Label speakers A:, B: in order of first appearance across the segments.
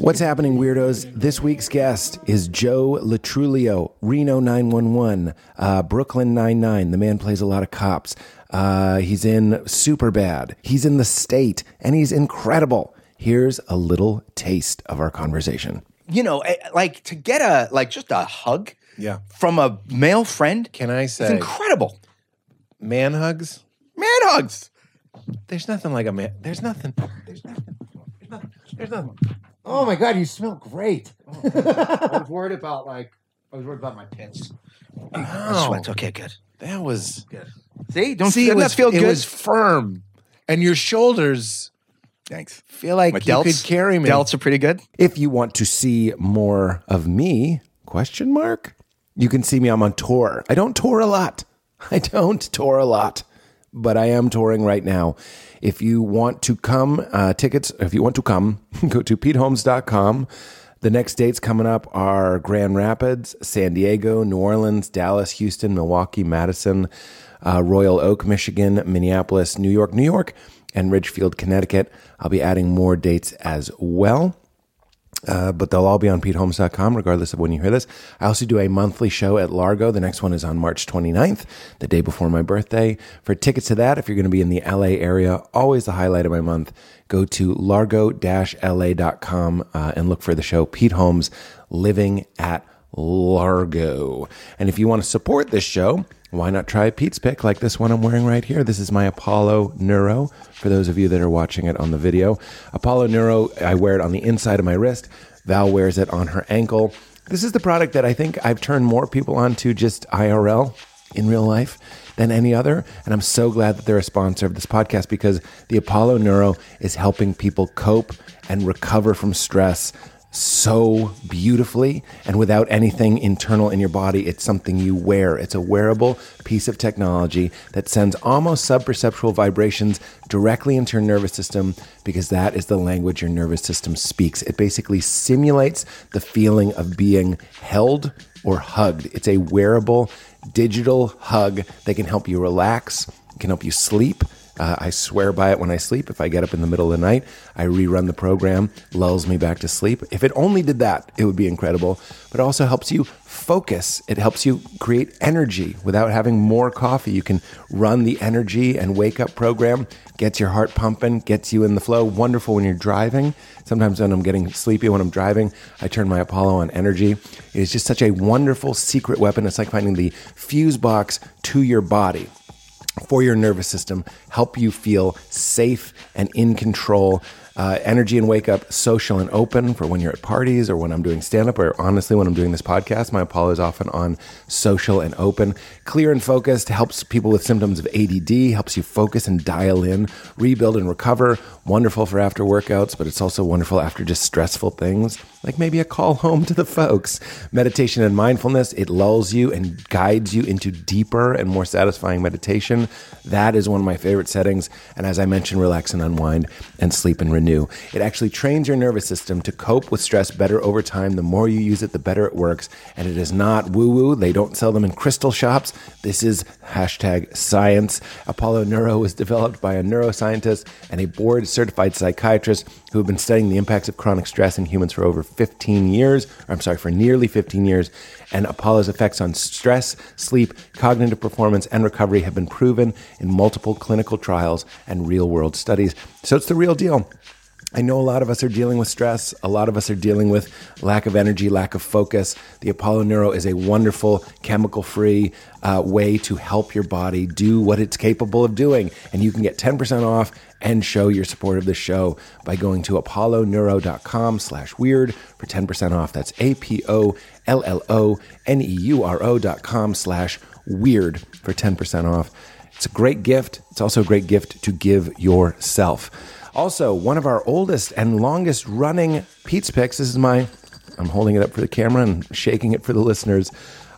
A: What's happening, weirdos? This week's guest is Joe Latrulio, Reno 911, uh, Brooklyn 99. The man plays a lot of cops. Uh, he's in Super Bad. He's in the state, and he's incredible. Here's a little taste of our conversation.
B: you know, eh, like to get a like just a hug
C: Yeah.
B: from a male friend.
C: Can I
B: It's
C: say
B: incredible.
C: man hugs?
B: Man hugs.
C: There's nothing like a man. There's nothing. There's nothing. There's nothing. There's nothing.
D: Oh my god, you smell great.
E: I was worried about like I was worried about my pants.
C: Oh,
B: Sweats. Okay, good.
C: that was.
B: See, don't
C: See,
B: doesn't
C: it was,
B: that feel
C: it
B: good?
C: was firm, and your shoulders
B: Thanks.
C: feel like
B: My
C: you
B: delts,
C: could carry me.
B: Delts are pretty good.
A: If you want to see more of me, question mark, you can see me. I'm on tour. I don't tour a lot. I don't tour a lot, but I am touring right now. If you want to come, uh, tickets, if you want to come, go to petehomes.com. The next dates coming up are Grand Rapids, San Diego, New Orleans, Dallas, Houston, Milwaukee, Madison, uh, Royal Oak, Michigan, Minneapolis, New York, New York, and Ridgefield, Connecticut. I'll be adding more dates as well uh, but they'll all be on PeteHolmes.com regardless of when you hear this. I also do a monthly show at Largo. The next one is on March 29th, the day before my birthday. For tickets to that, if you're going to be in the LA area, always the highlight of my month, go to largo-la.com uh, and look for the show Pete Holmes Living at Largo. And if you want to support this show, why not try Pete's pick like this one I'm wearing right here? This is my Apollo Neuro. For those of you that are watching it on the video, Apollo Neuro, I wear it on the inside of my wrist. Val wears it on her ankle. This is the product that I think I've turned more people onto just IRL in real life than any other. And I'm so glad that they're a sponsor of this podcast because the Apollo Neuro is helping people cope and recover from stress so beautifully and without anything internal in your body. It's something you wear. It's a wearable piece of technology that sends almost subperceptual vibrations directly into your nervous system because that is the language your nervous system speaks. It basically simulates the feeling of being held or hugged. It's a wearable digital hug that can help you relax, can help you sleep. Uh, I swear by it when I sleep. If I get up in the middle of the night, I rerun the program, lulls me back to sleep. If it only did that, it would be incredible. But it also helps you focus. It helps you create energy without having more coffee. You can run the energy and wake up program, gets your heart pumping, gets you in the flow. Wonderful when you're driving. Sometimes when I'm getting sleepy when I'm driving, I turn my Apollo on energy. It is just such a wonderful secret weapon. It's like finding the fuse box to your body for your nervous system, help you feel safe and in control. Uh, energy and wake up social and open for when you're at parties or when I'm doing stand up or honestly when I'm doing this podcast. My Apollo is often on social and open. Clear and focused helps people with symptoms of ADD, helps you focus and dial in, rebuild and recover. Wonderful for after workouts, but it's also wonderful after just stressful things like maybe a call home to the folks. Meditation and mindfulness, it lulls you and guides you into deeper and more satisfying meditation. That is one of my favorite settings. And as I mentioned, relax and unwind and sleep and renew. It actually trains your nervous system to cope with stress better over time. The more you use it, the better it works. And it is not woo woo. They don't sell them in crystal shops. This is hashtag science. Apollo Neuro was developed by a neuroscientist and a board certified psychiatrist who have been studying the impacts of chronic stress in humans for over 15 years, or I'm sorry, for nearly 15 years. And Apollo's effects on stress, sleep, cognitive performance, and recovery have been proven in multiple clinical trials and real world studies. So it's the real deal. I know a lot of us are dealing with stress. A lot of us are dealing with lack of energy, lack of focus. The Apollo Neuro is a wonderful, chemical free uh, way to help your body do what it's capable of doing. And you can get 10% off and show your support of the show by going to apolloneuro.com slash weird for 10% off. That's A P O L L O N E U R O dot com slash weird for 10% off. It's a great gift. It's also a great gift to give yourself. Also, one of our oldest and longest running Pete's Picks. This is my, I'm holding it up for the camera and shaking it for the listeners.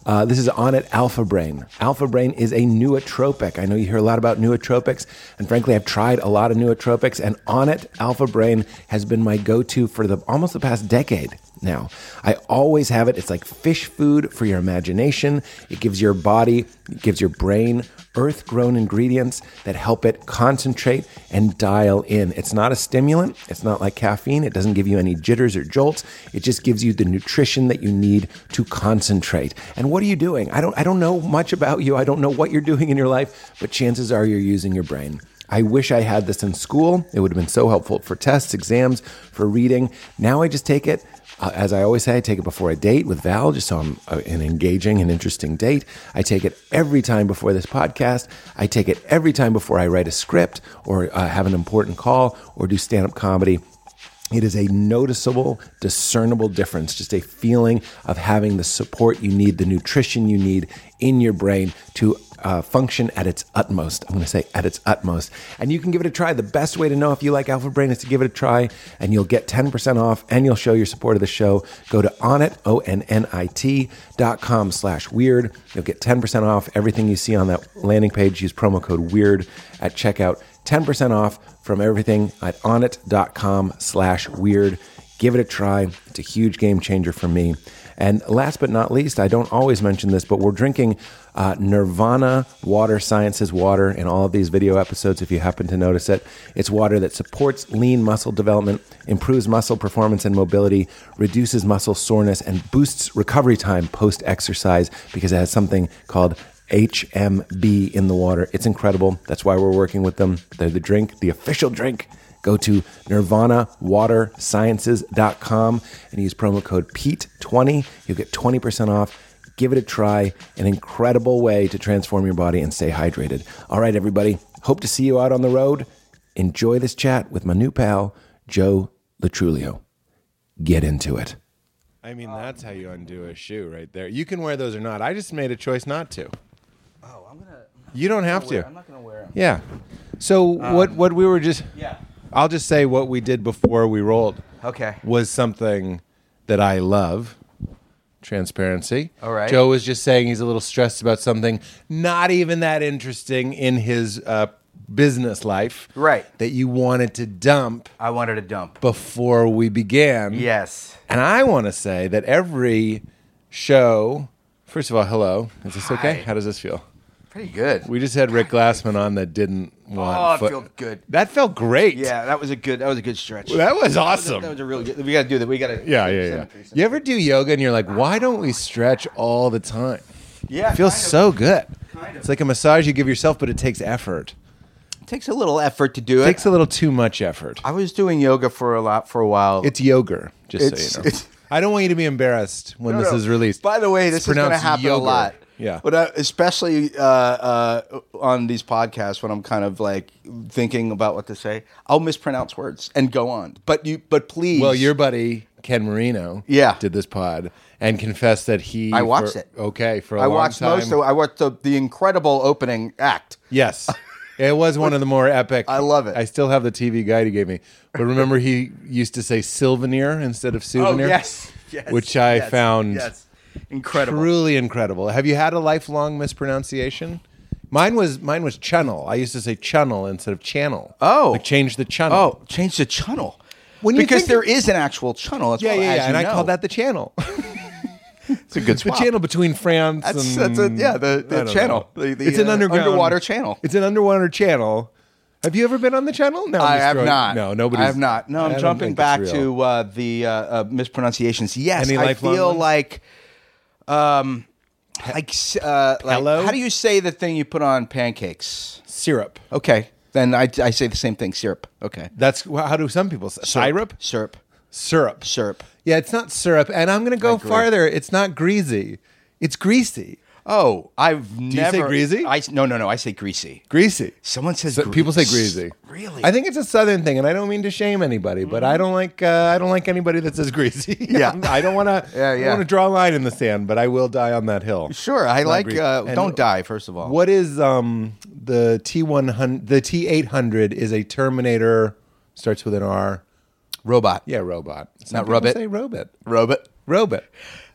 A: Uh, this is on at Alpha Brain. Alpha Brain is a nootropic. I know you hear a lot about nootropics, and frankly, I've tried a lot of nootropics. And on it, Alpha Brain has been my go-to for the almost the past decade now. I always have it. It's like fish food for your imagination. It gives your body, it gives your brain earth grown ingredients that help it concentrate and dial in. It's not a stimulant, it's not like caffeine, it doesn't give you any jitters or jolts. It just gives you the nutrition that you need to concentrate. And what are you doing? I don't I don't know much about you. I don't know what you're doing in your life, but chances are you're using your brain. I wish I had this in school. It would have been so helpful for tests, exams, for reading. Now I just take it, uh, as I always say, I take it before a date with Val, just so I'm uh, an engaging and interesting date. I take it every time before this podcast. I take it every time before I write a script or uh, have an important call or do stand up comedy. It is a noticeable, discernible difference, just a feeling of having the support you need, the nutrition you need in your brain to uh, function at its utmost. I'm going to say at its utmost. And you can give it a try. The best way to know if you like Alpha Brain is to give it a try, and you'll get 10% off and you'll show your support of the show. Go to onit, O N N I T dot com slash weird. You'll get 10% off everything you see on that landing page. Use promo code weird at checkout. 10% off from everything at onit.com slash weird. Give it a try. It's a huge game changer for me. And last but not least, I don't always mention this, but we're drinking uh, Nirvana Water Sciences water in all of these video episodes if you happen to notice it. It's water that supports lean muscle development, improves muscle performance and mobility, reduces muscle soreness, and boosts recovery time post exercise because it has something called HMB in the water. It's incredible. That's why we're working with them. They're the drink, the official drink. Go to nirvanawatersciences.com and use promo code PETE20. You'll get 20% off. Give it a try. An incredible way to transform your body and stay hydrated. All right, everybody. Hope to see you out on the road. Enjoy this chat with my new pal, Joe Latrulio. Get into it. I mean, that's how you undo a shoe right there. You can wear those or not. I just made a choice not to.
B: Oh, I'm gonna.
A: You don't have to.
B: I'm not gonna wear them.
A: Yeah. So what what we were just
B: Yeah.
A: I'll just say what we did before we rolled
B: Okay.
A: was something that I love. Transparency.
B: All right.
A: Joe was just saying he's a little stressed about something not even that interesting in his uh, business life.
B: Right.
A: That you wanted to dump
B: I wanted a dump.
A: before we began.
B: Yes.
A: And I want to say that every show, first of all, hello. Is this okay?
B: Hi.
A: How does this feel?
B: Pretty good.
A: We just had Rick Glassman on that didn't want.
B: Oh, it
A: foot-
B: felt good.
A: That felt great.
B: yeah, that was a good. That was a good stretch.
A: that was
B: That
A: awesome.
B: was a really good. We gotta do that. We gotta.
A: yeah, yeah, yeah. You ever do yoga and you're like, why don't we stretch all the time?
B: Yeah.
A: It feels
B: kind of.
A: so good.
B: Kind of.
A: It's like a massage you give yourself, but it takes effort.
B: It takes a little effort to do
A: It
B: it.
A: takes a little too much effort.
B: I was doing yoga for a lot for a while.
A: It's yoga, just
B: It's-
A: so you know.
B: it's-
A: I don't want you to be embarrassed when
B: No,
A: this
B: no.
A: is released.
B: By the way,
A: It's
B: this is going to
A: pronounced
B: happen a
A: yoga.
B: lot.
A: Yeah.
B: But I, especially uh, uh, on these podcasts, when I'm kind of like thinking about what to say, I'll mispronounce words and go on. But you, but please.
A: Well, your buddy Ken Marino,
B: Yeah.
A: did this pod and confessed that he.
B: I watched
A: for-
B: it.
A: Okay, for a
B: I
A: long
B: watched
A: time.
B: most. Of, I watched the, the incredible opening act.
A: Yes. It was one of the more epic.
B: I love it.
A: I still have the TV guide he gave me. But remember, he used to say souvenir instead of souvenir?
B: Oh, yes,
A: Which I
B: yes,
A: found
B: yes, incredible.
A: truly incredible. Have you had a lifelong mispronunciation? Mine was mine was channel. I used to say channel instead of channel.
B: Oh.
A: like change the channel.
B: Oh, change the channel.
A: When you
B: because
A: think-
B: there is an actual channel. That's
A: yeah,
B: all-
A: yeah,
B: as
A: yeah.
B: you
A: And I
B: know.
A: called that the channel.
B: It's a good
A: the
B: swap.
A: channel between France.
B: That's-
A: and,
B: that's a- yeah, the- the
A: I don't
B: channel.
A: know.
B: The- the,
A: it's an
B: uh,
A: underground
B: underwater channel.
A: It's an underwater channel. Have you ever been on the channel? No, I'm
B: I
A: just
B: have
A: throwing-
B: not.
A: No, nobody.
B: I have not. No, I'm jumping back to uh, the uh, uh, mispronunciations. Yes,
A: Any
B: I
A: lifelong
B: feel
A: ones?
B: like, um, like, s- uh, like,
A: Hello?
B: how do you say the thing you put on pancakes?
A: syrup.
B: Okay, then I, I say the same thing. Syrup. Okay.
A: That's wh- how do some people say syrup?
B: Syrup.
A: Syrup.
B: Syrup.
A: Yeah, it's not syrup. And I'm going to go
B: agree.
A: farther. It's not greasy. It's greasy.
B: Oh, I've
A: you say
B: never.
A: greasy?
B: I no no no. I say greasy.
A: Greasy.
B: Someone says
A: So people say
B: grease.
A: greasy.
B: Really? Mm-hmm.
A: I think it's a southern thing, and I don't mean to shame anybody, but I don't like uh, I don't like anybody that says greasy.
B: Yeah.
A: I don't want to.
B: Yeah,
A: I
B: yeah.
A: want to draw a line in the sand, but I will die on that hill.
B: Sure. I like.
A: greasy.
B: Uh,
A: And-
B: don't die. First of all.
A: What is um the T one hundred? The T eight hundred is a Terminator. Starts with an R.
B: Robot.
A: Yeah, robot. Some
B: Not
A: people
B: robot.
A: Say robot.
B: Robot.
A: Robot.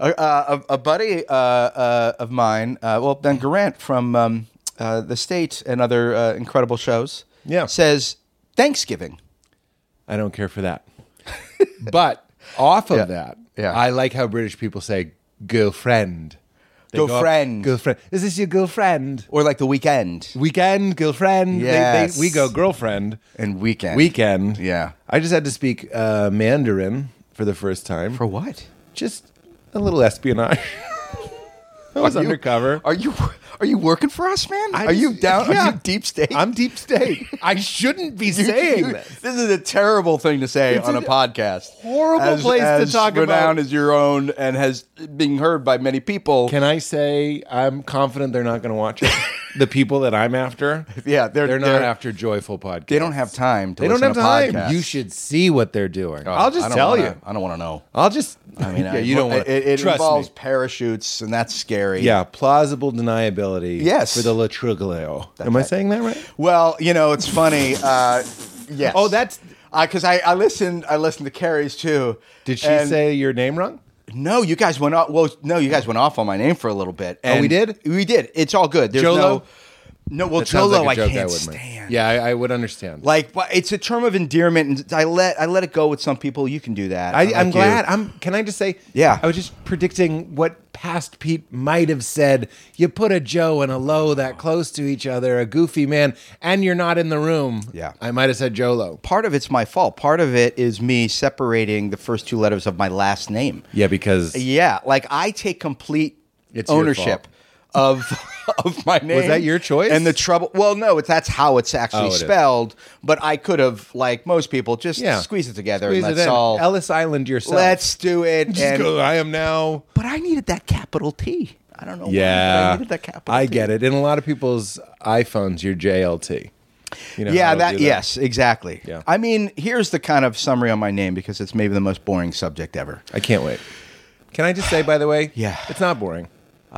B: A- uh, a, a buddy uh, uh, of mine, uh, well, Ben Garant from um, uh, The State and other uh, incredible shows,
A: Yeah.
B: says Thanksgiving.
A: I don't care for that. but off of
B: Yeah.
A: that,
B: Yeah.
A: I like how British people say girlfriend. They
B: Go
A: up-
B: friend.
A: Girlfriend. Is this your girlfriend?
B: or like the weekend
A: Weekend, girlfriend. They- they-
B: Yes.
A: we go girlfriend.
B: and weekend.
A: Weekend.
B: Yeah.
A: I just had to speak uh, Mandarin for the first time.
B: For what?
A: just a little espionage. I was
B: Are you-
A: undercover.
B: Are you are you working for us, man?
A: I
B: are you
A: just-
B: down?
A: yeah.
B: Are you deep state?
A: I'm deep state. I shouldn't be
B: You-
A: saying
B: you-
A: this.
B: this is a terrible thing to say on a podcast.
A: horrible place to
B: as
A: talk about-
B: renowned as your own and has being heard by many people.
A: Can I say I'm confident they're not going to watch it? the people that I'm after,
B: yeah, they're
A: they're not
B: they're-
A: after joyful podcasts.
B: They don't have time. To
A: They don't
B: listen
A: have
B: to
A: time.
B: podcasts.
A: You should see what they're doing.
B: Oh,
A: I'll just
B: I don't
A: tell
B: wanna-
A: you.
B: I don't want to know.
A: I'll just.
B: I mean,
A: yeah,
B: I-
A: you don't want
B: It, it
A: trust
B: involves
A: me.
B: parachutes, and that's scary.
A: Yeah, plausible deniability.
B: Yes.
A: for the latriglio. Am I saying that right?
B: Well, you know, it's funny. Uh, yes.
A: Oh, that's-
B: because I, I listened. I listened to Carrie's too.
A: Did she
B: and-
A: say your name wrong?
B: No, you guys went off. Well, no, you guys went off on my name for a little bit. And
A: Oh, we did?
B: We did. It's all good. There's
A: Jolo?
B: no. No, well,
A: That sounds
B: Jolo,
A: like a
B: I
A: joke
B: can't
A: would make.
B: stand.
A: Yeah, I, I would understand.
B: Like, but it's a term of endearment, and I let I let it go with some people. You can do that.
A: I,
B: like
A: I'm
B: you.
A: glad. I'm. Can I just say?
B: Yeah.
A: I was just predicting what past Pete might have said. You put a Joe and a Low that close to each other, a goofy man, and you're not in the room.
B: Yeah.
A: I might have said Jolo.
B: Part of it's my fault. Part of it is me separating the first two letters of my last name.
A: Yeah, because
B: Yeah, like I take complete
A: It's your
B: ownership of of my name.
A: that your choice?
B: And the trouble. Well, no, it's that's how it's actually
A: Oh, it is.
B: spelled. But I could have, like most people, just
A: Yeah.
B: squeeze it together
A: squeeze
B: and
A: it
B: let's
A: in.
B: all.
A: Ellis Island yourself.
B: let's do it.
A: just
B: and-
A: go. I am now.
B: but I needed that capital T. I don't know. why, but I
A: Oh, Yeah,
B: needed that capital.
A: I
B: T.
A: get it. In a lot of people's iPhones, you're JLT. You know how
B: yeah,
A: they'll
B: that,
A: do
B: yes, exactly.
A: Yeah.
B: I mean, here's the kind of summary on my name because it's maybe the most boring subject ever.
A: I can't wait. Can I just say, by the way?
B: Yeah.
A: It's not boring.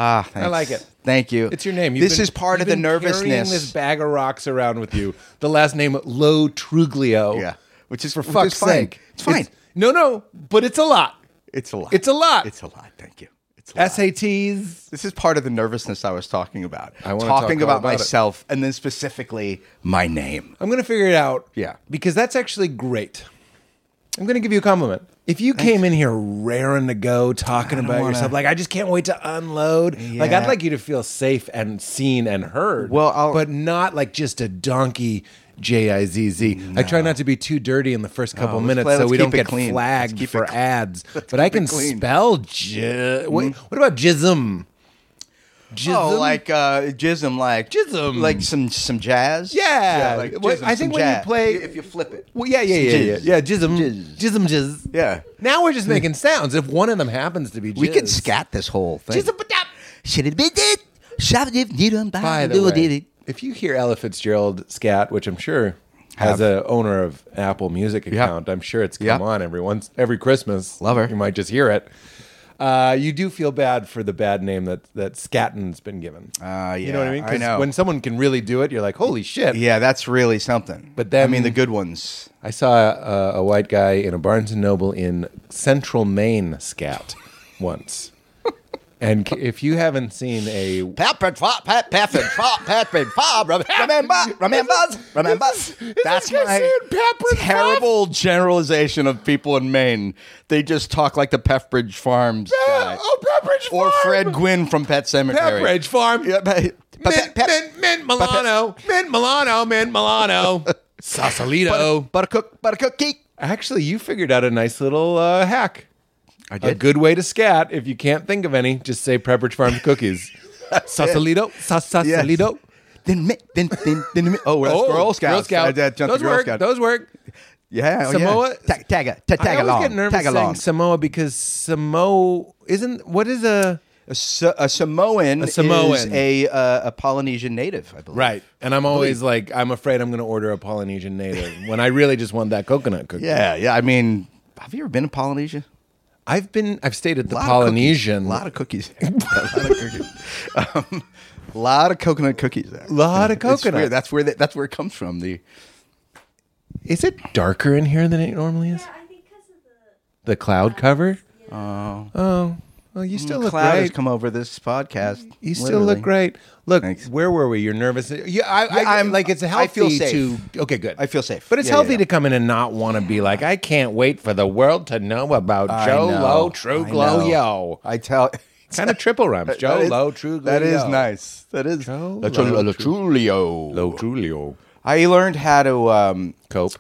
B: Ah, thanks.
A: like it.
B: Thank you.
A: It's your name. You've
B: This
A: been-
B: is part
A: you've
B: of the
A: been carrying
B: nervousness.
A: This bag of rocks around with you. The last name Lo Truglio.
B: Yeah. Which is-
A: for
B: which is
A: fuck's
B: fine.
A: sake.
B: It's fine.
A: no, no, but it's a lot.
B: It's a lot.
A: It's a lot.
B: It's a lot. Thank you. It's a lot.
A: SATs.
B: This is part of the nervousness I was talking about.
A: I wanna talk
B: talking
A: all
B: about,
A: about it. Oh,
B: myself and then specifically my name.
A: I'm gonna figure it out.
B: Yeah.
A: Because that's actually great. I'm gonna give you a compliment. If you came in here raring to go, talking about
B: wanna-
A: yourself, like I just can't wait to unload. Like
B: Yeah.
A: I'd like you to feel safe and seen and heard.
B: Well, I'll-
A: but not like just a donkey. J I Z Z. I try not to be too dirty in the first couple
B: let's
A: minutes
B: play-
A: so
B: let's
A: we
B: keep
A: don't
B: it
A: get
B: clean. Let's
A: flagged
B: keep it
A: for
B: cl-
A: ads. But I
B: keep it
A: can
B: clean. Mm-hmm.
A: spell. J- what, what about jism? Jism?
B: Oh, like uh, jism, like
A: Jism.
B: like some some jazz.
A: Yeah. What-
B: jism,
A: I think
B: some
A: when you
B: jazz.
A: play-
B: if you flip it.
A: Well, yeah, yeah, yeah, yeah,
B: Jizz.
A: yeah. Jism, jism, jizz.
B: Yeah.
A: Now we're just making sounds. If one of them happens to be, jizz.
B: We can scat this whole thing.
A: Jizz up a tap.
B: Should it be did? Should it be done by
A: By the
B: little
A: way,
B: did it?
A: if you hear Ella Fitzgerald scat, which I'm sure has a owner of Apple Music account, I'm sure it's come
B: Yeah.
A: on every once every Christmas.
B: Love her.
A: You might just hear it. Uh, you do feel bad for the bad name that that scatton's been given.
B: Ah,
A: you know what I
B: yeah,
A: mean?
B: I
A: 'Cause
B: know.
A: When someone can really do it, you're like, holy shit.
B: Yeah, that's really something.
A: But then-
B: I mean, the good ones.
A: I saw a, a white guy in a Barnes and Noble in Central Maine scat once. And c- if you haven't seen a
B: Pep and fop, pep, pep and fop, pep and fop. Remember, remember, remember. That's
A: guy
B: my
A: saying pep and
B: terrible generalization of people in Maine. They just talk like the Pepperidge Farms guy.
A: Pepperidge
B: or Fred Gwynn from Pet Cemetery.
A: Pepperidge Farm,
B: Yeah, but, but,
A: Mint,
B: pep-
A: mint, mint Milano, mint Milano, mint Milano, Sausalito.
B: butter, buttercook, buttercook cake.
A: Actually, you figured out a nice little uh, hack.
B: I
A: A good way to scat if you can't think of any, just say Pepperidge Farm cookies. Sausalito, Sa- Sausalito.
B: Then, mi- then, then, then, mi- oh, we're oh, Girl Scouts. I, I jumped
A: Those
B: the Girl
A: work.
B: Scout.
A: Those work.
B: yeah, oh, yeah.
A: Samoa-
B: Tag, tag, a- ta- tag
A: I always
B: along.
A: get nervous
B: tag along.
A: saying Samoa because Samoa isn't. What is a
B: A, Sa- a Samoan,
A: A Samoan.
B: is a, uh, a Polynesian native, I believe.
A: And I'm always like, I'm afraid I'm going to order a Polynesian native when I really just want that coconut cookie.
B: Yeah, yeah. I mean, have you ever been to Polynesia?
A: I've been. I've stayed at the
B: Lot of
A: Polynesian.
B: cookies. lot of cookies. there. a lot of cookies. Um, lot of coconut cookies there.
A: Lot of
B: It's weird.
A: coconut.
B: That's where they, that's where it comes from. The
A: Is it darker in here than it normally is?
F: Yeah, I think 'cause of the.
A: The cloud cover.
F: Yeah.
A: Oh, well, you still look
B: cloud has
A: great.
B: come over this podcast.
A: You still
B: literally.
A: look great. Look,
B: Thanks.
A: where were we? You're nervous. Yeah, I,
B: Yeah,
A: I, am
B: I'm-
A: like it's
B: I feel
A: healthy to.
B: safe.
A: Okay, good.
B: I feel safe.
A: But it's
B: Yeah, yeah,
A: healthy
B: yeah.
A: to come in and not want to be like, I can't wait for the world to know about
B: I
A: Joe
B: know.
A: Low, True
B: I
A: Glow
B: know.
A: Yo.
B: I tell
A: kind of triple rhymes. Joe
B: that is-
A: Lo Truglio.
B: That is nice. That is
A: Joe
B: La Tru-
A: Lo-
B: La Trulio.
A: Lo Truglio.
B: I learned how to um,
A: Cope.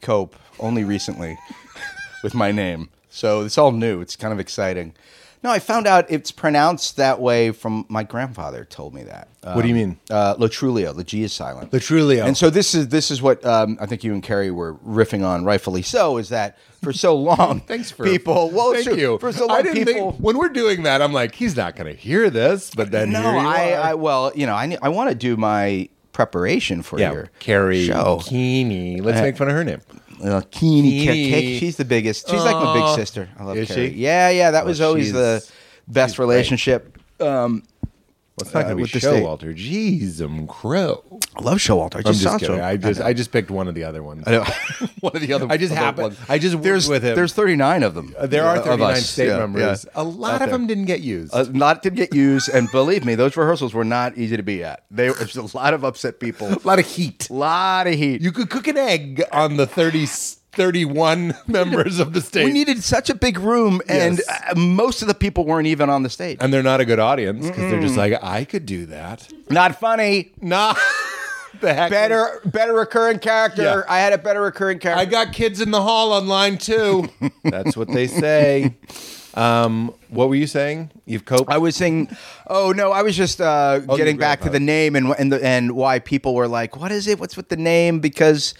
B: cope only recently with my name. So it's all new. It's kind of exciting. No, I found out it's pronounced that way from my grandfather told me that. Uh,
A: what do you mean?
B: uh, Latrulio, the G is silent.
A: Latrulio.
B: And so this is this is what um, I think you and Carrie were riffing on, rightfully so, is that for so long,
A: Thanks for
B: people. Well, it's
A: thank
B: true.
A: you.
B: For so long,
A: I didn't
B: people.
A: think when we're doing that, I'm like, he's not going to hear this. But then
B: no,
A: here you
B: I,
A: are.
B: I well, you know, I ne- I want to do my preparation for
A: yeah,
B: your
A: Carrie
B: show.
A: Keeney. Let's make fun of her name.
B: Uh, Keeny,
A: Keeny.
B: Ke- Ke- she's the biggest. She's like my
A: Aw.
B: big sister. I love
A: Is
B: Carrie.
A: she?
B: Yeah, yeah. That was
A: Oh,
B: always
A: she's-
B: the best relationship. Um,
A: Well, it's not
B: Uh,
A: going to be
B: with the state.
A: Showalter. Jeez, um, crow.
B: I love Showalter. I
A: I'm
B: just
A: just
B: saw
A: kidding.
B: Show-
A: I just I just picked one of the other ones.
B: I know. one of the other.
A: I just
B: other
A: happen-
B: ones.
A: I just worked
B: there's
A: with him.
B: There's 39 of them.
A: Uh, There are
B: Of
A: 39
B: us.
A: state
B: Yeah,
A: members.
B: yeah.
A: A lot
B: Out
A: of
B: there.
A: them didn't get used.
B: A lot did get used, and believe me, those rehearsals were not easy to be at. They there's a lot of upset people,
A: lot of heat.
B: a lot of heat.
A: You could cook an egg on the 30, 31 members of the state.
B: we needed such a big room, and
A: Yes.
B: uh, most of the people weren't even on the stage.
A: and they're not a good audience because they're just like, I could do that.
B: not funny.
A: Nah. the heck.
B: Better, better recurring character.
A: Yeah.
B: I had a better recurring character.
A: I got kids in the hall online too. That's what they say. Um, what were you saying? You've coped.
B: I was saying, oh no, I was just uh,
A: your
B: getting back to
A: grandfather.
B: the name and and the, and why people were like, what is it? What's with the name? Because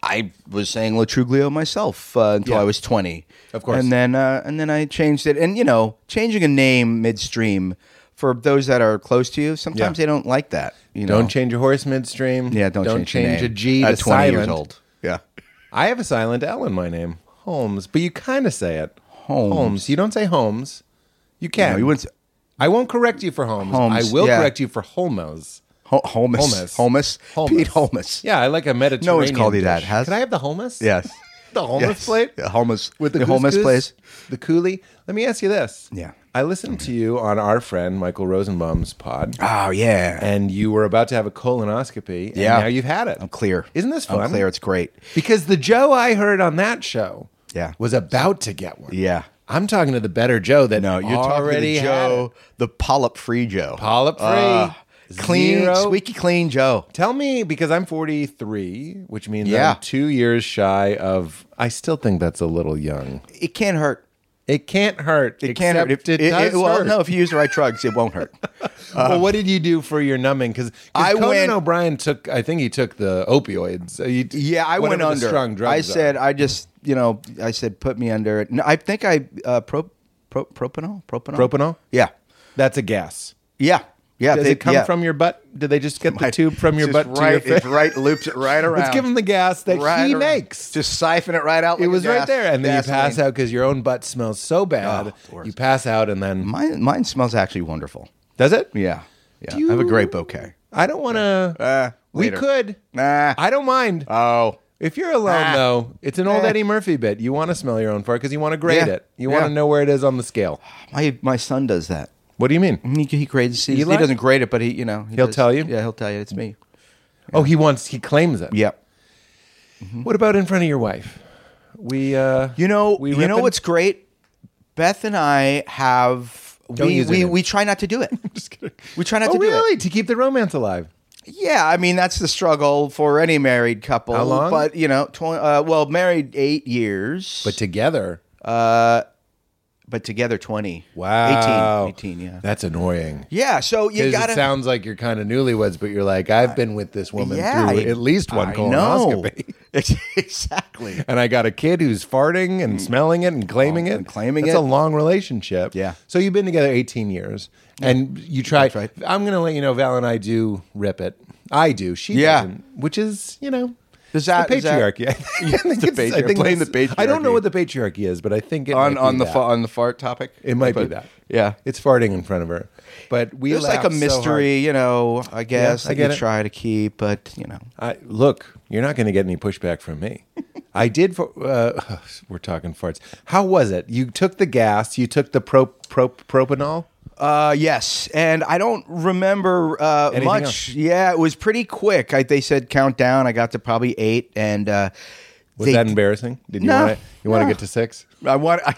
B: I was saying Latruglio myself uh, until
A: Yeah.
B: I was twenty,
A: Of course.
B: and then uh, and then I changed it. And you know, changing a name midstream for those that are close to you, sometimes
A: Yeah.
B: they don't like that. You know,
A: don't change your horse midstream.
B: yeah, don't,
A: change,
B: your
A: a
B: name
A: G
B: at
A: to
B: 20
A: silent.
B: years old. Yeah,
A: I have a silent L in my name, Holmes, but you kind of say it.
B: Holmes.
A: You don't say Holmes. You can.
B: No, you wouldn't. Say,
A: I won't correct you for Holmes.
B: Holmes,
A: I will
B: yeah.
A: correct you for Holmes.
B: Ho- Holmes,
A: Holmes.
B: Holmes, Holmes,
A: Holmes.
B: Pete Holmes.
A: Yeah, I like a Mediterranean.
B: No one's called you that,
A: dish.
B: has-
A: Can I have the Holmes?
B: Yes,
A: The Holmes plate?
B: Yeah, Holmes
A: With the,
B: Holmes
A: couscous,
B: place.
A: The coolie. Let me ask you this.
B: Yeah.
A: I listened to you on our friend Michael Rosenbaum's pod,
B: Oh yeah.
A: and you were about to have a colonoscopy, and
B: Yeah.
A: now you've had it.
B: I'm clear.
A: Isn't this fun?
B: I'm clear. It's great.
A: Because the Joe I heard on that show
B: Yeah.
A: was about to get one.
B: Yeah.
A: I'm talking to the better Joe that
B: No, you're
A: already
B: talking to
A: had
B: the
A: it.
B: Joe, the polyp free Joe.
A: Polyp free.
B: Uh, clean,
A: Zero.
B: squeaky clean Joe.
A: Tell me, because I'm 43, which means
B: Yeah.
A: I'm two years shy of. I still think that's a little young.
B: It can't hurt.
A: It can't hurt.
B: It can't hurt.
A: except It, does
B: well,
A: hurt.
B: no, if you use the right drugs, it won't hurt.
A: well, what did you do for your numbing? Because
B: Uh, I
A: Conan
B: went-
A: O'Brien took. I think he took the opioids. Uh, you-
B: Yeah, I went
A: whatever the
B: under.
A: strong drugs.
B: I
A: are.
B: said, I just, you know, I said, put me under. it. No, I think I uh, pro, pro, propanol, propanol,
A: Propanol?
B: Yeah,
A: that's a gas.
B: yeah, yeah.
A: Does
B: they-
A: it come
B: yeah.
A: from your butt? Did they just get the tube from your
B: Just
A: butt to your
B: Right, it
A: face?
B: right loops it right around.
A: Let's give him the gas that
B: Right
A: he
B: around.
A: makes.
B: Just siphon it right out.
A: it
B: like a
A: was right
B: gas-
A: there, and then you pass
B: gasoline.
A: out because your own butt smells so
B: Oh,
A: bad.
B: it's the worst.
A: you pass out, and then
B: Mine, mine smells actually wonderful.
A: does it?
B: Yeah, yeah.
A: Do
B: I have a great
A: you-
B: bouquet.
A: I don't want to.
B: Uh,
A: we
B: later.
A: could.
B: Nah.
A: I don't mind.
B: oh,
A: If you're alone,
B: Ah.
A: though, it's an old
B: Eh.
A: Eddie Murphy bit. You want to smell your own fart because you want to grade
B: Yeah.
A: it. You
B: Yeah.
A: want to know where it is on the scale.
B: my my son does that.
A: What do you mean?
B: He, he grades. He, he
A: Eli?
B: doesn't grade it, but he you know he
A: He'll
B: does-
A: tell you?
B: Yeah, he'll tell you it's me.
A: Oh, he wants. He claims it.
B: Yep.
A: What about in front of your wife? We. uh
B: You know.
A: We
B: you know
A: ripping?
B: what's great? Beth and I have
A: Don't
B: we
A: use her
B: we,
A: name.
B: we try not to do it.
A: Just kidding.
B: We try not
A: Oh,
B: to do it.
A: really? To keep the romance alive.
B: Yeah, I mean that's the struggle for any married couple.
A: How long?
B: But you know, tw- uh, well, married eight years, Uh,
A: But together.
B: but together twenty.
A: Wow.
B: 18, 18 yeah.
A: That's annoying.
B: Yeah, so you
A: 'Cause
B: gotta
A: it sounds like you're kind of newlyweds, but you're like, I've been with this woman
B: yeah,
A: through
B: I-
A: at least one
B: I know.
A: colonoscopy.
B: exactly.
A: and I got a kid who's farting and smelling it and claiming it.
B: Mm. Oh, and claiming
A: That's
B: it.
A: a long relationship.
B: Yeah.
A: So you've been together 18 years, and you try. I'm going to let you know, Val and I do rip it. I do. She
B: Yeah.
A: doesn't, which is you know.
B: Does that-
A: the
B: does that-
A: patriarchy? I think
B: the
A: it's- I
B: patriarchy.
A: think
B: Blame
A: that's-
B: the
A: I don't know
B: patriarchy.
A: what the patriarchy is, but I think it
B: on
A: might be
B: on the
A: that.
B: fa- on the fart topic.
A: It might be
B: But-
A: that.
B: Yeah,
A: It's farting in front of her, but we
B: there's like a
A: laughed so hard.
B: mystery, you know. I guess
A: I
B: that
A: get
B: you
A: it.
B: try to keep, but you know,
A: I, look, you're not going to get any pushback from me. I did. For, uh, we're talking farts. How was it? You took the gas. You took the pro, pro, propanol.
B: Uh, yes, and I don't remember uh,
A: Anything
B: much.
A: else?
B: Yeah, it was pretty quick. I, they said countdown. I got to probably eight, and uh,
A: Was
B: They-
A: that embarrassing? Did you
B: No,
A: want to? You want to
B: no.
A: get to six?
B: I want. I,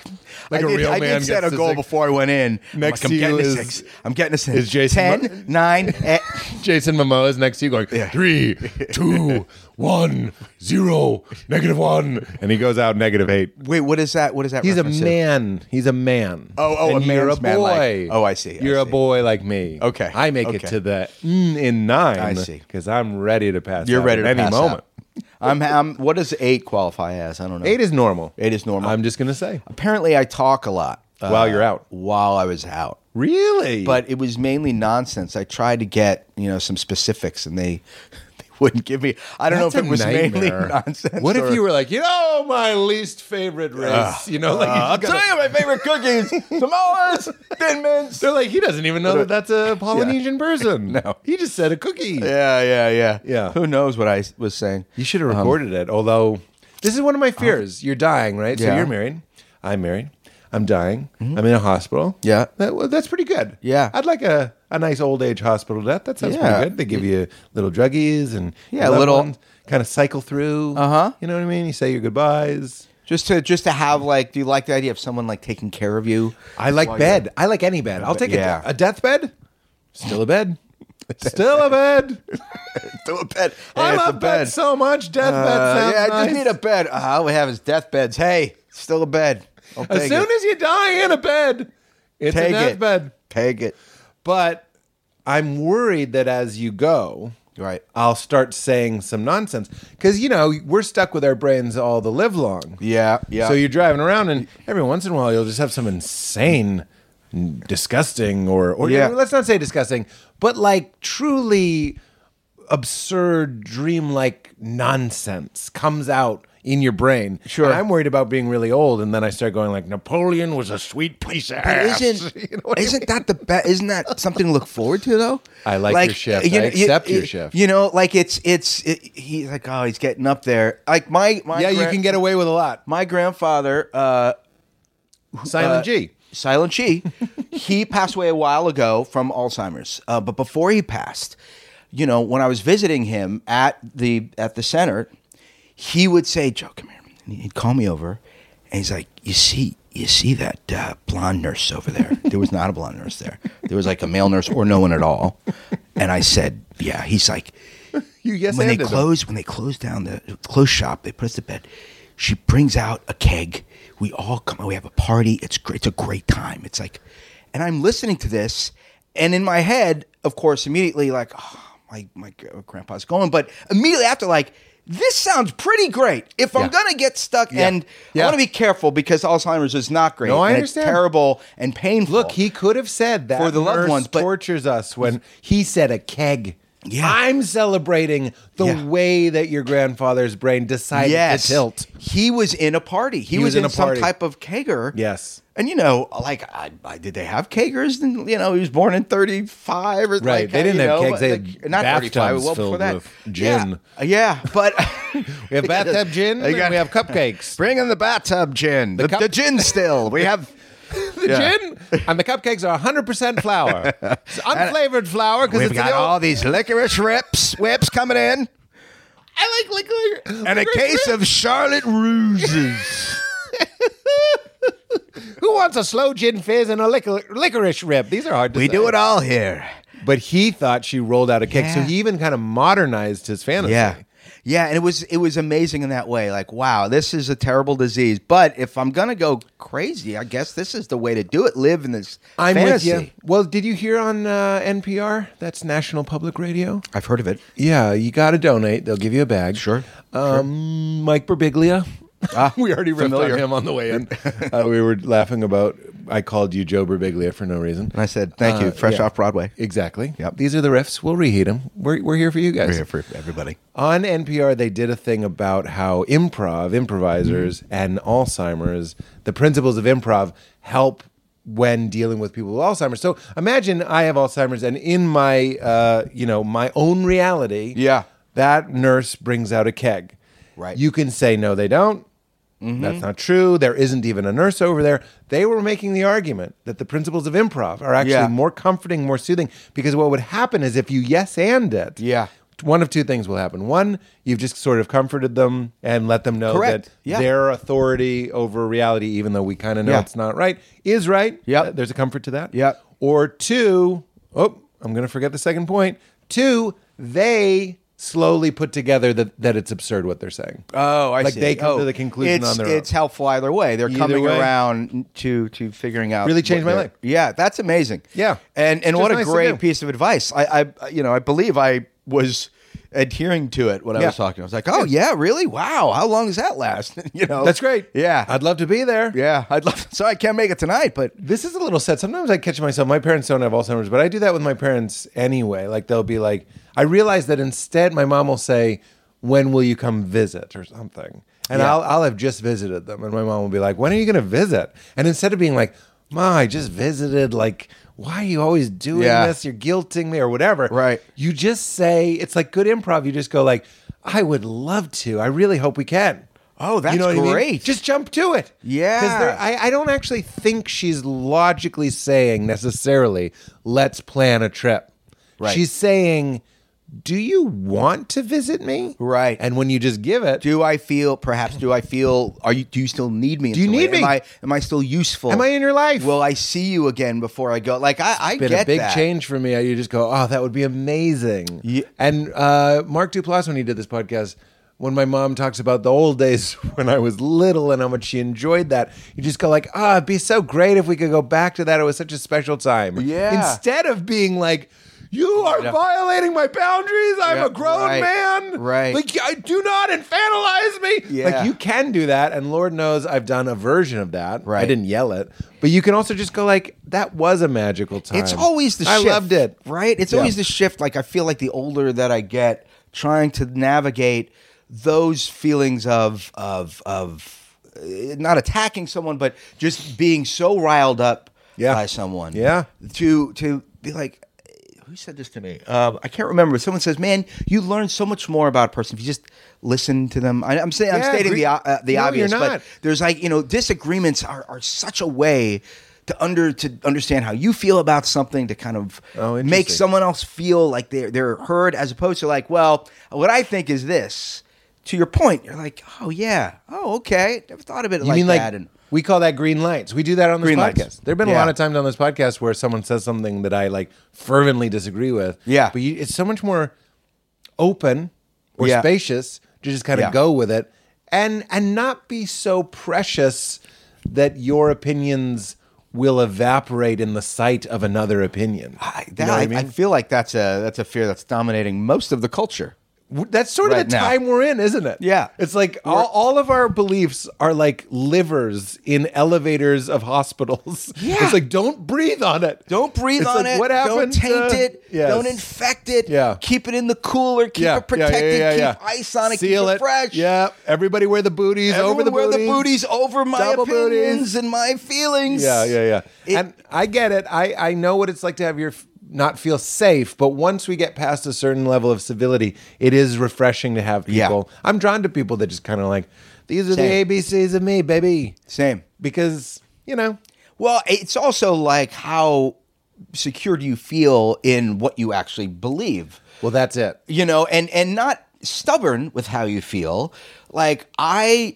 A: Like
B: I
A: a
B: did,
A: real
B: I
A: man
B: did set
A: gets
B: a
A: to
B: goal
A: six.
B: before I went in. I'm
A: Next
B: like,
A: to
B: I'm
A: you
B: getting
A: is-
B: a six. I'm getting a six.
A: is Jason
B: ten,
A: Mo-
B: nine, eh.
A: Jason Momoa is next to you, going three, two, one, zero, negative one, and he goes out negative eight.
B: Wait, what is that? What is that?
A: He's a
B: reference to?
A: man. He's a man.
B: Oh, oh,
A: and
B: a
A: you're a
B: man's man, like-
A: boy.
B: Oh, I see, I
A: You're a
B: see.
A: boy like me.
B: Okay,
A: I make it
B: okay.
A: to the mm in nine.
B: I see.
A: because I'm ready to pass.
B: You're
A: out
B: ready
A: at
B: to
A: Uh, any
B: pass out.
A: moment.
B: I'm, I'm. What does eight qualify as? I don't know.
A: Eight is normal.
B: Eight is normal.
A: I'm just gonna say.
B: Apparently, I talk a lot uh,
A: While you're out.
B: While I was out,
A: Really?
B: but it was mainly nonsense. I tried to get you know some specifics, and they they wouldn't give me. I don't
A: That's
B: know if
A: a
B: it was mainly
A: nightmare.
B: nonsense.
A: What if
B: or-
A: you were like, you know, my least favorite race? you know, like
B: Uh, I'll
A: you just gotta-
B: tell you my favorite cookies: Samoas, Thin Mints.
A: they're like, he doesn't even know that that's a Polynesian person.
B: No.
A: he just said a cookie.
B: Yeah, yeah, yeah,
A: Yeah.
B: Who knows what I s- was saying?
A: You should have recorded it. Although this is one of my fears. You're dying, right? So
B: Yeah. Mm-hmm.
A: you're married. I'm married. I'm dying. I'm in a hospital.
B: Yeah.
A: That- well, that's pretty good.
B: Yeah.
A: I'd like a, a nice old age hospital death. That sounds
B: Yeah.
A: pretty good. They give you little druggies and
B: Yeah, little-
A: kind of cycle through. Uh
B: Uh-huh.
A: You know what I mean? You say your goodbyes.
B: Just to just to have like, do you like the idea of someone like taking care of you?
A: I like
B: While
A: bed. I like any bed. I'll take
B: Yeah.
A: a, a death bed. Still a bed. Still a bed.
B: To a bed. Hey,
A: I
B: it's
A: love bed so much. Death bed
B: Uh,
A: sounds
B: yeah, I
A: nice.
B: just need a bed. Uh, all we have is deathbeds. Hey, still a bed. I'll
A: As
B: take
A: soon
B: it.
A: as you die in a bed, it's
B: Take
A: a
B: it.
A: deathbed.
B: Take it.
A: But I'm worried that as you go,
B: Right.
A: I'll start saying some nonsense because you know we're stuck with our brains all the live long.
B: Yeah, yeah.
A: So you're driving around, and every once in a while, you'll just have some insane, disgusting, or or
B: Yeah.
A: let's not say disgusting, but like truly absurd, dreamlike nonsense comes out in your brain.
B: Sure.
A: And I'm worried about being really old, and then I start going like Napoleon was a sweet piece of ass.
B: Isn't
A: You know what I
B: isn't that the best? Isn't that something to look forward to though?
A: I like your shift. I accept your shift.
B: You know, like it's it's it, he's like oh he's getting up there. Like my my
A: mean? yeah, you
B: gran-
A: can get away with a lot.
B: my grandfather uh,
A: Silent G.
B: Silent G. he passed away a while ago from Alzheimer's, uh, but before he passed, you know, when I was visiting him at the at the center, he would say, "Joe, come here," and he'd call me over, and he's like, "You see." You see that uh, blonde nurse over there? There was not a blonde nurse there. There was like a male nurse or no one at all. And I said, "Yeah." He's like,
A: You yes
B: when they
A: and
B: close when they close down the close shop, they put us to bed. She brings out a keg. We all come. We have a party. It's great. It's a great time. It's like, and I'm listening to this, and in my head, of course, immediately like, oh, my my gr- grandpa's going, but immediately after like. This sounds pretty great. If I'm gonna get stuck, and
A: Yeah.
B: I want to be careful because Alzheimer's is not great.
A: No, I
B: and
A: understand.
B: It's terrible and painful.
A: Look, he could have said that
B: For the loved
A: nurse
B: ones, but-
A: tortures us when he said a keg.
B: Yeah.
A: I'm celebrating the
B: Yeah.
A: way that your grandfather's brain decided
B: yes,
A: to tilt.
B: He was in a party. He, was, in,
A: a
B: some
A: party.
B: type of kegger.
A: Yes.
B: And you know, like, I, I, did they have kegers? And you know, he was born in thirty five or
A: Right.
B: Like,
A: They didn't
B: you
A: have
B: know,
A: kegs. They
B: like,
A: had
B: not
A: bathtubs
B: 35, well
A: filled
B: before that.
A: with gin.
B: Yeah, yeah but
A: We have bathtub gin
B: They
A: and
B: got-
A: we have cupcakes.
B: bring in the bathtub gin. The,
A: cup-
B: the gin still. We have
A: the
B: Yeah.
A: gin and the cupcakes are 100% flour. It's unflavored flour because
B: we've
A: it's
B: got
A: the old-
B: all these licorice whips whips coming in,
A: I like liquor.
B: and a case of Charlotte Rouges.
A: Who wants a slow gin fizz and a licor- licorice rib? These are hard to
B: we
A: say.
B: do it all here.
A: But he thought she rolled out a kick, so
B: Yeah.
A: he even kind of modernized his fantasy.
B: Yeah. Yeah, and it was it was amazing in that way. Like, wow, this is a terrible disease, but if I'm gonna go crazy, I guess this is the way to do it. Live in this
A: I'm
B: fantasy.
A: with you. Well, did you hear on uh, NPR? That's National Public Radio.
B: I've heard of it.
A: Yeah, you got to donate. They'll give you a bag.
B: Sure. Ah,
A: Um, Mike Berbiglia. we already ripped
B: familiar.
A: on him on the way in. uh, we were laughing about. I called you Joe Berbiglia for no reason.
B: And I said, thank you,
A: Uh,
B: fresh
A: yeah.
B: off Broadway.
A: Exactly.
B: Yep.
A: These are the riffs. We'll reheat them. We're, we're here for you guys.
B: for everybody.
A: on NPR, they did a thing about how improv, improvisers,
B: Mm-hmm.
A: and Alzheimer's, the principles of improv help when dealing with people with Alzheimer's. So imagine I have Alzheimer's, and in my, uh, you know, my own reality,
B: Yeah.
A: that nurse brings out a keg.
B: Right. Mm-hmm.
A: You can say no, they don't. That's not true. There isn't even a nurse over there. They were making the argument that the principles of improv are actually
B: Yeah.
A: more comforting, more soothing, because what would happen is if you yes and it,
B: Yeah.
A: one of two things will happen. One, you've just sort of comforted them and let them know
B: Correct.
A: that
B: Yeah.
A: their authority over reality, even though we kind of know
B: Yeah.
A: it's not right, is right.
B: Yep.
A: Uh, There's a comfort to that.
B: Yep.
A: Or two, oh, I'm going to forget the second point. Two, they slowly put together that, that it's absurd what they're saying.
B: Oh, I
A: like
B: see.
A: they come
B: Oh,
A: to the conclusion
B: it's,
A: on their
B: It's
A: own.
B: helpful either way. They're
A: Either
B: coming
A: way.
B: around to to figuring out.
A: Really changed
B: what
A: my
B: they're-
A: life.
B: Yeah, that's amazing.
A: Yeah.
B: and and
A: Which
B: what
A: is
B: a
A: nice to do.
B: great piece of advice. I, I you know I believe I was adhering to it when I
A: Yeah.
B: was talking. I was like, oh yeah, really? Wow, how long does that last? you know,
A: That's great.
B: Yeah,
A: I'd love to be there.
B: yeah, I'd love. So I can't make it tonight, but
A: This is a little sad. Sometimes I catch myself. My parents don't have Alzheimer's, but I do that with my parents anyway. Like they'll be like, I realize that instead, my mom will say, "When will you come visit?" or something, and
B: Yeah.
A: I'll I'll have just visited them, and my mom will be like, "When are you going to visit?" And instead of being like, "Ma, I just visited," like, "Why are you always doing
B: Yeah.
A: this? You're guilting me," or whatever.
B: Right.
A: You just say it's like good improv. You just go like, "I would love to. I really hope we can."
B: Oh, that's
A: what I mean?
B: great.
A: Just jump to it.
B: Yeah.
A: 'Cause there- I, I don't actually think she's logically saying necessarily, let's plan a trip.
B: Right.
A: She's saying, do you want to visit me?
B: Right.
A: And when you just give it,
B: do I feel? Perhaps do I feel? Are you? Do you still need me? in
A: Do you
B: some way?
A: need me?
B: Am I, am I still useful?
A: Am I in your life?
B: Will I see you again before I go? Like I, I
A: been
B: get
A: a big
B: that.
A: change for me. You just go, oh, that would be amazing.
B: Ye-
A: And uh, Mark Duplass, when he did this podcast, when my mom talks about the old days when I was little and how much she enjoyed that, you just go like, ah, it'd be so great if we could go back to that. It was such a special time.
B: Yeah.
A: Instead of being like, you are violating my boundaries. I'm
B: Yeah,
A: a grown
B: right,
A: man.
B: right.
A: Like, I do not infantilize me.
B: Yeah.
A: Like, you can do that. And Lord knows I've done a version of that. I
B: Right.
A: didn't yell it. But you can also just go like, that was a magical time.
B: It's always the
A: I
B: shift.
A: loved it.
B: Right? It's
A: Yeah.
B: always the shift. Like I feel like the older that I get, trying to navigate those feelings of of of uh, not attacking someone, but just being so riled up
A: Yeah.
B: by someone.
A: Yeah.
B: To to be like uh, who said this to me? Um, I can't remember. Someone says, "Man, you learn so much more about a person if you just listen to them." I, I'm saying I'm
A: Yeah,
B: stating
A: agree-
B: the o- uh, the
A: No,
B: obvious,
A: you're
B: but
A: not.
B: there's like you know disagreements are, are such a way to under to understand how you feel about something to kind of
A: Oh, interesting.
B: make someone else feel like they're they're heard as opposed to like well what I think is this to your point you're like oh yeah oh okay never thought of it
A: You
B: like
A: mean like
B: that and
A: we call that green lights? We do that on this
B: Green
A: podcast.
B: lights.
A: There have been a
B: Yeah.
A: lot of times on this podcast where someone says something that I like fervently disagree with.
B: Yeah.
A: but you, it's so much more open or
B: Yeah.
A: spacious to just kind of
B: Yeah.
A: go with it and and not be so precious that your opinions will evaporate in the sight of another opinion.
B: I,
A: You
B: that,
A: know what
B: I, I feel like that's a that's a fear that's dominating most of the culture
A: That's sort of
B: Right
A: the
B: now.
A: time we're in, isn't it?
B: Yeah.
A: It's like all, all of our beliefs are like livers in elevators of hospitals.
B: Yeah.
A: It's like, don't breathe on it.
B: Don't breathe
A: It's
B: on
A: like,
B: it.
A: What
B: Don't
A: happened?
B: taint
A: to-
B: it.
A: Yes.
B: Don't infect it.
A: Yeah.
B: Keep it in the cooler. Keep
A: Yeah.
B: it protected.
A: Yeah, yeah, yeah, yeah.
B: Keep ice on it.
A: Seal
B: keep it,
A: it
B: fresh.
A: Yeah. Everybody wear the booties
B: Everyone
A: over the
B: wear
A: booties.
B: the booties over my
A: Double booties.
B: opinions and my feelings.
A: Yeah, yeah, yeah.
B: It-
A: and I get it. I I know what it's like to have your f- not feel safe, but once we get past a certain level of civility, it is refreshing to have
B: Yeah.
A: people. I'm drawn to people that just kind of like these are
B: Same.
A: the ABCs of me, baby.
B: Same.
A: Because, you know,
B: Well, it's also like how secure do you feel in what you actually believe?
A: well that's it.
B: you know and and not stubborn with how you feel like i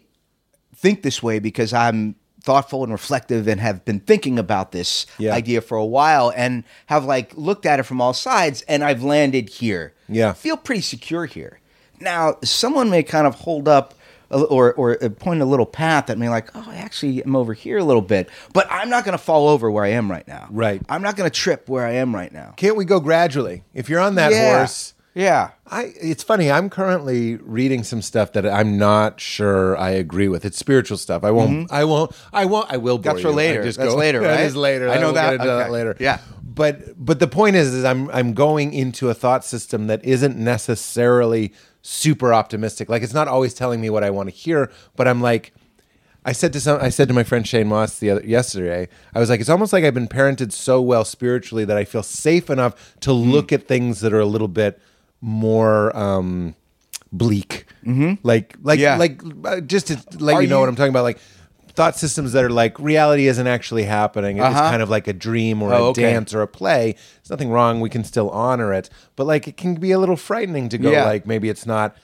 B: think this way because i'm thoughtful and reflective and have been thinking about this
A: Yeah.
B: idea for a while and have like looked at it from all sides and i've landed here
A: Yeah.
B: feel pretty secure here now someone may kind of hold up a- or, or uh, point a little path at me like oh i actually am over here a little bit but i'm not going to fall over where i am right now
A: Right.
B: i'm not going to trip where i am right now
A: Can't we go gradually? If you're on that
B: yeah.
A: horse,
B: yeah
A: I it's funny. I'm currently reading some stuff that I'm not sure I agree with. It's spiritual stuff. I won't. I won't. I won't. I will. Bore
B: Mm-hmm. That's for
A: you. I
B: later. That's later,
A: That
B: right?
A: is later.
B: I know
A: we'll
B: that.
A: get into
B: Okay.
A: that later.
B: Yeah.
A: But but the point is, is I'm I'm going into a thought system that isn't necessarily super optimistic. Like it's not always telling me what I want to hear. But I'm like, I said to some, I said to my friend Shane Moss the other yesterday. I was like, it's almost like I've been parented so well spiritually that I feel safe enough to
B: Mm-hmm.
A: look at things that are a little bit more um, bleak, mm-hmm. like like
B: Yeah.
A: like uh, just to let
B: Are
A: you know
B: you-
A: what I'm talking about, like. thought systems that are like reality isn't actually happening. It's
B: Uh-huh.
A: kind of like a dream or
B: Oh,
A: a
B: okay.
A: dance or a play. There's nothing wrong. We can still honor it, but like it can be a little frightening to go
B: Yeah.
A: like maybe it's not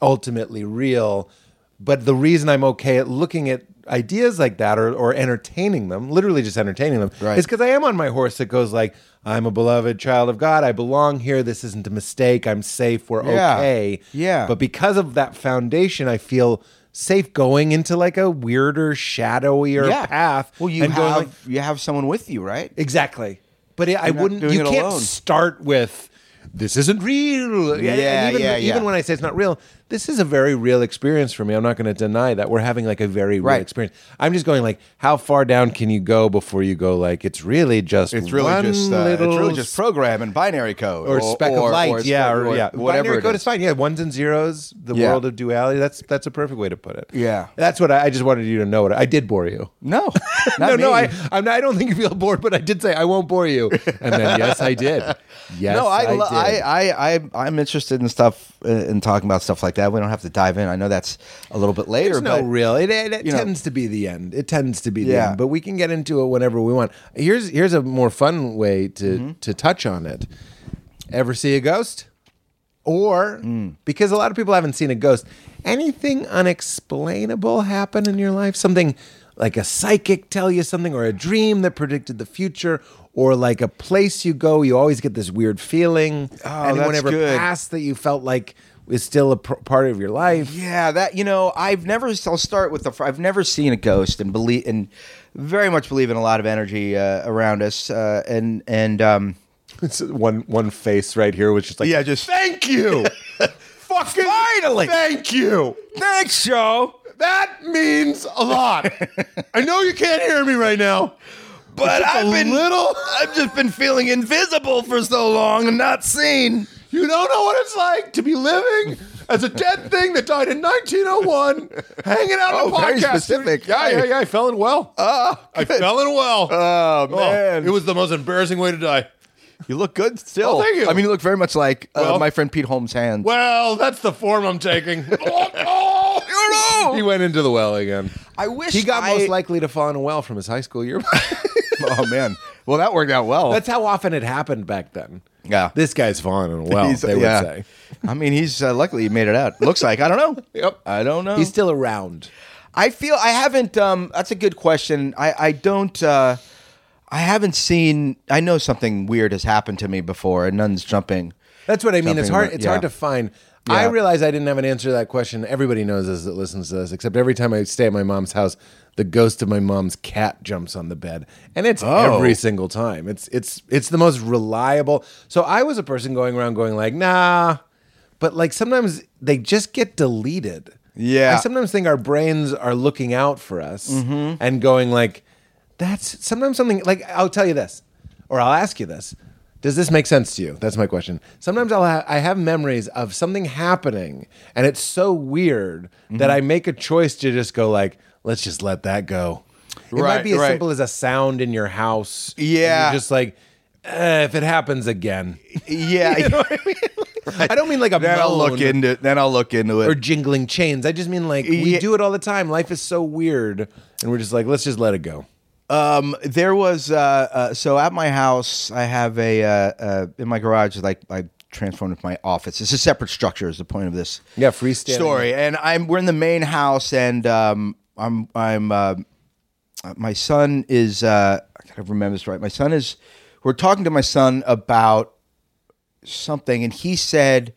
A: ultimately real. But the reason I'm okay at looking at ideas like that or, or entertaining them, literally just entertaining them,
B: Right.
A: is because I am on my horse that goes like, I'm a beloved child of God. I belong here. This isn't a mistake. I'm safe. We're
B: Yeah.
A: okay.
B: Yeah.
A: But because of that foundation, I feel safe going into like a weirder, shadowier path.
B: Well, you
A: and going,
B: have
A: like-
B: you have someone with you, right?
A: exactly. But it, I
B: not
A: wouldn't.
B: doing
A: You
B: it
A: can't
B: alone.
A: start with this isn't real. Yeah,
B: Yeah,
A: even,
B: yeah, yeah.
A: Even when I say it's not real, this is a very real experience for me. I'm not going to deny that we're having like a very real
B: Right.
A: experience. I'm just going like, how far down can you go before you go like it's really just
B: It's really
A: one
B: just uh, it's
A: little
B: really just program and binary code
A: or, speck of light,
B: or
A: yeah,
B: speck-
A: or, yeah,
B: whatever
A: Binary
B: it
A: code
B: is.
A: is fine. Yeah, ones and zeros, the
B: Yeah.
A: world of duality. That's that's a perfect way to put it.
B: Yeah.
A: that's what I, I just wanted you to know. What I, I did bore you.
B: No,
A: no,
B: not
A: no,
B: me.
A: I, I'm not, I don't think you feel bored, but I did say I won't bore you, and then yes, I did. Yes,
B: no, I, lo-
A: I
B: I,
A: did.
B: I, I, I'm interested in stuff uh, in talking about stuff like that. We don't have to dive in. I know that's a little bit later,
A: There's no
B: but
A: real. It, it, it
B: you know.
A: tends to be the end. It tends to be the
B: Yeah.
A: end. But we can get into it whenever we want. Here's here's a more fun way to
B: Mm-hmm.
A: to touch on it. Ever see a ghost? Or
B: Mm.
A: because a lot of people haven't seen a ghost, anything unexplainable happen in your life? Something like a psychic tell you something, or a dream that predicted the future, or like a place you go, you always get this weird feeling.
B: Oh,
A: Anyone
B: that's
A: ever
B: good.
A: passed that you felt like is still a pr- part of your life?
B: yeah, that you know, I've never. I'll start with the. fr- I've never seen a ghost, and believe, and very much believe in a lot of energy uh, around us, uh, and and um,
A: It's one one face right here was just like,
B: Yeah, just-
A: thank you, fucking finally, thank you.
B: thanks, Joe.
A: That means a lot. I know you can't hear me right now,
B: But
A: just a
B: I've been
A: little-
B: I've just been feeling invisible for so long and not seen.
A: you don't know what it's like to be living as a dead thing that died in 1901, hanging out in a
B: Oh, very
A: podcast.
B: specific.
A: Yeah, yeah, yeah. I fell in well. I fell in well.
B: Oh man,
A: it was the most embarrassing way to die.
B: you look good still.
A: Oh, thank you.
B: I mean, you look very much like uh,
A: Well-
B: my friend Pete Holmes' hands.
A: Well, that's the form I'm taking. he went into the well again.
B: I wish
A: He got most
B: I-
A: likely to fall in a well from his high school yearbook.
B: oh man. Well, that worked out well.
A: That's how often it happened back then.
B: Yeah.
A: This guy's falling in a well,
B: He's-
A: they would
B: yeah.
A: say.
B: I mean, he's uh, luckily he made it out. Looks like I don't know.
A: Yep.
B: I don't know.
A: He's still around.
B: I feel I haven't. Um, that's a good question. I I don't. Uh, I haven't seen. I know something weird has happened to me before, and none's jumping.
A: That's what I mean. It's
B: Something
A: hard
B: like-
A: it's
B: yeah.
A: hard to find. I
B: Yeah.
A: realize I didn't have an answer to that question. Everybody knows this that listens to this, except every time I stay at my mom's house, the ghost of my mom's cat jumps on the bed. And it's
B: Oh.
A: every single time. It's it's it's the most reliable. So I was a person going around going like, nah. But like sometimes they just get deleted.
B: Yeah. Mm-hmm.
A: I sometimes think our brains are looking out for us and going like, that's sometimes something like I'll tell you this, or I'll ask you this. Does this make sense to you? That's my question. Sometimes I'll ha- I have memories of something happening, and it's so weird
B: Mm-hmm.
A: that I make a choice to just go like, let's just let that go. It might
B: Right,
A: be as
B: right.
A: simple as a sound in your house. and
B: Yeah.
A: you're just like eh, if it happens again.
B: Yeah,
A: I don't mean like a
B: then I'll look
A: moan
B: into. it. Then I'll look into it.
A: or jingling chains. I just mean like we
B: Yeah.
A: do it all the time. Life is so weird, and we're just like, let's just let it go.
B: there was uh, uh, so at my house I have a uh, uh, in my garage like I transformed into my office. It's a separate structure. Is the point of this?
A: Yeah, freestanding.
B: story. And I'm we're in the main house, and um, I'm I'm uh, my son is uh, I gotta remember this right. My son is we're talking to my son about something, and he said,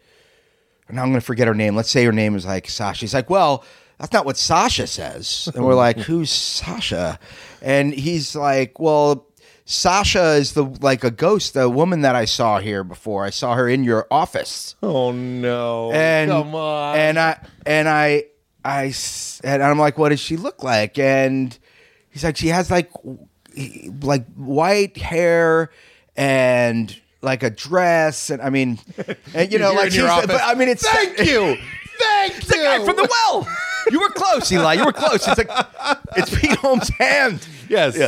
B: and I'm gonna forget her name. Let's say her name is like Sasha. He's like, well. That's not what Sasha says. And we're like, who's Sasha? And he's like, well, Sasha is the like a ghost, the woman that I saw here before. I saw her in your office
A: Oh no!
B: and
A: Come on.
B: and I and I I s- and I'm like, what does she look like? And he's like, she has like w- he- like white hair and like a dress, and I mean, and you know, like she's, but I mean, it's thank you, thank it's The guy
A: you.
B: from the well. You were close, Eli. You were close. It's like it's Pete Holmes' hand.
A: yes,
B: Yeah.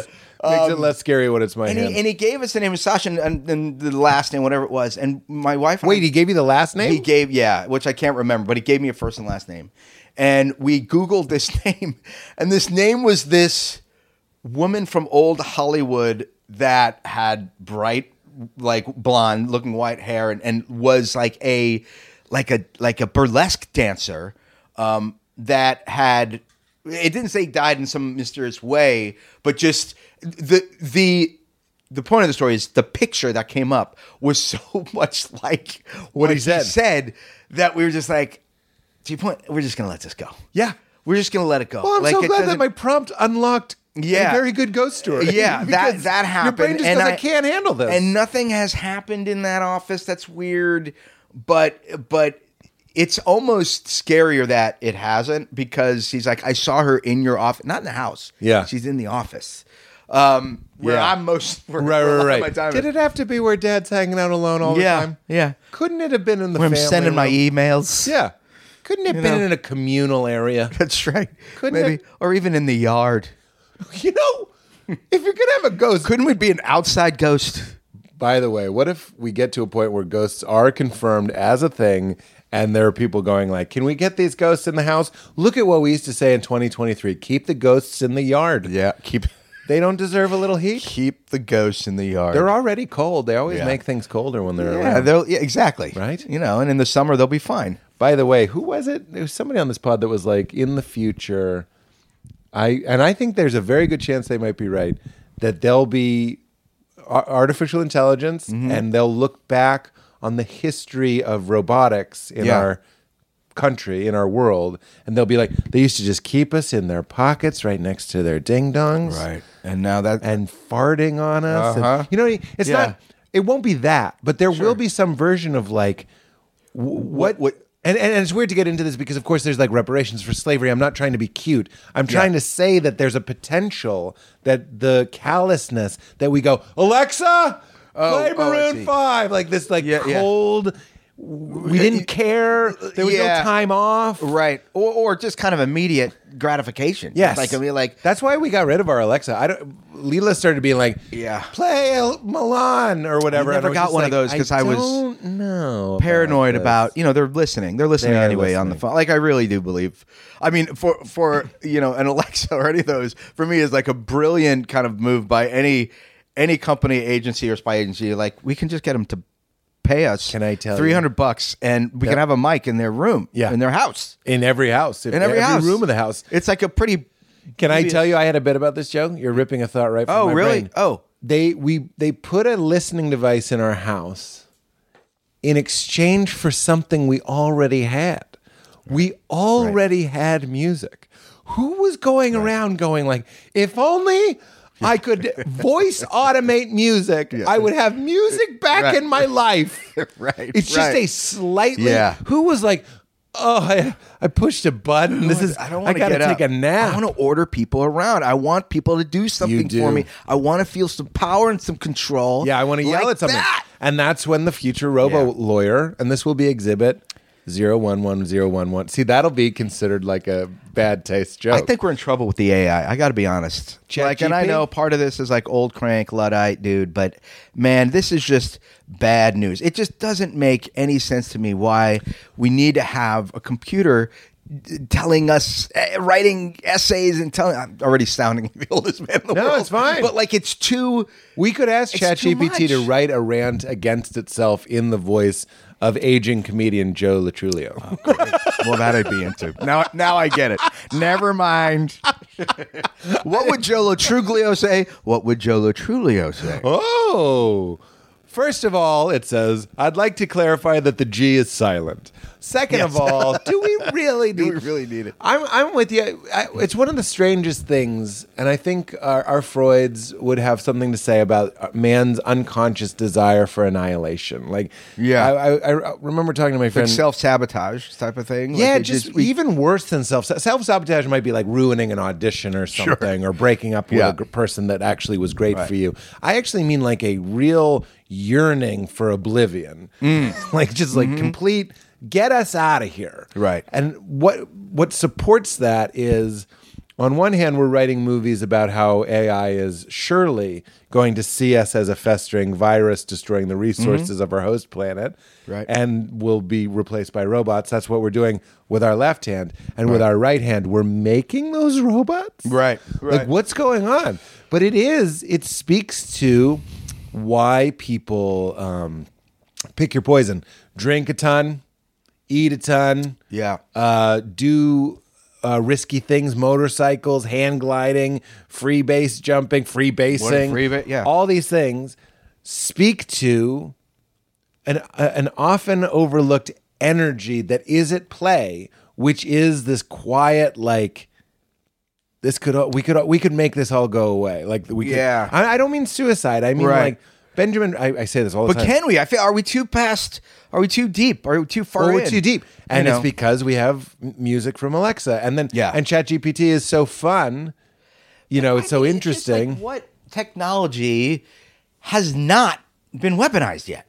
A: makes it
B: Um,
A: less scary when it's my
B: And
A: hand.
B: he, and he gave us the name of Sasha and, and, and the last name, whatever it was. And my wife and I-
A: Wait, he gave you the last name?
B: he gave yeah, which I can't remember, but he gave me a first and last name. and we Googled this name, and this name was this woman from old Hollywood that had bright, like blonde looking white hair and, and was like a like a like a burlesque dancer um, that had it didn't say died in some mysterious way, but just the the the point of the story is the picture that came up was so much like what,
A: he
B: he
A: said.
B: said that we were just like, to your point, we're just gonna let this go.
A: Yeah.
B: We're just gonna let it go.
A: Well, I'm
B: Like,
A: so
B: it
A: glad that
B: doesn't-
A: my prompt unlocked
B: Yeah.
A: a very good ghost story.
B: yeah, that
A: Because
B: that happened.
A: Your brain just
B: and
A: goes, I,
B: I-
A: can't handle this.
B: And nothing has happened in that office. That's weird, but but it's almost scarier that it hasn't because he's like, I saw her in your office, not in the house.
A: Yeah.
B: she's in the office. Um, where
A: Yeah.
B: I'm most where, where
A: right,
B: a lot of
A: right,
B: my
A: right.
B: time
A: Did
B: is.
A: it have to be where dad's hanging out alone all
B: Yeah,
A: the time?
B: yeah.
A: Couldn't it have been in the
B: Where I'm
A: family
B: sending my
A: room?
B: emails.
A: Yeah. Couldn't it have been
B: know.
A: in a communal area?
B: that's right.
A: Couldn't
B: Maybe
A: it-
B: or even in the yard.
A: you know, if you're gonna have a ghost,
B: Couldn't we be an outside ghost?
A: By the way, what if we get to a point where ghosts are confirmed as a thing and there are people going like, "Can we get these ghosts in the house?" Look at what we used to say in 2023, keep the ghosts in the yard.
B: Yeah, keep
A: They don't deserve a little heat.
B: keep the ghosts in the yard.
A: They're already cold. They always
B: Yeah.
A: make things colder when they're
B: Yeah,
A: around.
B: they'll yeah, exactly
A: Right?
B: You know, and in the summer they'll be fine.
A: By the way, who was it? There was somebody on this pod that was like, "In the future, I and I think there's a very good chance they might be right that there'll be ar- artificial intelligence and they'll look back on the history of robotics in
B: Yeah.
A: our country in our world and they'll be like they used to just keep us in their pockets right next to their ding dongs
B: And now that
A: and farting on us. and-
B: Uh-huh.
A: you know, it's
B: Yeah.
A: not. It won't be that, but there will be some version of like w- what.
B: what-
A: and, and and it's weird to get into this because, of course, there's like reparations for slavery. I'm not trying to be cute. I'm trying to say that there's a potential that the callousness that we go, Alexa, play
B: oh, I
A: Maroon
B: see.
A: 5, like this, like
B: Yeah, yeah.
A: cold. We didn't care. There was
B: Yeah.
A: no time off.
B: right, or, or just kind of immediate gratification.
A: Yes,
B: like I mean, like
A: that's why we got rid of our Alexa. I don't. Leela started being like,
B: Yeah.
A: play El- Milan or whatever."
B: I
A: and
B: never
A: was
B: got
A: just
B: one of
A: like,
B: those 'cause I was
A: don't know about
B: paranoid
A: this."
B: about you know they're listening they're listening
A: They are
B: anyway on the
A: listening.
B: phone like i really do believe i mean for for you know an alexa or any of those for me is like a brilliant kind of move by any any company agency or spy agency like we can just get them to pay us
A: Can I tell you?
B: 300 bucks and we can have a mic in their room
A: Yeah.
B: in their house
A: in every house, if-
B: in every, house
A: room of the house.
B: it's like a pretty
A: Can I
B: Maybe
A: tell you? I had a bit about this, Joe. You're ripping a thought right. From
B: Oh,
A: my
B: really?
A: brain.
B: Oh.
A: they we they put a listening device in our house in exchange for something we already had. We already had music. Who was going around going like, if only I could voice automate music, I would have music back
B: Right.
A: in my life.
B: Right,
A: It's
B: right.
A: just a slightly.
B: Yeah.
A: Who was like, oh, I, I pushed a button. This is.
B: I don't
A: I
B: want to
A: gotta
B: get
A: take
B: up.
A: a nap.
B: I want to order people around. I want people to do something
A: do.
B: for me. I want to feel some power and some control.
A: Yeah, I want to yell
B: like
A: at something.
B: that.
A: And that's when the future robo
B: Yeah.
A: lawyer, and this will be exhibit 011011. See, that'll be considered like a bad taste joke.
B: I think we're in trouble with the AI. I got to be honest. like, and I
A: GP?
B: know part of this is like old crank luddite dude, but man, this is just bad news. It just doesn't make any sense to me why we need to have a computer d- telling us, eh, writing essays and telling. I'm already sounding like the oldest man in the
A: No,
B: world.
A: it's fine.
B: But like, it's too.
A: we could ask
B: It's too
A: ChatGPT to
B: much.
A: write a rant against itself in the voice of aging comedian Joe Latrulio.
B: well, that I'd be into. Now, now I get it. Never mind. what would Joe Latruglio say? What would Joe Latruglio say?
A: Oh. First of all, it says, I'd like to clarify that the G is silent. Second of all, do we really need,
B: we really need it?
A: I'm, I'm with you. I, it's one of the strangest things, and I think our, our Freud's would have something to say about man's unconscious desire for annihilation. Like,
B: Yeah.
A: I, I, I remember talking to my
B: like
A: friend.
B: self sabotage type of thing.
A: yeah,
B: like they
A: just,
B: we-
A: even worse than self self sabotage might be like ruining an audition or something, or breaking up with
B: Yeah.
A: a gr- person that actually was great for you. I actually mean like a real yearning for oblivion,
B: Mm.
A: like just like complete get us out of here.
B: Mm-hmm. Right.
A: And what what supports that is on one hand, we're writing movies about how AI is surely going to see us as a festering virus, destroying the resources of our host planet,
B: Mm-hmm. Right.
A: and will be replaced by robots. That's what we're doing with our left hand. And with our right hand, we're making those robots?
B: Right,
A: Like,
B: right.
A: what's going on? But it is, it speaks to why people um, pick your poison, drink a ton, eat a ton
B: Yeah.
A: uh, do uh, risky things, motorcycles, hand gliding, free base jumping, free basing,
B: free ba- yeah.
A: all these things speak to an a- an often overlooked energy that is at play, which is this quiet like. This could all- we could all- we could make this all go away. Like we, could-
B: Yeah.
A: I, I don't mean suicide. I mean
B: Right.
A: like Benjamin. I, I say this all the
B: But
A: time.
B: can we? I feel. Are we too past? Are we too deep? Are we too far?
A: Or we're
B: in?
A: too deep.
B: You
A: And
B: know?
A: it's because we have m- music from Alexa. And then
B: Yeah.
A: and ChatGPT is so fun. You know, it's so
B: It's just like,
A: interesting.
B: what technology has not been weaponized yet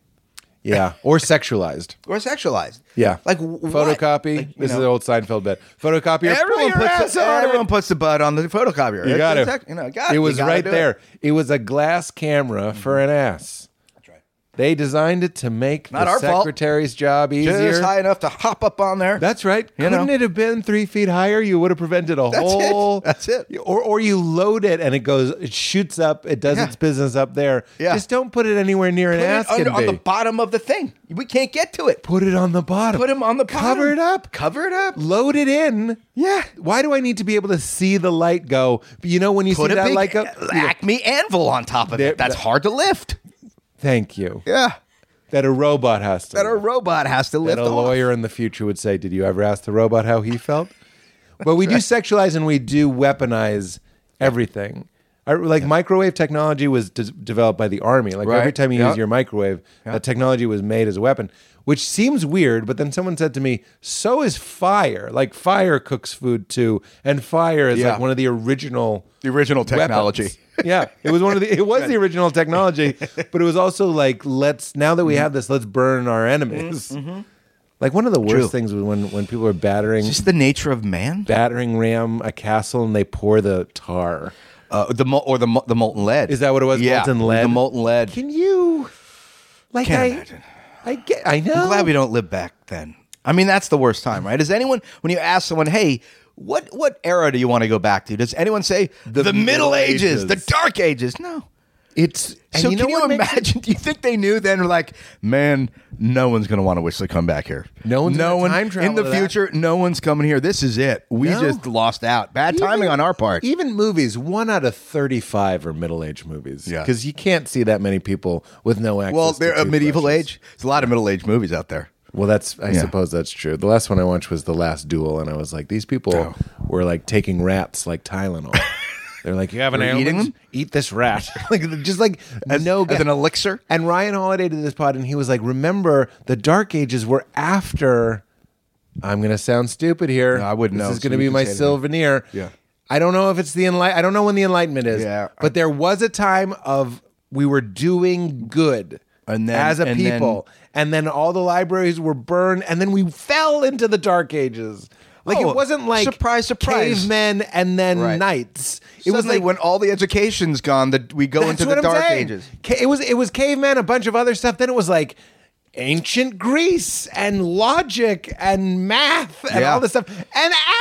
A: yeah. Or sexualized.
B: or sexualized?
A: Yeah.
B: Like
A: photocopy. this is the old Seinfeld bit. Photocopy.
B: Everyone puts, the, everyone puts the butt on the photocopier.
A: You got
B: It's
A: it.
B: tech- You know, got
A: it was
B: you gotta
A: right
B: do it.
A: there. It. was a glass camera for an ass. That's
B: right.
A: They designed it to make
B: Not
A: the
B: our fault.
A: secretary's job easier.
B: Just high enough to hop up on there.
A: That's right.
B: You know?
A: Couldn't it have been three feet higher? You would have prevented a
B: That's it.
A: whole.
B: That's it.
A: Or, or you load it and it goes, it shoots up, it does
B: Yeah.
A: its business up there.
B: Yeah.
A: Just don't put it anywhere near an
B: Put it
A: ass
B: under-
A: can
B: on the
A: be.
B: bottom of the thing. We can't get to it.
A: put it on the bottom.
B: Put him on the bottom.
A: Cover it up.
B: Cover it up.
A: Load it in.
B: Yeah.
A: Why do I need to be able to see the light go? But you know when you
B: Put
A: see
B: a
A: that
B: big
A: light go.
B: Acme anvil on top of
A: There-
B: it. That's hard to lift.
A: Thank you.
B: Yeah.
A: That a robot has to.
B: That a
A: lift.
B: robot has to lift
A: that a
B: off.
A: lawyer in the future would say, "Did you ever ask the robot how he felt?" But we do sexualize and we do weaponize everything. I- like microwave technology was de- developed by the army. Like
B: Right.
A: every time you
B: Yeah.
A: use your microwave, that technology was made as a weapon, which seems weird. But then someone said to me, "So is fire. Like fire cooks food too, and fire is
B: Yeah.
A: like one of the original."
B: The original technology.
A: weapons. yeah, it was one of the. It was the original technology, but it was also like let's now that we
B: Mm-hmm.
A: have this, let's burn our enemies. Like one of the worst
B: True.
A: things was when when people are battering
B: Just the nature of man,
A: battering ram a castle and they pour the tar.
B: uh, the mol- or the mo- the molten lead.
A: Is that what it was?
B: Yeah,
A: Molten lead?
B: The molten lead.
A: Can you? Like
B: Can't
A: I,
B: imagine.
A: I get. I know.
B: I'm glad we don't live back then. I mean, that's the worst time, right? Does anyone, when you ask someone, hey, what what era do you want to go back to? Does anyone say the, Middle,
A: Middle
B: ages,
A: Ages.
B: the Dark Ages? No.
A: It's and
B: so
A: you know
B: can you
A: what makes it-
B: imagine? Do you think they knew then? Like, man, no one's going to want to wish to come back here.
A: No one's
B: no
A: gonna
B: one
A: time travel
B: in the
A: to that.
B: future. No one's coming here. This is it. We
A: No.
B: just lost out. Bad
A: Even-
B: timing on our part.
A: Even movies, one out of thirty-five are middle-aged movies.
B: Yeah.
A: because you can't see that many people with no access.
B: well,
A: to
B: they're a medieval
A: toothbrushes.
B: age. There's a lot of middle age movies out there.
A: Well, that's I
B: Yeah.
A: suppose that's true. The last one I watched was The Last Duel, and I was like, these people
B: Oh.
A: were like taking rats like Tylenol. They're like, you have an
B: Were you eating
A: ailment?
B: them?
A: Eat this rat. like just like no
B: as
A: ga-
B: an elixir?
A: And Ryan Holiday did this pod, and he was like, remember the Dark Ages were after. I'm gonna sound stupid here.
B: No, I wouldn't
A: This
B: know,
A: is
B: so
A: gonna
B: you can
A: be my
B: say it again.
A: souvenir.
B: Yeah.
A: I don't know if it's the enlight. I don't know when the Enlightenment is.
B: Yeah.
A: But there was a time of we were doing good
B: And then-
A: as a
B: and then-
A: people and then all the libraries were burned, and then we fell into the dark ages. Like
B: Oh,
A: it wasn't like
B: surprise, surprise.
A: cavemen and then
B: Right.
A: knights. It
B: It was like
A: was like
B: when all the education's gone, that we go
A: that's
B: into
A: what
B: the
A: I'm
B: dark
A: saying.
B: ages.
A: Ca- It was it was cavemen, a bunch of other stuff. Then it was like ancient Greece and logic and math and
B: Yeah.
A: all this stuff. And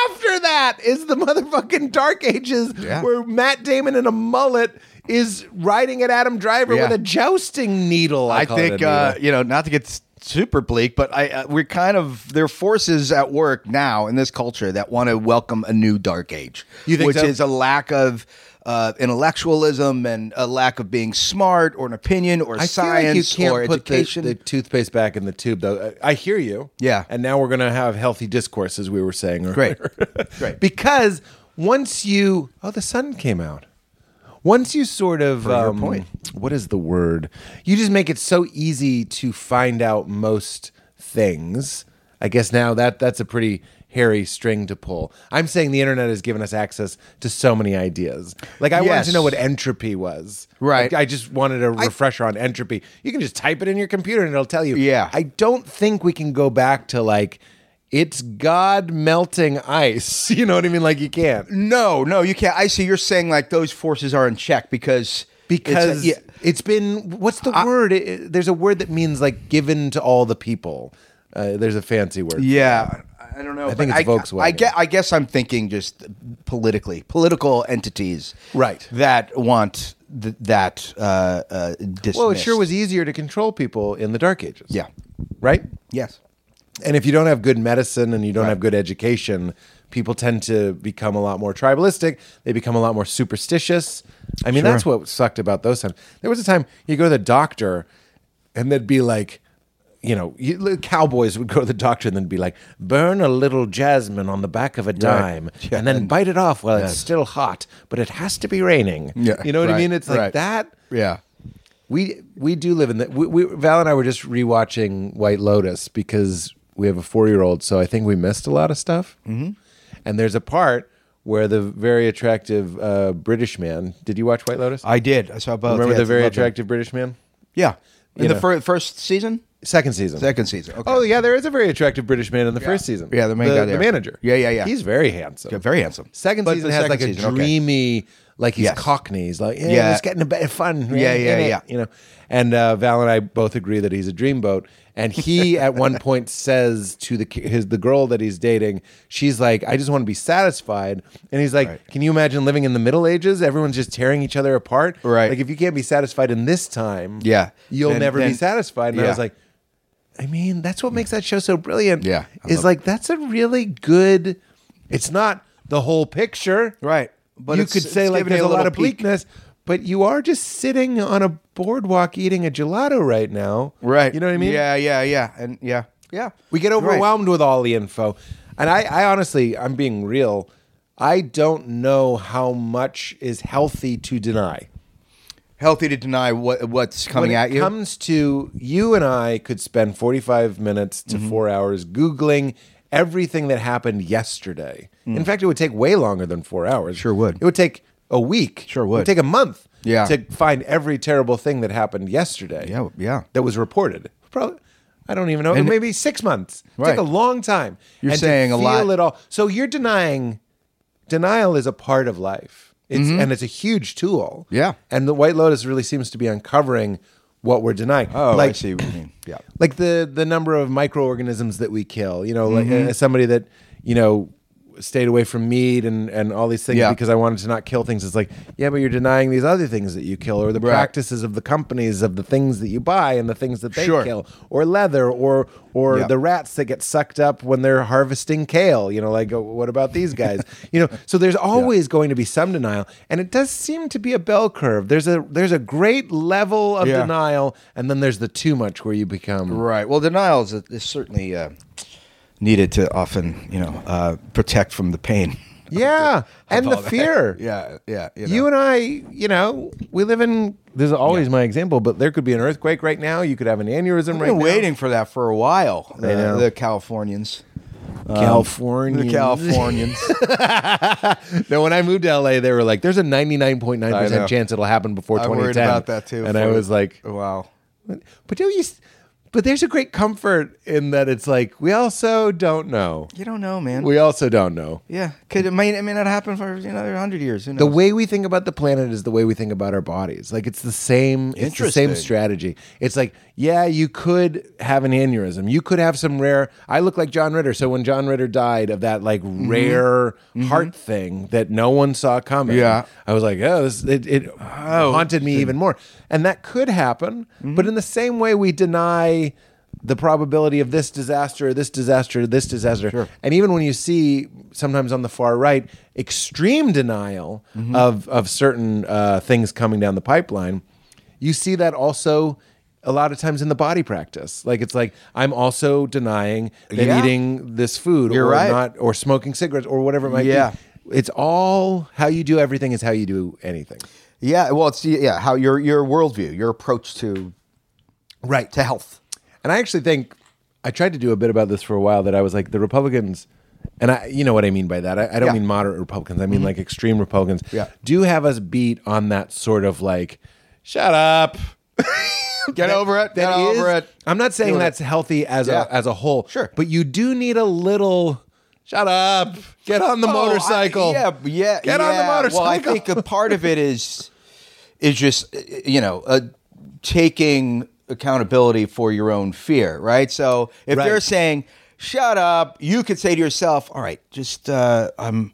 A: after that is the motherfucking dark ages
B: Yeah.
A: where Matt Damon in a mullet is riding at Adam Driver
B: Yeah.
A: with a jousting needle. I,
B: I
A: call it a
B: think uh,
A: needle.
B: you know, not to get s- super bleak, but I uh, we're kind of there are forces at work now in this culture that want to welcome a new dark age,
A: You think
B: which
A: so?
B: is a lack of. Uh, intellectualism and a lack of being smart or an opinion or
A: I feel like you
B: science
A: can't
B: or
A: put the-
B: education.
A: The, toothpaste back in the tube, though. Uh, I I hear you.
B: Yeah.
A: And now we're gonna have healthy discourse, as we were saying earlier.
B: Great. Great.
A: because once you oh, the sun came out. Once you sort of um,
B: point.
A: what is the word? You just make it so easy to find out most things. I guess now that that's a pretty hairy string to pull. I'm saying the internet has given us access to so many ideas. Like I wanted to
B: Yes.
A: know what entropy was.
B: Right.
A: Like, I just wanted a refresher on entropy. You can just type it in your computer and it'll tell you.
B: Yeah.
A: I don't think we can go back to like it's God melting ice. You know what I mean? Like you can't.
B: No, no, you can't. I see you're saying like those forces are in check because it's,
A: because
B: yeah,
A: it's been what's the word? It- it- there's a word that means like given to all the people. Uh, there's a fancy word.
B: yeah. I don't know. I
A: think it's
B: I,
A: Volkswagen.
B: I, guess, I guess I'm thinking just politically, political entities,
A: Right.
B: That want th- that uh, uh, dismissed.
A: Well, it sure was easier to control people in the Dark Ages.
B: Yeah.
A: Right.
B: Yes.
A: And if you don't have good medicine and you don't have good education, people tend to become a lot more tribalistic. They become a lot more superstitious. I mean, that's what sucked about those times. There was a time you go to the doctor, and they'd be like, you know, you, li- cowboys would go to the doctor and then be like, burn a little jasmine on the back of a dime and then bite it off while it's still hot, but it has to be raining.
B: Yeah,
A: You know what I
B: right,
A: mean? It's like
B: right.
A: that
B: Yeah.
A: we we do live in the we, we Val and I were just rewatching White Lotus because we have a four year old, so I think we missed a lot of stuff. Mm-hmm. And there's a part where the very attractive uh, British man. Did you watch White Lotus?
B: I did. I saw both.
A: Remember
B: Yeah,
A: the very
B: love them.
A: attractive British man?
B: Yeah. In
A: You
B: the
A: know.
B: fir- first season?
A: Second season.
B: Second season. Okay.
A: Oh yeah, there is a very attractive British man in the first season.
B: Yeah, the main guy
A: the
B: there.
A: manager.
B: Yeah, yeah, yeah.
A: He's very handsome.
B: Yeah, very handsome.
A: Second
B: But
A: season
B: the
A: has
B: second
A: like
B: season,
A: a
B: okay.
A: dreamy, like he's
B: Yes.
A: cockney. He's like, yeah,
B: Yeah.
A: it's getting a bit of fun. man,
B: Yeah, yeah,
A: ain't it?"
B: yeah.
A: You know, and uh, Val and I both agree that he's a dreamboat. And he at one point says to the ki- his the girl that he's dating, she's like, I just want to be satisfied. And he's like, Can you imagine living in the Middle Ages? Everyone's just tearing each other apart.
B: Right.
A: Like if you can't be satisfied in this time,
B: Yeah.
A: you'll
B: Then-
A: never be
B: then-
A: satisfied. And I
B: yeah.
A: was like. I mean, that's what makes that show so brilliant.
B: Yeah, I
A: Is
B: love
A: like that's a really good it's not the whole picture.
B: Right. But
A: you
B: it's-
A: could say
B: it's
A: like
B: giving it
A: there's
B: a
A: a, lot
B: little
A: of
B: peek.
A: bleakness, but you are just sitting on a boardwalk eating a gelato right now.
B: Right.
A: You know what I mean?
B: Yeah, yeah, yeah. And yeah. Yeah.
A: We get
B: You're right.
A: overwhelmed with all the info. And I, I honestly, I'm being real. I don't know how much is healthy to deny.
B: Healthy to deny what what's coming
A: when
B: at
A: it
B: you.
A: comes to you and I could spend 45 minutes
B: Mm-hmm.
A: to four hours Googling everything that happened yesterday. In fact, it would take way longer than four hours.
B: Mm. Sure would.
A: It would take a week.
B: Sure
A: It
B: would.
A: would take a month
B: Yeah.
A: to find every terrible thing that happened yesterday.
B: Yeah, yeah.
A: That was reported. Probably. I don't even know.
B: And-
A: maybe six months. It
B: Right.
A: took a long time.
B: You're
A: And to
B: saying a lot-
A: feel it all. So you're denying denial is a part of life. It's and it's a huge tool.
B: Mm-hmm. Yeah.
A: And the White Lotus really seems to be uncovering what we're denying.
B: oh,
A: like,
B: I see what you mean. Yeah.
A: Like the the number of microorganisms that we kill. You know,
B: Mm-hmm.
A: like uh, somebody that you know stayed away from meat and and all these things
B: Yeah.
A: because I wanted to not kill things. It's like yeah, but you're denying these other things that you kill or the practices of the companies of the things that you buy and the things that they
B: Sure.
A: kill or leather or or
B: Yeah.
A: the rats that get sucked up when they're harvesting kale. You know, like oh, what about these guys? you know, so there's always going to be some denial, and it does seem to be a bell curve. There's a there's a great level of
B: Yeah.
A: denial, and then there's the too much where you become
B: Right. Well, denial is, is certainly uh, needed to often, you know, uh, protect from the pain.
A: yeah, and the
B: All that.
A: fear.
B: Yeah, yeah.
A: You and I, you know, we live in. This is always my example, but there could be an earthquake right now. You could have an aneurysm
B: I've
A: right
B: been
A: now.
B: waiting for that for a while. uh,
A: know.
B: the Californians. Um,
A: California.
B: The Californians.
A: No, when I moved to LA, they were like, "There's a 99.9
B: I know.
A: percent chance it'll happen before
B: I
A: 2010."
B: worried about that too.
A: and I
B: for- Oh.
A: was like,
B: wow.
A: "But do you?" s- But there's a great comfort in that it's like we also don't know.
B: You don't know, man.
A: We also don't know.
B: yeah, could it may it may not happen for you know, another hundred years. Who
A: The
B: knows?
A: way we think about the planet is the way we think about our bodies. Like it's the same. It's the same
B: Interesting.
A: strategy. It's like, yeah, you could have an aneurysm. You could have some rare. I look like John Ritter. So when John Ritter died of that like
B: Mm-hmm.
A: rare heart thing that no one saw coming,
B: Yeah.
A: I was like, oh, this, it, it haunted me even more. And that could happen. But in the same way, we deny the probability of this disaster, this disaster, this disaster. And even when you see sometimes on the far right extreme denial of, of certain uh, things coming down the pipeline, you see that also a lot of times in the body practice. Like it's like, I'm also denying that
B: Yeah.
A: eating this food
B: You're
A: or
B: right.
A: not, or smoking cigarettes or whatever it might
B: Yeah.
A: be it's all how you do everything is how you do anything.
B: yeah, well, it's yeah, how your your worldview, your approach to right to health.
A: And I actually think I tried to do a bit about this for a while that I was like the Republicans, and I you know what I mean by that. I, I don't
B: Yeah.
A: mean moderate Republicans. I mean like extreme Republicans.
B: Yeah.
A: do have us beat on that sort of like, shut up.
B: Get over it. Get
A: that is-
B: over it.
A: I'm not saying
B: Doing it.
A: that's healthy as
B: Yeah.
A: a as a whole.
B: Sure.
A: but you do need a little. Shut up. Get on the
B: Oh, I-
A: motorcycle.
B: yeah, yeah.
A: Get on the
B: yeah. Well, I
A: motorcycle.
B: think a part of it is is just uh, you know uh, taking accountability for your own fear, right? So if
A: Right.
B: they're saying "shut up," you could say to yourself, "All right, just uh, I'm."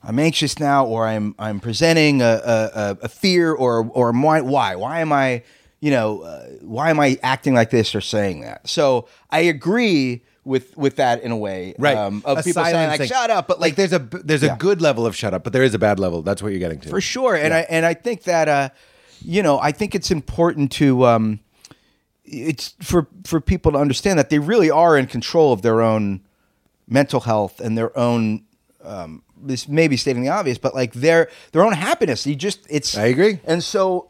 B: I'm anxious now, or I'm I'm presenting a, a, a- a fear, or or why why why am I you know uh, why am I acting like this or saying that? So I agree with with that in a way, um,
A: Right.
B: of
A: A
B: people saying like
A: silencing.
B: shut up, but like,
A: there's a there's
B: Yeah.
A: a good level of shut up, but there is a bad level. That's what you're getting to.
B: for sure and i and i think that uh you know i think it's important to um it's for for people to understand that they really are in control of their own mental health and their own um this may be stating the obvious but like their their own happiness you just it's
A: I agree.
B: and so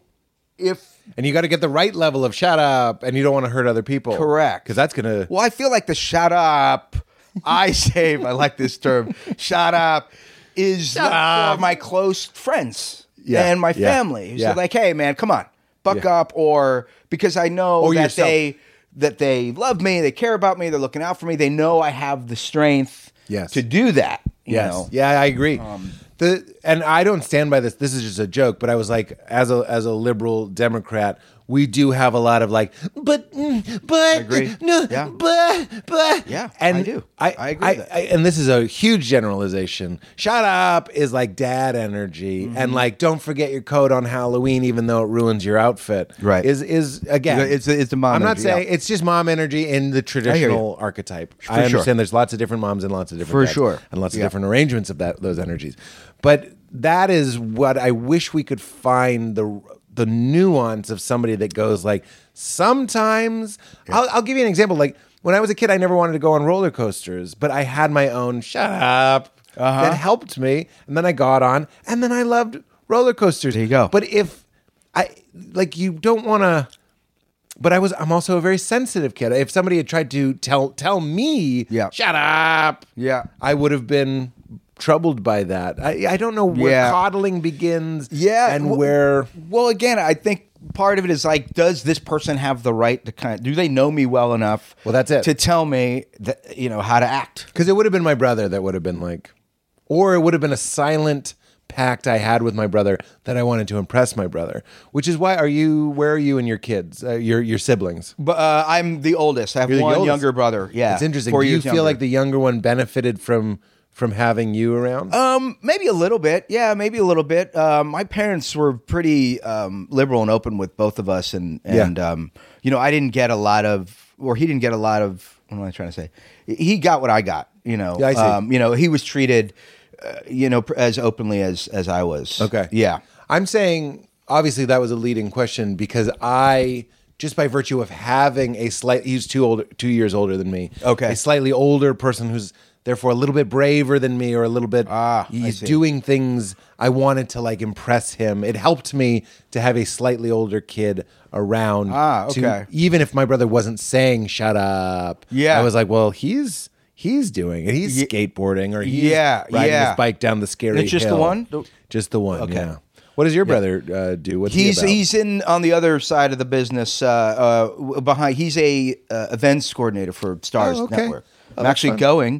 B: if
A: And you got to get the right level of shut up, and you don't want to hurt other people.
B: Correct.
A: Because that's gonna.
B: Well, I feel like the shut up, I save, I like this term, shut up, is for my close friends
A: Yeah,
B: and my
A: yeah,
B: family.
A: yeah.
B: So like, hey man, come on, buck
A: Yeah.
B: up, or because I know
A: Or
B: that
A: yourself.
B: they that they love me, they care about me, they're looking out for me, they know I have the strength
A: Yes.
B: to do that. You
A: Yes.
B: know? Um,
A: Yeah, I agree. the and I don't stand by this. This is just a joke, but I was like, as a as a liberal Democrat, we do have a lot of like, but mm, but
B: agree.
A: no,
B: Yeah.
A: but but
B: Yeah,
A: and
B: I do.
A: I
B: I agree
A: I,
B: with that.
A: I- and this is a huge generalization. Shut up is like dad energy,
B: Mm-hmm.
A: and like don't forget your coat on Halloween, even though it ruins your outfit.
B: Right.
A: Is is again?
B: It's- it's the mom
A: I'm not
B: energy,
A: saying
B: yeah.
A: it's just mom energy in the
B: you.
A: traditional archetype. I
B: sure.
A: understand there's lots of different moms and lots of different
B: For
A: dads
B: sure.
A: and lots of
B: Yeah.
A: different arrangements of that those energies but that is what i wish we could find the the nuance of somebody that goes like sometimes I'll, I'll give you an example like when i was a kid i never wanted to go on roller coasters but i had my own shut up
B: Uh-huh.
A: that helped me and then i got on and then i loved roller coasters there
B: you go.
A: but if i like you don't want to but I was I'm also a very sensitive kid. If somebody had tried to tell tell me,
B: Yeah.
A: shut up,
B: Yeah.
A: I would have been troubled by that. I, I don't know where
B: Yeah.
A: coddling begins,
B: Yeah,
A: and
B: well-
A: where
B: Well, again, I think part of it is like, does this person have the right to kind? do they know me well enough?
A: Well, that's it.
B: to tell me that you know how to act.
A: because it would have been my brother that would have been like, or it would have been a silent pact I had with my brother that I wanted to impress my brother, which is why are you where are you and your kids, uh, your your siblings?
B: But uh, I'm the oldest. I have
A: You're the
B: one
A: oldest.
B: younger brother. Yeah,
A: It's interesting.
B: four
A: Do you
B: years
A: feel
B: younger.
A: like the younger one benefited from from having you around?
B: um maybe a little bit? Yeah, maybe a little bit. Um, my parents were pretty um, liberal and open with both of us, and
A: Yeah.
B: and um, you know I didn't get a lot of, or he didn't get a lot of. What am I trying to say? He got what I got. You know,
A: Yeah, I see.
B: Um, you know, he was treated, uh, you know, pr- as openly as as I was.
A: Okay.
B: Yeah.
A: I'm saying obviously that was a leading question because I just by virtue of having a slight he's two old two years older than me.
B: Okay.
A: A slightly older person who's therefore a little bit braver than me or a little bit
B: Ah, I
A: he's
B: see.
A: doing things I wanted to like impress him. It helped me to have a slightly older kid around.
B: Ah,
A: to-
B: okay.
A: even if my brother wasn't saying shut up.
B: Yeah.
A: I was like, well he's he's doing it. He's
B: Ye-
A: skateboarding or he's
B: Yeah,
A: riding
B: yeah.
A: his bike down the scary
B: It's just the
A: hill.
B: one? The-
A: Just the one. Yeah. What does your brother uh, do? What's
B: He's
A: he about?
B: he's in on the other side of the business. Uh, uh, w- behind, he's a uh, events coordinator for Stars
A: Oh, okay.
B: Network.
A: Oh,
B: I'm
A: that's
B: actually
A: fun.
B: going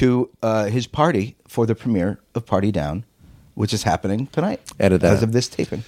B: to uh, his party for the premiere of Party Down, which is happening tonight.
A: Edit that
B: as
A: out.
B: of this taping.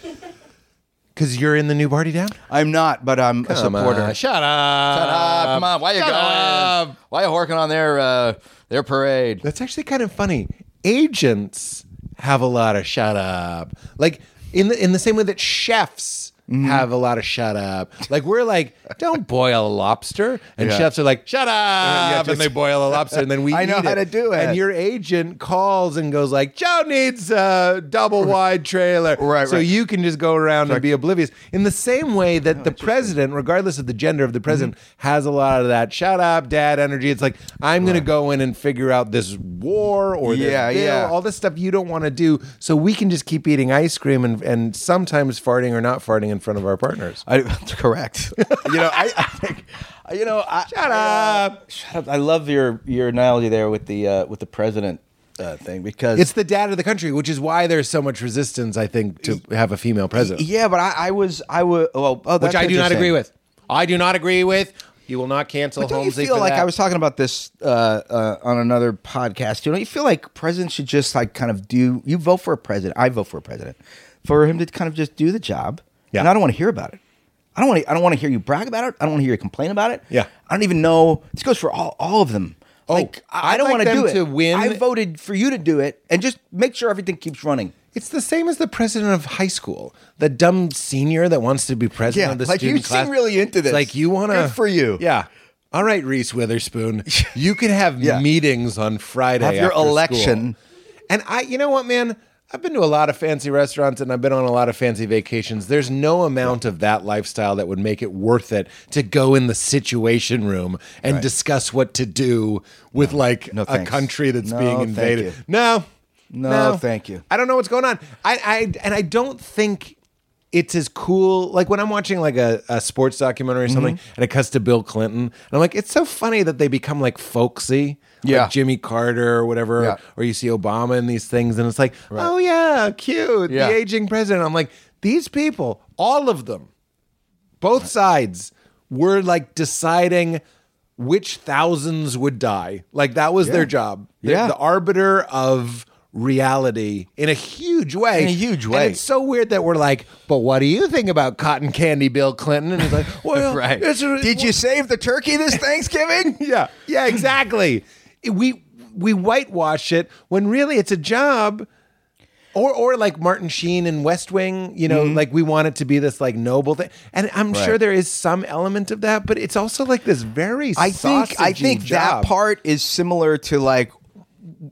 A: because you're in the new party down.
B: I'm not, but I'm a supporter.
A: Uh, shut up! Shut
B: come on, why you going? Why you horking on their uh, their parade?
A: That's actually kind of funny. Agents have a lot of shut up. Like in the in the same way that chefs
B: Mm-hmm.
A: have a lot of shut up. Like we're like, don't boil a lobster, and
B: Yeah.
A: chefs are like, shut up, and they boil a lobster, and then we.
B: I know
A: eat
B: how to do it.
A: And your agent calls and goes like, Joe needs a double wide trailer,
B: Right, Oh,
A: So
B: right.
A: you can just go around and be oblivious. In the same way that the president, regardless of the gender of the president,
B: Mm-hmm.
A: has a lot of that shut up, dad energy. It's like, I'm going to go in and figure out this war or this
B: Yeah,
A: bill,
B: yeah.
A: all this stuff you don't want to do. So we can just keep eating ice cream and, and sometimes farting or not farting in front of our partners.
B: I, correct. you know, I, I think, you know, I, shut up, shut up. I love your your analogy there with the uh, with the president uh, thing because
A: It's the dad of the country, which is why there's so much resistance, I think, to have a female president,
B: yeah, but I, I was I was well, oh, that's
A: which I do not
B: interesting.
A: agree with. I do not agree with. You will not cancel
B: But don't you
A: Holmesley
B: feel
A: for
B: like
A: that.
B: I was talking about this uh, uh, on another podcast? You know, you feel like presidents should just like kind of do. You vote for a president. I vote for a president for him to kind of just do the job.
A: Yeah.
B: And I don't want to hear about it. I don't want to. I don't want to hear you brag about it. I don't want to hear you complain about it.
A: Yeah.
B: I don't even know. This goes for all, all of them.
A: Oh,
B: like I, I
A: I'd
B: don't
A: like
B: want to
A: them
B: do it.
A: to win.
B: I voted for you to do it, and just make sure everything keeps running.
A: It's the same as the president of high school, the dumb senior that wants to be president
B: Yeah,
A: of the
B: like, you
A: student
B: seem
A: class.
B: really into
A: It's
B: this.
A: like you want to.
B: Good for you.
A: Yeah. All right, Reese Witherspoon, you can have
B: Yeah.
A: meetings on Friday.
B: Have your
A: after school.
B: election.
A: And I, you know what, man? I've been to a lot of fancy restaurants and I've been on a lot of fancy vacations. There's no amount of that lifestyle that would make it worth it to go in the situation room and discuss what to do with like
B: No,
A: a
B: thanks.
A: country that's
B: No,
A: being
B: thank
A: invaded.
B: you.
A: No.
B: No, thank you.
A: I don't know what's going on. I, I and I don't think it's as cool. Like when I'm watching like a, a sports documentary
B: Mm-hmm.
A: or something, and it cuts to Bill Clinton, and I'm like, it's so funny that they become like folksy,
B: Yeah.
A: like Jimmy Carter or whatever,
B: Yeah.
A: or you see Obama in these things, and it's like, oh yeah, cute,
B: Yeah.
A: the aging president. I'm like, these people, all of them, both sides were like deciding which thousands would die. Like that was their job. They're
B: Yeah.
A: the arbiter of reality in a huge way.
B: In a huge
A: And
B: way.
A: it's so weird that we're like, but what do you think about cotton candy, Bill Clinton? And he's like, well,
B: Right?
A: it's a-
B: Did you save the turkey this Thanksgiving?
A: yeah, yeah, exactly. It- we we whitewash it when really it's a job. Or, or like Martin Sheen in West Wing, you know,
B: Mm-hmm.
A: like we want it to be this like noble thing, and I'm sure there is some element of that, but it's also like this very.
B: I think I
A: sausagey
B: think
A: job.
B: that part is similar to like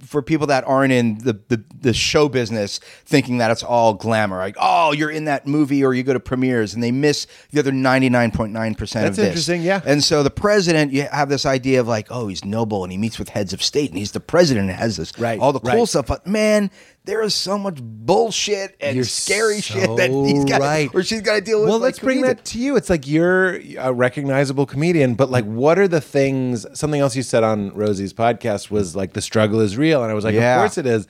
B: for people that aren't in the, the the show business thinking that it's all glamour like oh you're in that movie or you go to premieres and they miss the other 99.9% of
A: That's
B: this
A: interesting, yeah.
B: and so the president you have this idea of like oh he's noble and he meets with heads of state and he's the president and has this
A: Right,
B: all the cool
A: right.
B: stuff but man there is so much bullshit and
A: You're
B: scary
A: so
B: shit that he's got
A: right.
B: or she's got to deal with
A: Well,
B: like,
A: let's
B: who
A: bring
B: needs
A: that
B: it?
A: to you. It's like you're a recognizable comedian, but like, what are the things? Something else you said on Rosie's podcast was like, the struggle is real. And I was like,
B: Yeah.
A: of course it is.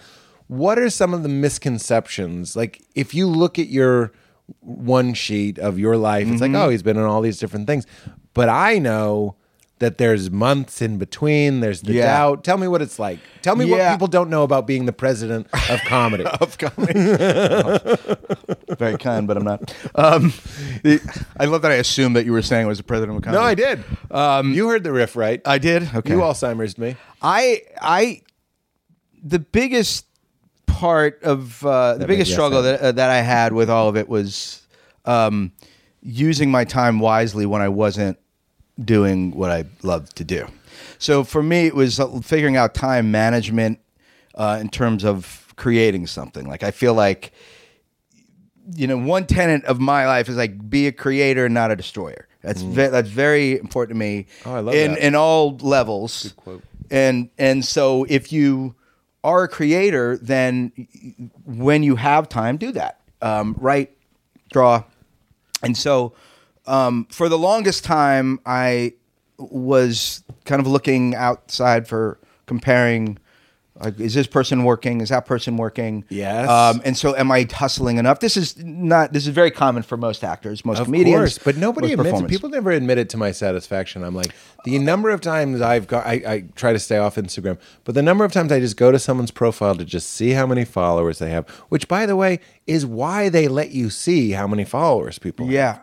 A: What are some of the misconceptions? Like, if you look at your one sheet of your life, it's
B: Mm-hmm.
A: like, oh, he's been in all these different things. But I know that there's months in between, there's the
B: Yeah.
A: doubt. Tell me what it's like. Tell me
B: Yeah.
A: what people don't know about being the president of comedy.
B: of comedy. Very kind, but I'm not. Um, the, I love that I assumed that you were saying I was the president of comedy.
A: no, I um, did. you heard the riff, right?
B: I did. Okay.
A: You Alzheimer's me.
B: I I the biggest part of uh, the biggest
A: yes,
B: struggle
A: that-
B: that uh, that I had with all of it was um, using my time wisely when I wasn't doing what I loved to do. So for me, it was uh, figuring out time management uh, in terms of creating something. Like I feel like you know one tenet of my life is like be a creator, not a destroyer. That's ve- that's very important to me.
A: Mm. Oh, I love
B: in,
A: that.
B: in all levels. And and so if you are a creator, then when you have time, do that. Um, write, draw, and so um, for the longest time, I was kind of looking outside for comparing. Like, is this person working? Is that person working?
A: Yes.
B: Um, and so, am I hustling enough? This is not. This is very common for most actors, most comedians.
A: but nobody
B: most
A: admits it.
B: performers.
A: People never admit it to my satisfaction. I'm like the number of times I've got. I, I try to stay off Instagram, but the number of times I just go to someone's profile to just see how many followers they have. Which, by the way, is why they let you see how many followers people. have.
B: Yeah.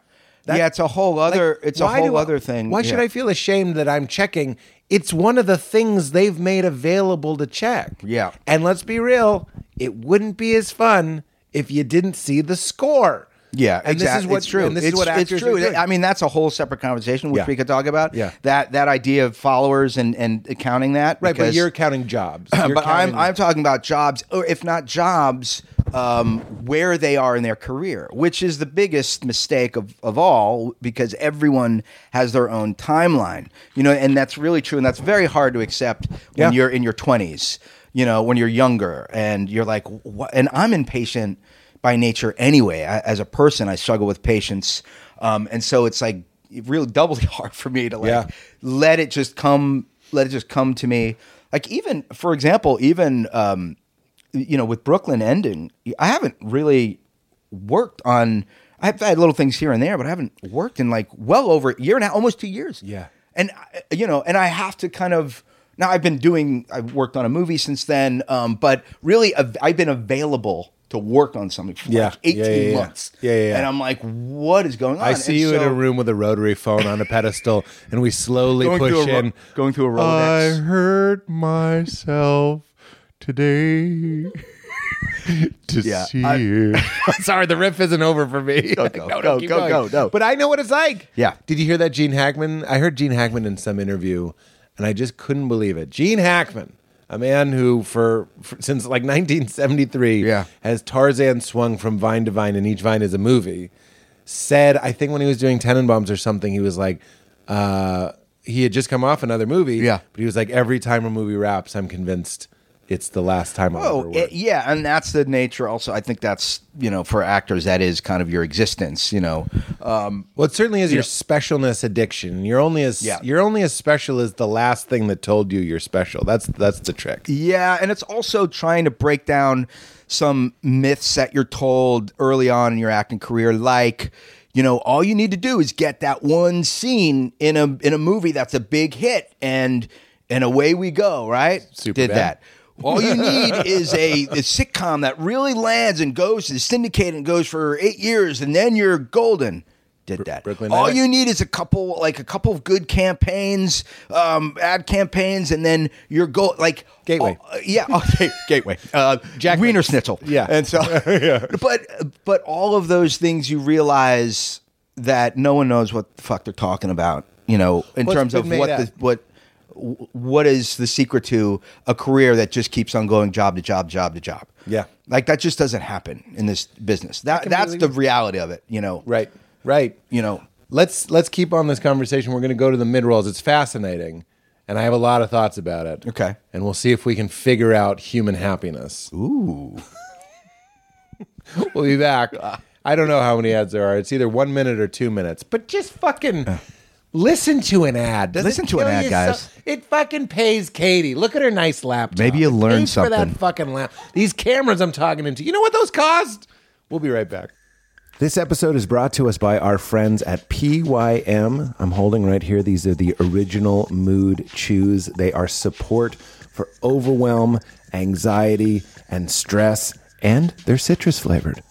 A: That-
B: yeah, it's a whole other.
A: Like,
B: it's a
A: why
B: whole
A: do I-
B: other thing.
A: Why should
B: Yeah.
A: I feel ashamed that I'm checking? It's one of the things they've made available to check.
B: Yeah.
A: And let's be real, it wouldn't be as fun if you didn't see the score.
B: Yeah,
A: and
B: exact-
A: this is what's
B: it's true.
A: And this
B: it's,
A: is what actors
B: it's true.
A: Are doing.
B: I mean, that's a whole separate conversation which
A: Yeah.
B: we could talk about.
A: Yeah.
B: that that idea of followers and and counting that.
A: Right, but
B: because-
A: you're counting jobs. You're
B: but I'm
A: counting-
B: I'm talking about jobs, or if not jobs, um, where they are in their career, which is the biggest mistake of, of all, because everyone has their own timeline, you know, and that's really true, and that's very hard to accept when
A: Yeah.
B: you're in your 20s, you know, when you're younger, and you're like, what? and I'm impatient by nature anyway. I, as a person, I struggle with patience, um, and so it's like it really doubly hard for me to like
A: Yeah.
B: let it just come let it just come to me like even for example even um you know with brooklyn ending i haven't really worked on I've had little things here and there, but I haven't worked in like well over a year and a half, almost two years.
C: Yeah.
B: And I- you know, and I have to kind of now. I've been doing. I've worked on a movie since then, um, but really, av- I've been available to work on something for
C: Yeah.
B: like eighteen
C: Yeah, yeah, yeah.
B: months.
C: Yeah, yeah, yeah.
B: And I'm like, what is going on?
C: I see
B: And
C: you in
B: so-
C: a room with a rotary phone on a pedestal, and we slowly
B: Going
C: push
B: through a ro-
C: in.
B: going through a Rolodex.
C: I hurt myself today. to
B: Yeah,
C: see
B: I-
C: you. Sorry, the riff isn't over for me. Go,
B: go, go, go, go, no.
C: But I know what it's like.
B: Yeah.
C: Did you hear that Gene Hackman? I heard Gene Hackman in some interview, and I just couldn't believe it. Gene Hackman, a man who for, for since like 1973
B: Yeah.
C: has Tarzan swung from vine to vine, and each vine is a movie. Said, I think when he was doing Tenenbaums or something, he was like, uh, he had just come off another movie.
B: Yeah.
C: But he was like, every time a movie wraps, I'm convinced it's the last time I'll ever
B: Oh,
C: work.
B: it- yeah, and that's the nature. Also, I think that's you know, for actors, that is kind of your existence. You know, um,
C: Well, it certainly is your specialness addiction. You're only as
B: Yeah.
C: you're only as special as the last thing that told you you're special. That's that's the trick.
B: yeah, and it's also trying to break down some myths that you're told early on in your acting career, like. You know, all you need to do is get that one scene in a in a movie that's a big hit, and and away we go. Right?
C: Super
B: Did
C: bad.
B: that. All you need is a, a sitcom that really lands and goes to syndicate and goes for eight years, and then you're golden. Did that.
C: Brooklyn
B: All
C: Nine-Nine.
B: you need is a couple, like a couple of good campaigns, um, ad campaigns, and then you're go like
C: Gateway.
B: uh, yeah, okay, Gateway. Uh, Jack Wiener Schnitzel.
C: Yeah.
B: and so, but but all of those things you realize that no one knows what the fuck they're talking about. You know, in
C: Well, it's
B: terms
C: been
B: of
C: made
B: what
C: up.
B: the what what is the secret to a career that just keeps on going job to job job to job
C: Yeah.
B: like that just doesn't happen in this business that that's the reality of it you know
C: Right. Right.
B: you know
C: Let's let's keep on this conversation. We're going to go to the mid rolls. It's fascinating, and I have a lot of thoughts about it.
B: Okay.
C: And we'll see if we can figure out human happiness. Ooh. we'll be back. I don't know how many ads there are. It's either one minute or two minutes. But just fucking listen to an ad. Does it
B: Listen to an
C: kill
B: ad,
C: you
B: guys.
C: so- it fucking pays Katie. Look at her nice laptop.
B: Maybe you
C: It
B: learn
C: pays for that
B: something.
C: fucking lap. These cameras I'm talking into. You know what those cost? We'll be right back.
A: This episode is brought to us by our friends at PYM. I'm holding right here. These are the original mood chews. They are support for overwhelm, anxiety, and stress, and they're citrus flavored.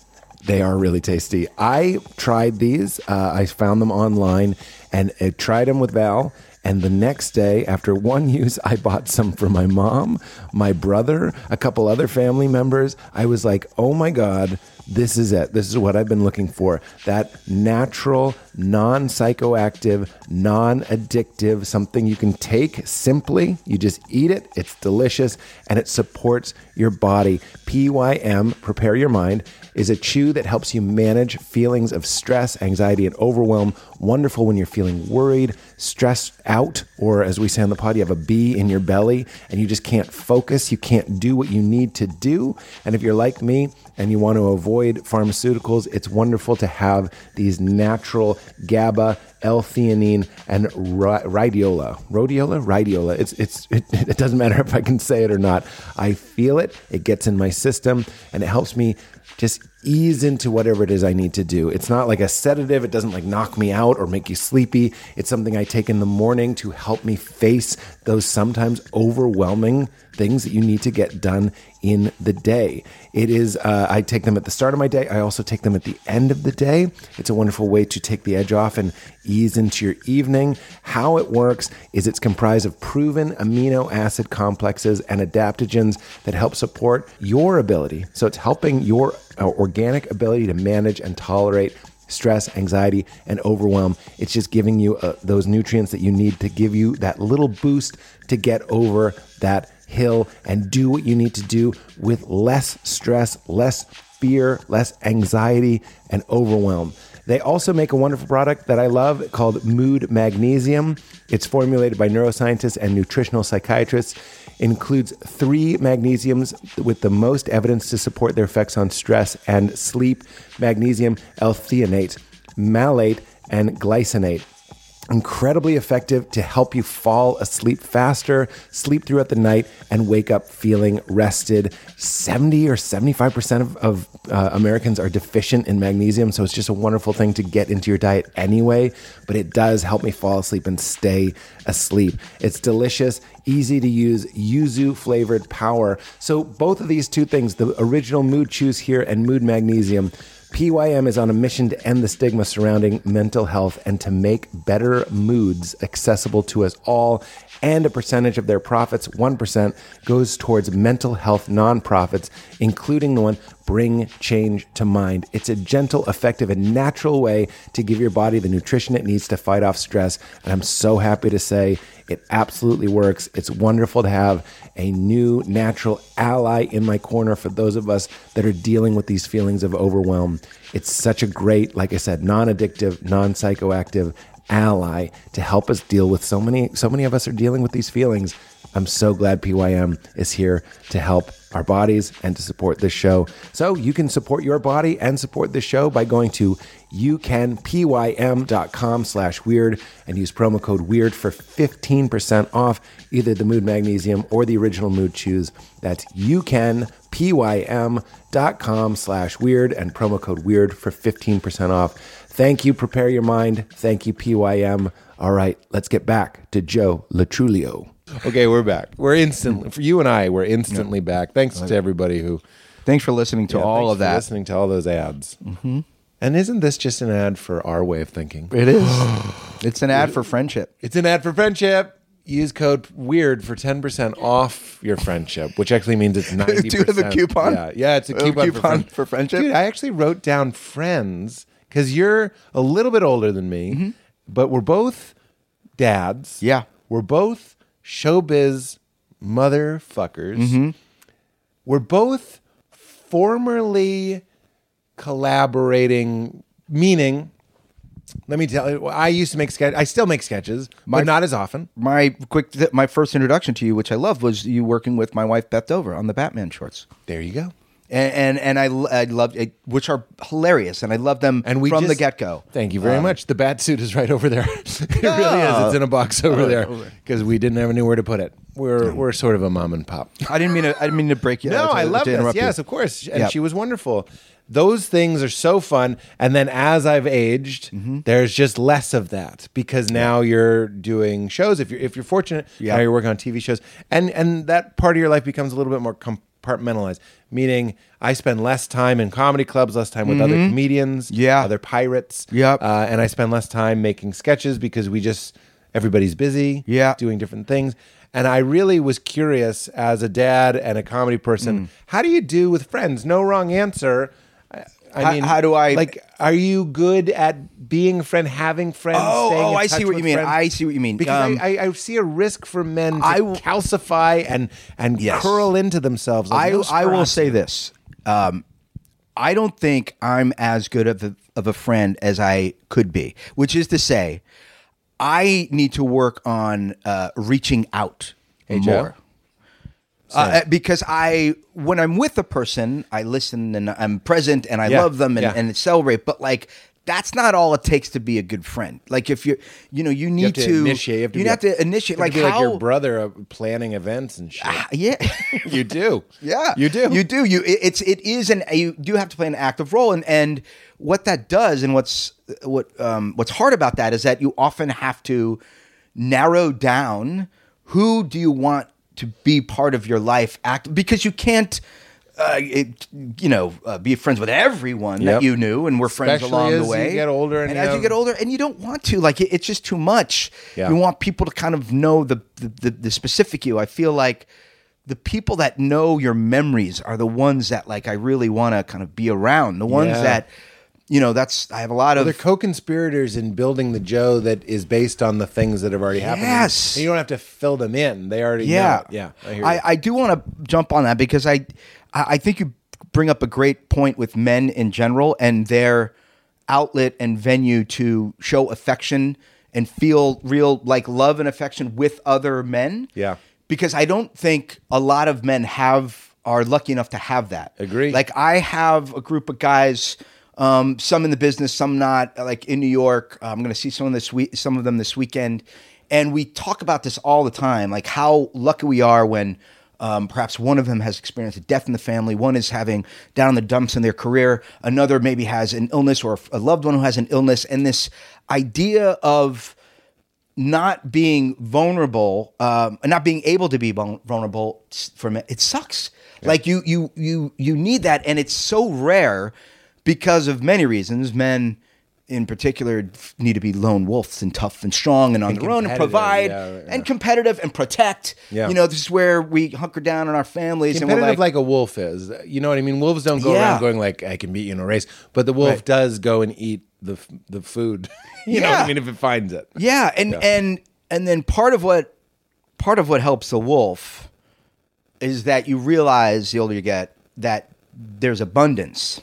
A: They are really tasty. I tried these. Uh, I found them online and I tried them with Val. And the next day, after one use, I bought some for my mom, my brother, a couple other family members. I was like, oh my God, this is it. This is what I've been looking for. That natural, non psychoactive, non addictive, something you can take simply. You just eat it, it's delicious, and it supports your body. PYM, prepare your mind, is a chew that helps you manage feelings of stress, anxiety, and overwhelm. Wonderful when you're feeling worried, stressed out, or as we say on the pod, you have a bee in your belly and you just can't focus. You can't do what you need to do. And if you're like me and you want to avoid pharmaceuticals, it's wonderful to have these natural GABA, L-theanine, and ri- rhodiola. Rhodiola? Rhodiola. It's, it's, it, it doesn't matter if I can say it or not. I feel it. It gets in my system and it helps me just ease into whatever it is I need to do. It's not like a sedative, it doesn't like knock me out or make you sleepy. It's something I take in the morning to help me face those sometimes overwhelming things that you need to get done in the day. It is, uh, I take them at the start of my day, I also take them at the end of the day. It's a wonderful way to take the edge off and ease into your evening. How it works is it's comprised of proven amino acid complexes and adaptogens that help support your ability. So it's helping your uh, organic ability to manage and tolerate stress, anxiety, and overwhelm. It's just giving you uh, those nutrients that you need to give you that little boost to get over that hill and do what you need to do with less stress, less fear, less anxiety, and overwhelm. They also make a wonderful product that I love called Mood Magnesium. It's formulated by neuroscientists and nutritional psychiatrists. Includes three magnesiums with the most evidence to support their effects on stress and sleep magnesium L theanate, malate, and glycinate.
F: incredibly effective to help you fall asleep faster, sleep throughout the night, and wake up feeling rested. 70 or 75% of, of uh, Americans are deficient in magnesium, so it's just a wonderful thing to get into your diet anyway, but it does help me fall asleep and stay asleep. It's delicious, easy to use, yuzu flavored power. So, both of these two things, the original Mood Choose here and Mood Magnesium, PYM is on a mission to end the stigma surrounding mental health and to make better moods accessible to us all. And a percentage of their profits, 1%, goes towards mental health nonprofits, including the one Bring Change to Mind. It's a gentle, effective, and natural way to give your body the nutrition it needs to fight off stress. And I'm so happy to say it absolutely works. It's wonderful to have a new natural ally in my corner for those of us that are dealing with these feelings of overwhelm. It's such a great, like I said, non-addictive, non-psychoactive ally to help us deal with so many so many of us are dealing with these feelings. I'm so glad PYM is here to help our bodies and to support this show. So you can support your body and support this show by going to youcanpym.com slash weird and use promo code weird for 15% off either the mood magnesium or the original mood choose. That's youcanpym.com slash weird and promo code weird for 15% off. Thank you, prepare your mind. Thank you, PYM. All right, let's get back to Joe Latrulio.
A: Okay, we're back. We're instantly for you and I. We're instantly back. Thanks to everybody who
B: Thanks for listening to
A: Yeah,
B: all
A: thanks
B: of
A: for
B: that.
A: listening to all Mm-hmm. those ads. And isn't this just an ad for our way of thinking?
B: It is. it's an ad for friendship.
A: It's an ad for friendship. Use code WEIRD for 10% off your friendship, which actually means it's 90%.
B: Do you have a coupon?
A: Yeah, yeah it's a
B: A
A: coupon,
B: coupon
A: friend-
B: for friendship?
A: Dude, I actually wrote down friends because you're a little bit older than me, but we're both dads.
B: Yeah.
A: We're both showbiz motherfuckers.
B: Mm-hmm.
A: We're both formerly collaborating, meaning, let me tell you, I used to make sketch. I still make sketches, but not as often.
B: My quick, th- my first introduction to you, which I loved, was you working with my wife Beth Dover on the Batman shorts,
A: There you go.
B: and and, and I, l- I loved it, which are hilarious, and I love them
A: And we
B: from the Uh,
A: just-
B: get go.
A: Thank you very much. The bat suit is right over there. it really is. It's in a
B: Uh,
A: box over there because we didn't have anywhere to put it. We're we're sort of a mom and pop.
B: I didn't mean to. I didn't mean to break you.
A: No,
B: to-
A: I
B: to
A: love this.
B: interrupt you.
A: Yes, of course. And
B: Yeah.
A: she was wonderful. Those things are so fun. And then as I've aged,
B: Mm-hmm.
A: there's just less of that because now you're doing shows. If you're if you're fortunate,
B: Yeah.
A: now you're working on TV shows, and and that part of your life becomes a little bit more compartmentalized. Meaning, I spend less time in comedy clubs, less time with other comedians,
B: Mm-hmm. Yeah.
A: other pirates,
B: Yep.
A: uh, and I spend less time making sketches because we just everybody's busy,
B: Yeah.
A: doing different things. And I really was curious as a dad and a comedy
B: Mm.
A: person, how do you do with friends? No wrong answer. I, I
B: How-
A: mean,
B: how do I-
A: like? Are you good at being a friend, having friends?
B: Oh,
A: staying
B: oh,
A: in
B: I
A: touch
B: see what
A: with
B: you mean.
A: friends?
B: I see what you mean.
A: Because
B: Um,
A: I, I, I see a risk for men to
B: I w-
A: calcify and and
B: Yes.
A: curl into themselves. Like,
B: I,
A: no
B: I will
A: scrofs.
B: say this. Um, I don't think I'm as good of a, of a friend as I could be, which is to say, I need to work on uh, reaching out more. Uh, because I, when I'm with a person, I listen and I'm present and I
A: Yeah,
B: love them and,
A: yeah.
B: and celebrate. But like, that's not all it takes to be a good friend. Like, if you're, you know, you need
A: have to initiate, you have to be
B: have to
A: a-
B: initiate.
A: You have
B: Like,
A: to be
B: how?
A: like your brother uh, planning events and shit.
B: yeah.
A: you do.
B: Yeah,
A: you do.
B: You do. You it- it's it is an you do have to play an active role, and and what that does, and what's what um what's hard about that is that you often have to narrow down who do you want to be part of your life act because you can't. Uh, it, you know, uh, be friends with everyone
A: Yep.
B: that you knew, and we're friends
A: Especially
B: along
A: as
B: the
A: you
B: way.
A: get older and
B: and
A: you
B: as
A: have-
B: you get older, and you don't want to, like, it, it's just too much.
A: Yeah.
B: You want people to kind of know the the, the the specific you. I feel like the people that know your memories are the ones that like I really want to kind of be around. The ones
A: Yeah.
B: that you know, that's I have a lot
A: They're
B: of
A: co-conspirators in building the Joe that is based on the things that have already happened.
B: Yes.
A: and you don't have to fill them in. They already, know
B: yeah,
A: it. yeah. I hear
B: I,
A: you.
B: I, do want to jump on that because I, I I think you bring up a great point with men in general and their outlet and venue to show affection and feel real like love and affection with other men.
A: Yeah.
B: Because I don't think a lot of men have are lucky enough to have that.
A: Agree.
B: Like I have a group of guys Um, some in the business, some not. Like in New York, Uh, I'm going to see some of this week, some of them this weekend, and we talk about this all the time, like how lucky we are when. Um, perhaps one of them has experienced a death in the family. One is having down in the dumps in their career. Another maybe has an illness or a loved one who has an illness. And this idea of not being vulnerable, um, not being able to be vul- vulnerable s- for me, it sucks. Like you, you, you, you need that, and it's so rare because of many reasons. Men, in particular, f- need to be lone wolves and tough and strong and on their own and
A: competitive,
B: provide
A: yeah, yeah.
B: and competitive and protect.
A: Yeah.
B: You know, this is where we hunker down in our families and we're
A: competitive
B: like,
A: like, a wolf is. You know what I mean? Wolves don't go
B: Yeah.
A: around going like, "I can beat you in a race," but the wolf
B: Right.
A: does go and eat the f- the food. you know what
B: Yeah.
A: I mean? If it finds it,
B: yeah, and and and then part of what part of what helps the wolf is that you realize the older you get that there's abundance.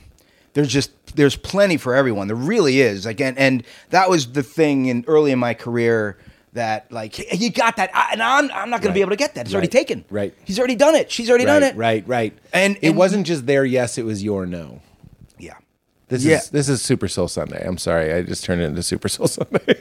B: There's just there's plenty for everyone. There really is. Again, and that was the thing in early in my career that like "Hey, you got that, I, and I'm I'm not going to be
A: Right.
B: able to get that. It's already
A: Right.
B: taken.
A: Right.
B: He's already done it. She's already
A: right,
B: done it.
A: right, right.
B: And-
A: it
B: and-
A: wasn't just their yes; it was your no.
B: Yeah.
A: This
B: Yeah.
A: is this is Super Soul Sunday. I'm sorry, I just turned it into Super Soul Sunday.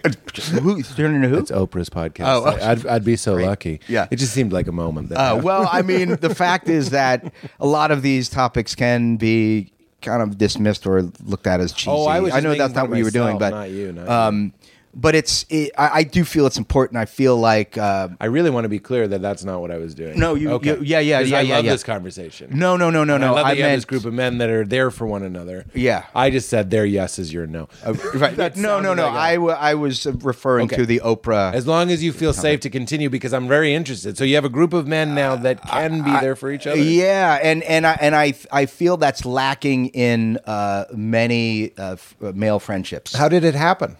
B: Who turning to who?
A: it's Oprah's podcast.
B: Oh, okay.
A: I'd, I'd be so lucky.
B: Yeah.
A: it just seemed like a moment. That
B: Uh, well, I mean, the fact is that a lot of these topics can be kind of dismissed or looked at as cheesy.
A: Oh, I was just
B: know
A: making
B: that's
A: fun
B: not
A: of
B: what you were doing,
A: myself,
B: but
A: not you, not
B: um, but it's it, I, I do feel it's important. I feel like uh,
A: I really want to be clear that that's not what I was doing.
B: No, you- you- yeah, yeah,
A: 'Cause
B: yeah,
A: I
B: yeah,
A: love
B: yeah.
A: this conversation.
B: no, no, no, no,
A: And
B: no.
A: I love that you have this
B: meant
A: group of men that are there for one another.
B: Yeah.
A: I just said their yes is your no.
B: right.
A: That
B: no, no,
A: sounded
B: no.
A: like a-
B: I wa- I was referring
A: Okay.
B: to the Oprah.
A: As long as you feel safe to continue, because I'm very interested. So you have a group of men now that can be there for each other.
B: Yeah, and and I and I I feel that's lacking in uh, many uh, f- male friendships.
A: How did it happen?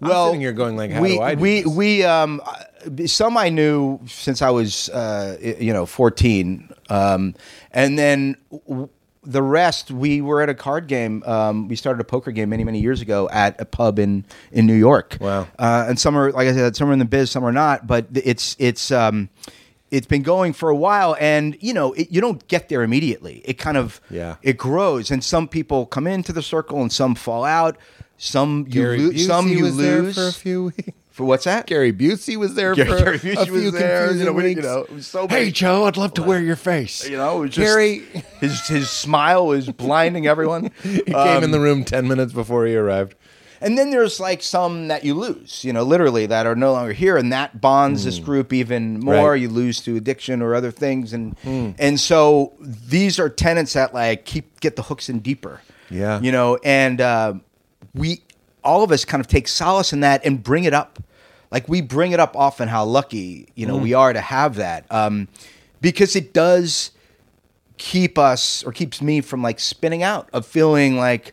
B: well,
A: I'm sitting here going like, how
B: we,
A: do I do
B: we
A: this?
B: we um uh, some I knew since I was uh y- you know fourteen, um, and then w- the rest we were at a card game. Um, we started a poker game many many years ago at a pub in in New York.
A: Wow.
B: Uh, and some are like I said, some are in the biz, some are not. But th- it's it's um. It's been going for a while, and you know it, you don't get there immediately. It kind of
A: Yeah.
B: it grows, and some people come into the circle, and some fall out. Some you
A: Gary
B: lose,
A: Busey
B: some you
A: was there
B: lose
A: for a few weeks.
B: for what's that?
A: Gary Busey was there
B: Gary-
A: for
B: Gary Busey
A: a few
B: was there, you know,
A: confusing
B: we- you
A: weeks.
B: know, it was so
A: hey,
B: big.
A: Joe, I'd love to wear your face.
B: You know, it was just,
A: Gary
B: his his smile was blinding everyone.
A: he came in the room ten minutes before he arrived.
B: And then there's like some that you lose, you know, literally that are no longer here, and that bonds this group even more.
A: Hmm. Right. Hmm.
B: You lose to addiction or other things, and and so these are tenants that like keep get the hooks in deeper.
A: Yeah.
B: you know, and uh, we all of us kind of take solace in that and bring it up. Like we bring it up often how lucky you
A: Hmm.
B: know we are to have that, um, because it does keep us or keeps me from like spinning out of feeling like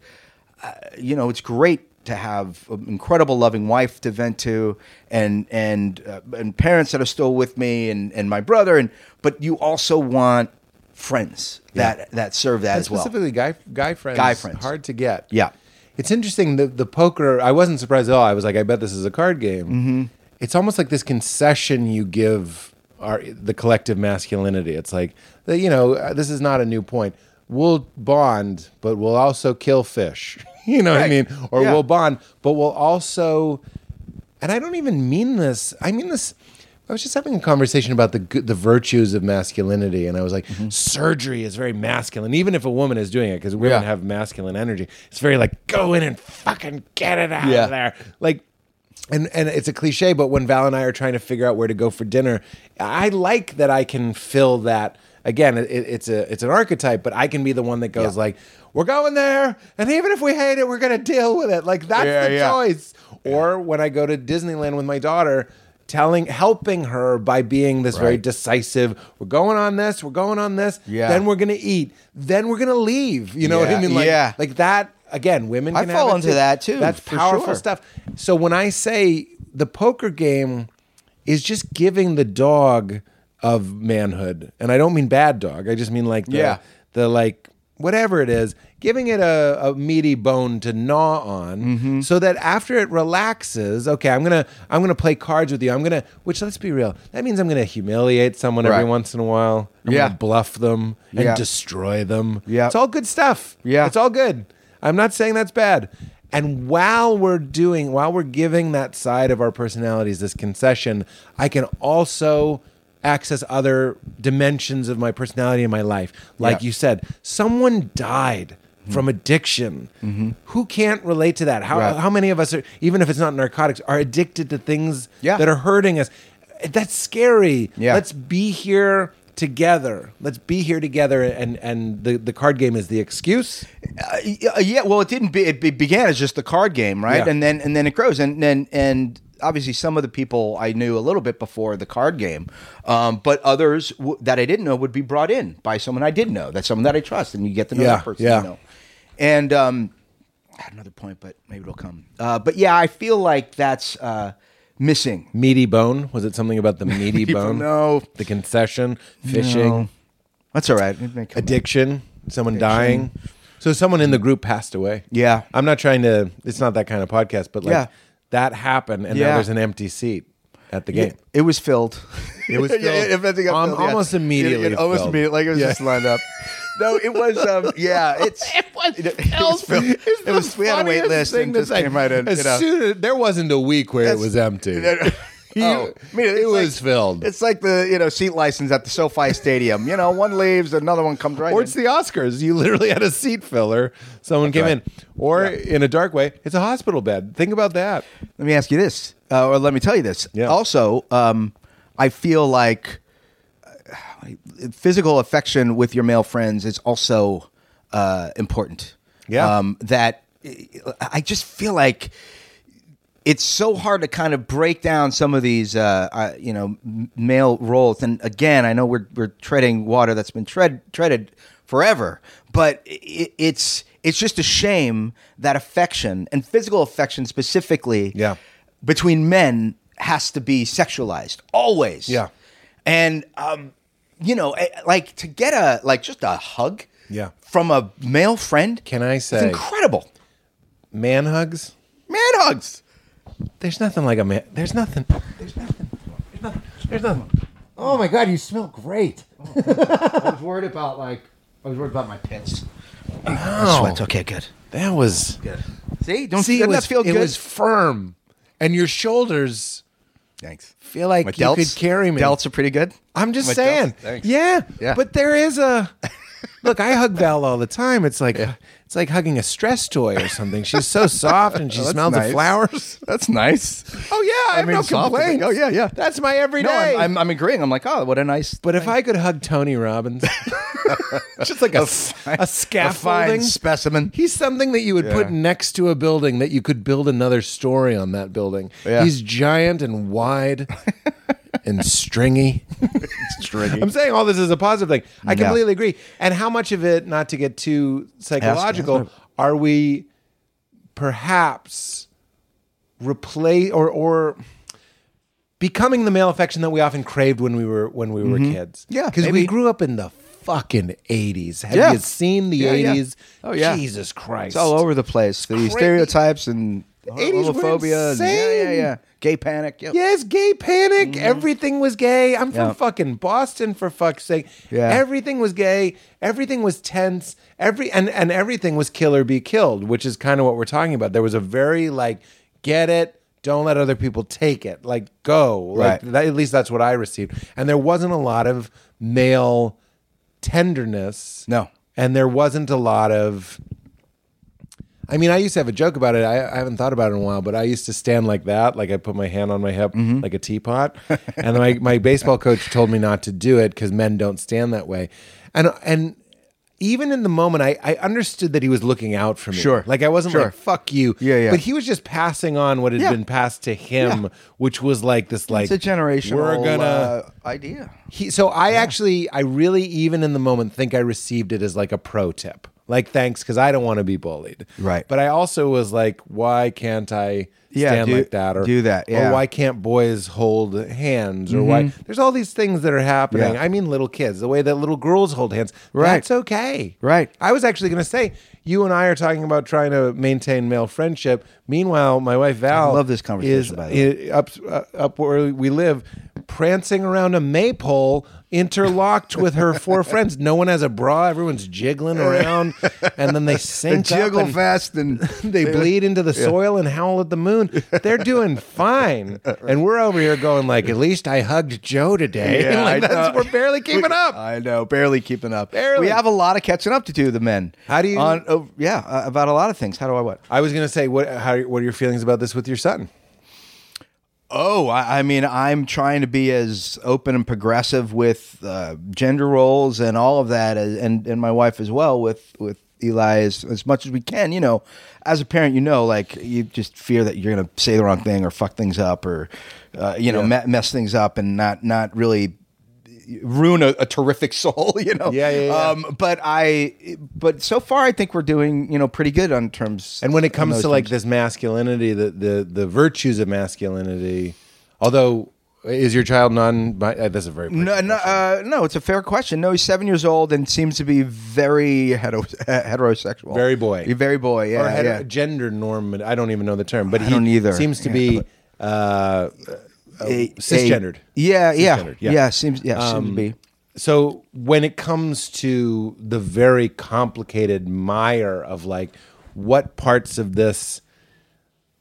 B: uh, you know it's great to have an incredible loving wife to vent to and and uh, and parents that are still with me and and my brother and but you also want friends that that serve that
A: And
B: as well
A: specifically guy guy friends.
B: Guy friends.
A: Hard to get.
B: Yeah.
A: It's interesting the the poker I wasn't surprised at all. I was like, I bet this is a card game.
B: Mm-hmm.
A: It's almost like this concession you give our the collective masculinity. It's like the- you know, uh, this is not a new point. We'll bond, but we'll also kill fish. you know what I
B: Right.
A: mean? Or
B: Yeah.
A: we'll bond, but we'll also and I don't even mean this. I mean this. I was just having a conversation about the good, the virtues of masculinity, and I was like,
B: Mm-hmm.
A: surgery is very masculine, even if a woman is doing it, because women
B: Yeah.
A: have masculine energy. It's very like go in and fucking get it out
B: Yeah.
A: of there, like. And, and it's a cliche, but when Val and I are trying to figure out where to go for dinner, I like that I can fill that. Again, it, it's a it's an archetype, but I can be the one that goes like, "We're going there, and even if we hate it, we're gonna deal with it." Like that's
B: Yeah,
A: the
B: yeah.
A: choice choice. Or when I go to Disneyland with my daughter, telling helping her by being this very decisive, we're going on this, we're going on this,
B: Yeah.
A: then we're gonna eat, then we're gonna leave. You know what I
B: Yeah,
A: mean? Like,
B: yeah.
A: like that again, women
B: I
A: can
B: fall
A: have it
B: into that, too,
A: That's
B: for
A: powerful
B: sure.
A: stuff. So when I say the poker game is just giving the dog of manhood, and I don't mean bad dog, I just mean like the,
B: Yeah.
A: the like whatever it is, giving it a, a meaty bone to gnaw on,
B: Mm-hmm.
A: so that after it relaxes, okay, I'm gonna I'm gonna play cards with you. I'm gonna, which let's be real, that means I'm gonna humiliate someone every
B: Right.
A: once in a while. I'm
B: Yeah.
A: gonna bluff them and
B: Yeah.
A: destroy them.
B: Yeah.
A: it's all good stuff.
B: Yeah.
A: it's all good. I'm not saying that's bad. And while we're doing, while we're giving that side of our personalities this concession, I can also access other dimensions of my personality in my life. Like
B: Yeah. Mm-hmm.
A: you said, someone died from addiction. Who can't relate to that? How,
B: Right.
A: how many of us are, even if it's not narcotics, are addicted to things
B: Yeah.
A: that are hurting us? That's scary.
B: Yeah.
A: Let's be here together. Let's be here together. And and the, the card game is the excuse.
B: Uh, y- uh, yeah, well, it didn't. Be, it be- began as just the card game, right?
A: Yeah.
B: And then and then it grows, and then and obviously some of the people I knew a little bit before the card game, um, but others w- that I didn't know would be brought in by someone I did know, that's someone that I trust, and you get to know
A: Yeah,
B: that person,
A: yeah.
B: you know. And um, I had another point, but maybe it'll come. Uh, but yeah, I feel like that's uh, missing.
A: Meaty bone? Was it something about the meaty bone?
B: no.
A: The concession, fishing,
B: No. That's all right. It may come up.
A: addiction, someone dying. So someone in the group passed away.
B: Yeah.
A: I'm not trying to, it's not that kind of podcast, but like
B: Yeah.
A: that happened and now
B: Yeah.
A: there's an empty seat at the game.
B: It was filled. It
A: was filled.
B: if I think I
A: Um,
B: filled, yeah.
A: almost
B: It- it
A: immediately
B: almost
A: filled.
B: immediately. Like it was just lined up. No, it was. Um, yeah, it's. it was It was, filled. It was- we had a wait list and just came right in.
A: As
B: you know.
A: soon as, there wasn't a week where it was empty.
B: Oh, I mean,
A: it
B: it's
A: was
B: like-
A: filled.
B: It's like the you know seat license at the SoFi Stadium. You know, one leaves, another one comes right.
A: or
B: in.
A: it's the Oscars. You literally had a seat filler. Someone came in. Or in a dark way, it's a hospital bed. Think about that.
B: let me ask you this, uh, or let me tell you this.
A: Yeah.
B: Also, um, I feel like uh, physical affection with your male friends is also uh, important.
A: Yeah.
B: Um, that I just feel like it's so hard to kind of break down some of these, uh, uh, you know, m- male roles. And again, I know we're we're treading water that's been tread treaded forever, but it, it's it's just a shame that affection and physical affection specifically,
A: Yeah.
B: between men has to be sexualized always.
A: Yeah.
B: and um, you know, eh, like to get a like just a hug,
A: Yeah.
B: from a male friend.
A: Can I
B: It's
A: say
B: incredible.
A: man hugs?
B: Man hugs.
A: There's nothing like a man. There's nothing.
C: There's nothing.
D: Oh my God, you smell great.
E: I was worried about like I was worried about my pits.
B: Sweats. Okay, good.
A: That was.
B: Oh. See, don't
A: See, it
B: doesn't
A: was,
B: that feel
A: it
B: good?
A: was firm, and your shoulders
B: Thanks.
A: feel like
B: My
A: you
B: delts
A: could carry me.
B: Delts are pretty good.
A: I'm just
B: My delts,
A: saying.
B: thanks.
A: yeah,
B: Yeah.
A: But there is a look. I hug Val all the time. It's like it's like hugging a stress toy or something. She's so soft, and she
B: Oh, that's
A: smells
B: nice.
A: the flowers.
B: That's nice.
A: Oh yeah, I, have
B: mean,
A: no
B: soft.
A: complaints.
B: Oh, yeah, yeah.
A: That's my everyday.
B: No, I'm, I'm, I'm agreeing. I'm like, oh, what a nice.
A: but if I could hug Tony Robbins, just like a, s-
B: fine-
A: a
B: fine
A: scaffolding
B: specimen.
A: He's something that you would put
B: Yeah.
A: next to a building that you could build another story on that building.
B: Yeah.
A: He's giant and wide and stringy. I'm saying all this is a positive thing. I
B: Yeah.
A: completely agree. And how much of it, not to get too psychological,
B: Ask- ask
A: are we perhaps replace or or becoming the male affection that we often craved when we were when we were kids?
B: Mm-hmm. Yeah,
A: because we
B: maybe.
A: grew up in the fucking 80s. Have
B: Yeah.
A: you seen the
B: Yeah, yeah.
A: 80s?
B: Oh, yeah.
A: Jesus Christ!
B: It's all over the place. The stereotypes and
A: 80s were
B: homophobia. and- yeah, yeah,
A: insane.
B: yeah. Gay panic. Yep. Mm-hmm.
A: Yes, gay panic. Everything was gay. I'm from
B: Yeah.
A: fucking Boston for fuck's sake.
B: Yeah.
A: Everything was gay. Everything was tense. Every and and everything was kill or be killed, which is kind of what we're talking about. There was a very like get it, don't let other people take it. Like go. Like
B: Right.
A: that, at least that's what I received. And there wasn't a lot of male tenderness.
B: No.
A: And there wasn't a lot of I mean, I used to have a joke about it. I, I haven't thought about it in a while, but I used to stand like that, like I put my hand on my hip
B: Mm-hmm.
A: like a teapot. and my, my baseball coach told me not to do it because men don't stand that way. And and even in the moment, I, I understood that he was looking out for me.
B: Sure.
A: Like I wasn't
B: Sure.
A: like, fuck you.
B: Yeah, yeah.
A: But he was just passing on what had
B: Yeah.
A: been passed to him, which was like this like
B: It's a generational
A: We're gonna
B: uh, idea.
A: he, so I actually, I really, even in the moment, think I received it as like a pro tip, like thanks, because I don't want to be bullied.
B: Right.
A: But I also was like, why can't I
B: Yeah,
A: stand
B: do-
A: like that, or
B: do that,
A: or
B: yeah. Mm-hmm.
A: why can't boys hold hands, or why? There's all these things that are happening.
B: Yeah.
A: I mean, little kids, the way that little girls hold hands,
B: Right.
A: That's okay.
B: Right.
A: I was actually going to say, you and I are talking about trying to maintain male friendship. Meanwhile, my wife Val,
B: love this conversation,
A: is-
B: by the way.
A: i- up uh, up where we live prancing around a maypole interlocked with her four friends. No one has a bra. Everyone's jiggling around, and then they
B: They
A: sink up
B: jiggle
A: and
B: fast and
A: they bleed into the soil and howl at the moon. They're doing fine, and we're over here going like, at least I hugged Joe today.
B: Yeah,
A: Like,
B: I
A: that's-
B: know.
A: we're barely keeping up.
B: I know, barely keeping up.
A: Barely.
B: We have a lot of catching up to do, the men.
A: How do you-
B: On, oh, yeah, uh, about a lot of things. How do I what?
A: I was gonna say, what? How? What are your feelings about this with your son?
B: Oh, I, I mean, I'm trying to be as open and progressive with uh, gender roles and all of that, as, and and my wife as well with with Eli as, as much as we can. You know, as a parent, you know, like you just fear that you're going to say the wrong thing or fuck things up or uh, you know me- mess things up and not not really ruin a, a terrific soul, you know.
A: Yeah, yeah, yeah.
B: Um, but I, but so far, I think we're doing you know pretty good on terms.
A: And when it
B: on
A: comes
B: those
A: to like
B: terms.
A: this masculinity, the the the virtues of masculinity, although is your child non? Uh, that's a very
B: No, no, uh, no, it's a fair question. No, he's seven years old and seems to be very hetero- heterosexual.
A: Very boy.
B: He's very boy, yeah.
A: or hetero-
B: yeah.
A: gender norm. I don't even know the term, but
B: I
A: he
B: don't either.
A: seems to
B: Yeah,
A: be uh,
B: A-
A: cisgendered.
B: a- yeah, yeah,
A: Cisgendered, yeah. Um,
B: yeah. seems, yeah, seems to be.
A: so when it comes to the very complicated mire of like what parts of this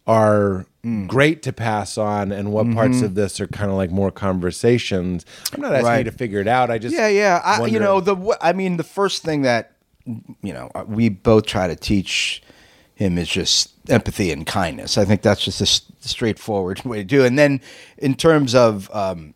A: are great to pass on and what parts of this are kind of like more conversations i'm not asking
B: Right.
A: you to figure it out i just
B: Yeah, yeah. I, you
A: wonder-
B: know, the w- I mean, the first thing that you know uh, we both try to teach him is just empathy and kindness. I think that's just a s- straightforward way to do. it. And then in terms of um,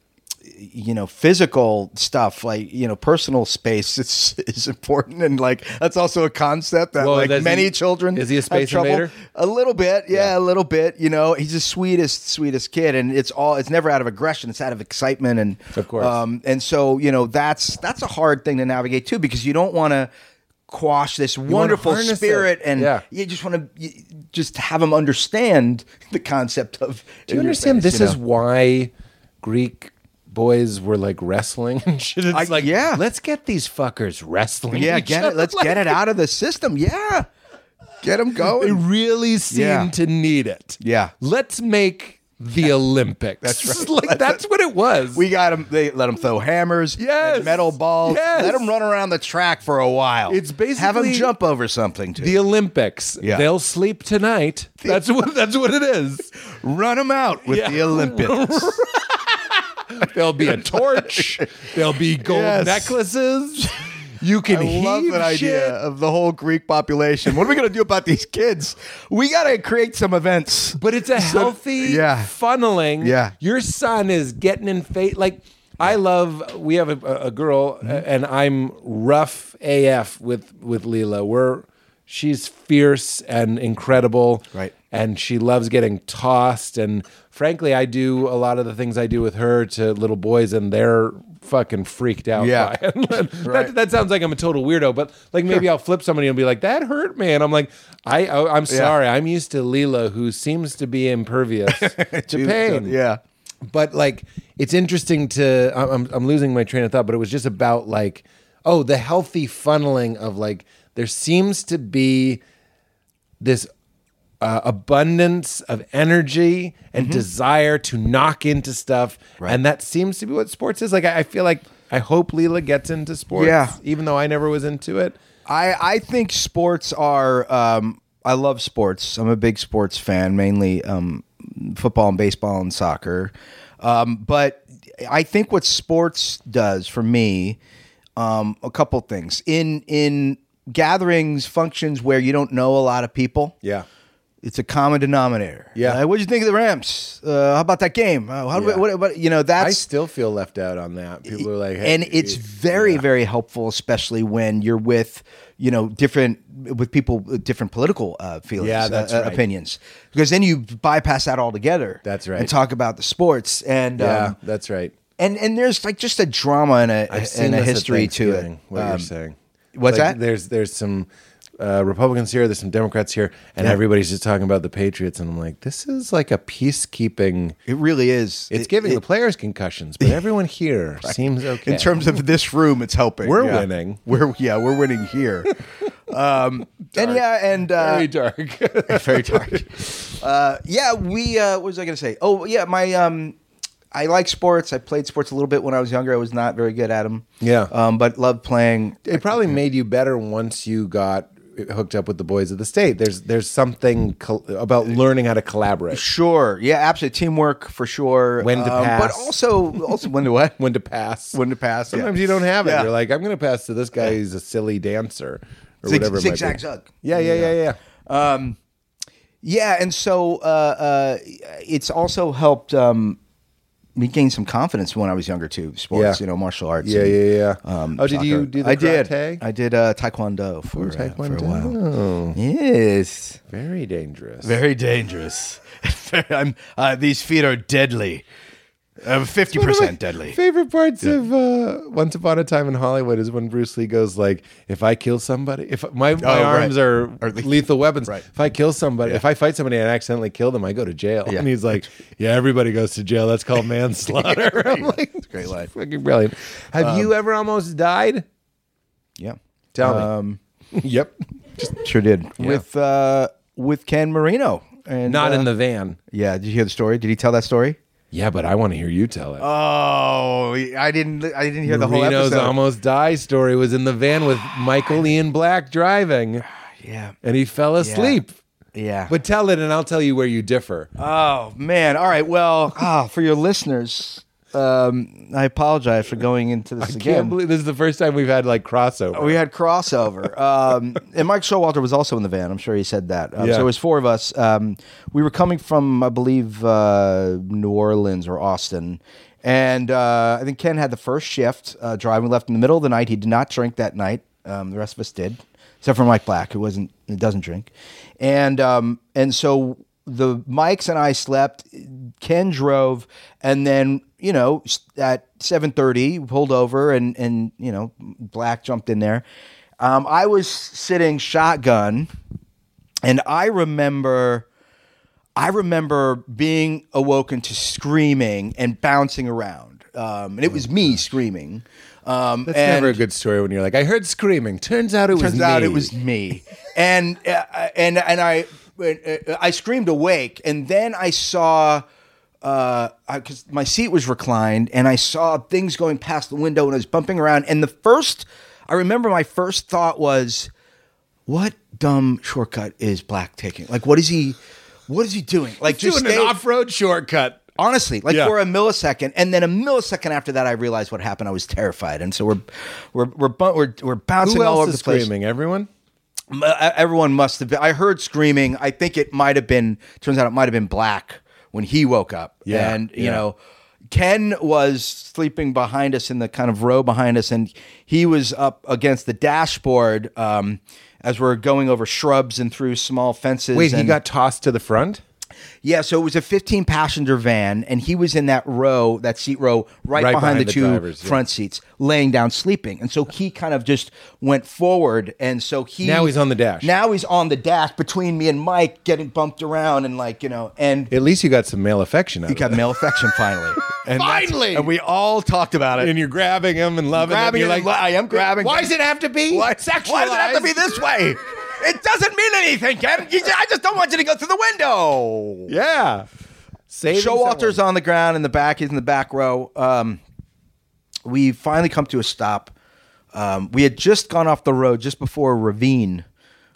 B: you know physical stuff, like you know personal space is is important, and like that's also a concept that
A: Well,
B: like
A: does
B: many
A: he-
B: children
A: is he a
B: have
A: space
B: trouble-
A: invader?
B: a little bit, yeah, a little bit. You know, he's the sweetest, sweetest kid, and it's all it's never out of aggression; it's out of excitement, and
A: Of course.
B: Um, and so you know that's that's a hard thing to navigate too, because you don't want to quash this wonderful
A: harness it.
B: spirit, and
A: Yeah.
B: you just want to just have them understand the concept of.
A: Do you understand this is why Greek boys were like wrestling and shit? It's
B: I-
A: like,
B: yeah.
A: let's get these fuckers wrestling.
B: yeah,
A: each
B: get it.
A: other.
B: Let's get it out of the system. Yeah, get them
A: They
B: going.
A: really seem
B: Yeah.
A: to need it.
B: Yeah.
A: Let's make the Olympics.
B: That's right.
A: like, that's what it was.
B: We got them. They let them throw hammers,
A: Yes.
B: metal balls.
A: Yes.
B: Let them run around the track for a while.
A: It's
B: have them
A: basically-
B: jump over something. Too.
A: the Olympics.
B: Yeah.
A: They'll sleep tonight. That's what that's what it is.
B: run them out with
A: Yeah.
B: the Olympics.
A: There'll be a torch. There'll be gold
B: Yes.
A: necklaces. You can
B: I love
A: heave
B: that idea
A: shit.
B: of the whole Greek population. What are we going to do about these kids? We got to create some events.
A: But it's a healthy
B: yeah.
A: funneling.
B: Yeah.
A: Your son is getting in fate. Like, I love, we have a, a girl,
B: Mm-hmm.
A: a- and I'm rough AF with, with Leela. We're, she's fierce and incredible.
B: Right.
A: And she loves getting tossed. And frankly, I do a lot of the things I do with her to little boys, and they're fucking freaked out.
B: Yeah.
A: by it. that,
B: Right.
A: that sounds like I'm a total weirdo, but like maybe I'll flip somebody and be like, that hurt me. And I'm like, I, I I'm sorry. I'm used to Leela who seems to be impervious to pain.
B: uh, Yeah.
A: But like, it's interesting to, I'm- I'm, I'm losing my train of thought, but it was just about like, oh, the healthy funneling of like, there seems to be this uh, abundance of energy and desire to knock into stuff. And that seems to be what sports is. Like, I, I feel like I hope Leela gets into sports,
B: Yeah.
A: even though I never was into it.
B: I, I think sports are. Um, I love sports. I'm a big sports fan, mainly um, football and baseball and soccer. Um, but I think what sports does for me, um, a couple things in in gatherings, functions where you don't know a lot of people.
A: Yeah.
B: it's a common denominator.
A: Yeah.
B: Uh, what did you think of the Rams? Uh, how about that game? Uh, how do we,
A: Yeah.
B: what, what, you know, that's
A: I still feel left out on that. People are like, hey,
B: and it's very very helpful especially when you're with you know different with people with different political uh, feelings
A: Yeah,
B: uh,
A: that's
B: uh,
A: right.
B: opinions because then you bypass that altogether
A: That's right.
B: and talk about the sports and
A: yeah,
B: um,
A: that's right.
B: and and there's like just a drama and a and a
A: this at
B: history to it
A: Thanksgiving, What you're
B: Um,
A: saying?
B: what's
A: Like,
B: that?
A: There's there's some uh, Republicans here, there's some Democrats here, and everybody's just talking about the Patriots, and I'm like, this is like a peacekeeping.
B: it really is
A: It's
B: It-
A: giving
B: it-
A: the players concussions, but everyone here seems okay.
B: in terms of this room it's helping
A: We're
B: yeah.
A: winning.
B: we're yeah we're winning here um and yeah and uh
A: very dark.
B: very dark. Uh, yeah, we. Uh, what was I going to say? Oh, yeah, my um, I like sports. I played sports a little bit when I was younger. I was not very good at them.
A: Yeah.
B: Um, but loved playing.
A: it probably made you better once you got hooked up with the boys of the state. There's there's something col- about
B: Uh,
A: learning how to collaborate,
B: Sure. Yeah, absolutely. Teamwork for sure. Um,
A: When to
B: But
A: pass.
B: also, also when to what?
A: when to pass,
B: When to pass.
A: Sometimes you don't have it.
B: Yeah.
A: You're like, I'm going to pass to this guy who's a silly dancer or
B: Zig-
A: whatever. it might be.
B: zigzag zug.
A: Yeah, yeah, yeah, yeah.
B: Yeah, and so uh, uh, it's also helped um, me gain some confidence when I was younger too. Sports,
A: Yeah.
B: you know, martial arts.
A: Yeah,
B: and, um,
A: yeah, yeah. oh, did you
B: soccer.
A: do the
B: I did.
A: karate?
B: I did uh, taekwondo for, uh, for a while. Yes,
A: Very dangerous.
B: very dangerous. I'm, uh, these feet are deadly, Uh, fifty percent deadly.
A: Favorite parts of uh, Once Upon a Time in Hollywood is when Bruce Lee goes like, "If I kill somebody, if my, my
B: Oh, right.
A: arms are,
B: Are
A: lethal,
B: lethal.
A: weapons,
B: Right.
A: if I kill somebody, if I fight somebody and I accidentally kill them, I go to jail."
B: Yeah.
A: And he's like, "Yeah, everybody goes to jail. That's called manslaughter." I'm like,
B: Great Um, life.
A: "Fucking brilliant." Have you ever almost died?
B: Yeah, Um,
A: Tell me. yep.
B: sure did with uh, with Ken Marino. And
A: Not
B: uh,
A: in the van.
B: yeah. Did you hear the story? Did he tell that story?
A: Yeah, but I want to hear you tell it.
B: Oh, I didn't. I didn't hear the um, whole
A: Marino's
B: episode.
A: almost die story was in the van with Michael Ian Black driving,
B: yeah,
A: and he fell asleep.
B: yeah.
A: But tell it, and I'll tell you where you differ.
B: oh man, all right. Well, ah, for your listeners, um, I apologize for going into this
A: I can't
B: again.
A: believe this is the first time we've had like crossover.
B: we had crossover, um, and Mike Showalter was also in the van. I'm sure he said that. Um, So it was four of us. Um, we were coming from, I believe, uh, New Orleans or Austin, and uh, I think Ken had the first shift uh, driving. Left in the middle of the night. He did not drink that night. Um, the rest of us did, except for Mike Black, who wasn't, who doesn't drink, and um, and so the Mikes and I slept. Ken drove, and then you know s- at seven thirty pulled over, and and you know Black jumped in there. Um, I was sitting shotgun, and I remember. I remember being awoken to screaming and bouncing around, um, and it was me screaming. Um,
A: Oh, That's
B: and
A: never a good story when you're like, I heard screaming. Turns out it was
B: turns out
A: me."
B: it was me and uh, and and i uh, i screamed awake and then i saw because my seat was reclined and i saw things going past the window and i was bumping around and the first i remember my first thought was what dumb shortcut is black taking like what is he what is he doing like
A: He's doing
B: stay-
A: an off-road shortcut.
B: honestly like
A: Yeah.
B: for a millisecond and then a millisecond after that i realized what happened i was terrified and so we're we're we're bu- we're, we're bouncing
A: Who
B: all
A: else
B: over
A: is
B: the place
A: screaming? Everyone?
B: M- uh, everyone must have been. I heard screaming. I think it might have been. Turns out it might have been black when he woke up.
A: Yeah,
B: and you
A: yeah.
B: know, Ken was sleeping behind us in the kind of row behind us, and he was up against the dashboard um, as we're going over shrubs and through small fences.
A: Wait, he
B: and-
A: got tossed to the front?
B: yeah, so it was a 15 passenger van, and he was in that row, that seat row, right,
A: Right
B: behind,
A: behind
B: the,
A: the
B: two
A: drivers, yeah.
B: front seats, laying down sleeping. And so he kind of just went forward, and so he
A: Now he's on the dash.
B: Now he's on the dash between me and Mike, getting bumped around, and like you know, and
A: At least you got some male affection out
B: he
A: of
B: got male affection finally. And that's-
A: Finally!
B: and we all talked about
A: it.
B: it.
A: And you're grabbing him and loving
B: Grabbing
A: him. You're
B: it and lo- I am grabbing
A: Why
B: him."
A: does it have to be
B: Why,
A: sexualized?
B: why does it have to be this way? It doesn't mean anything, Ken. You ju- I just don't want you to go through the window.
A: Yeah. Saving
B: Showalter's
A: someone.
B: on the ground in the back. He's in the back row. Um, we finally come to a stop. Um, we had just gone off the road just before a ravine.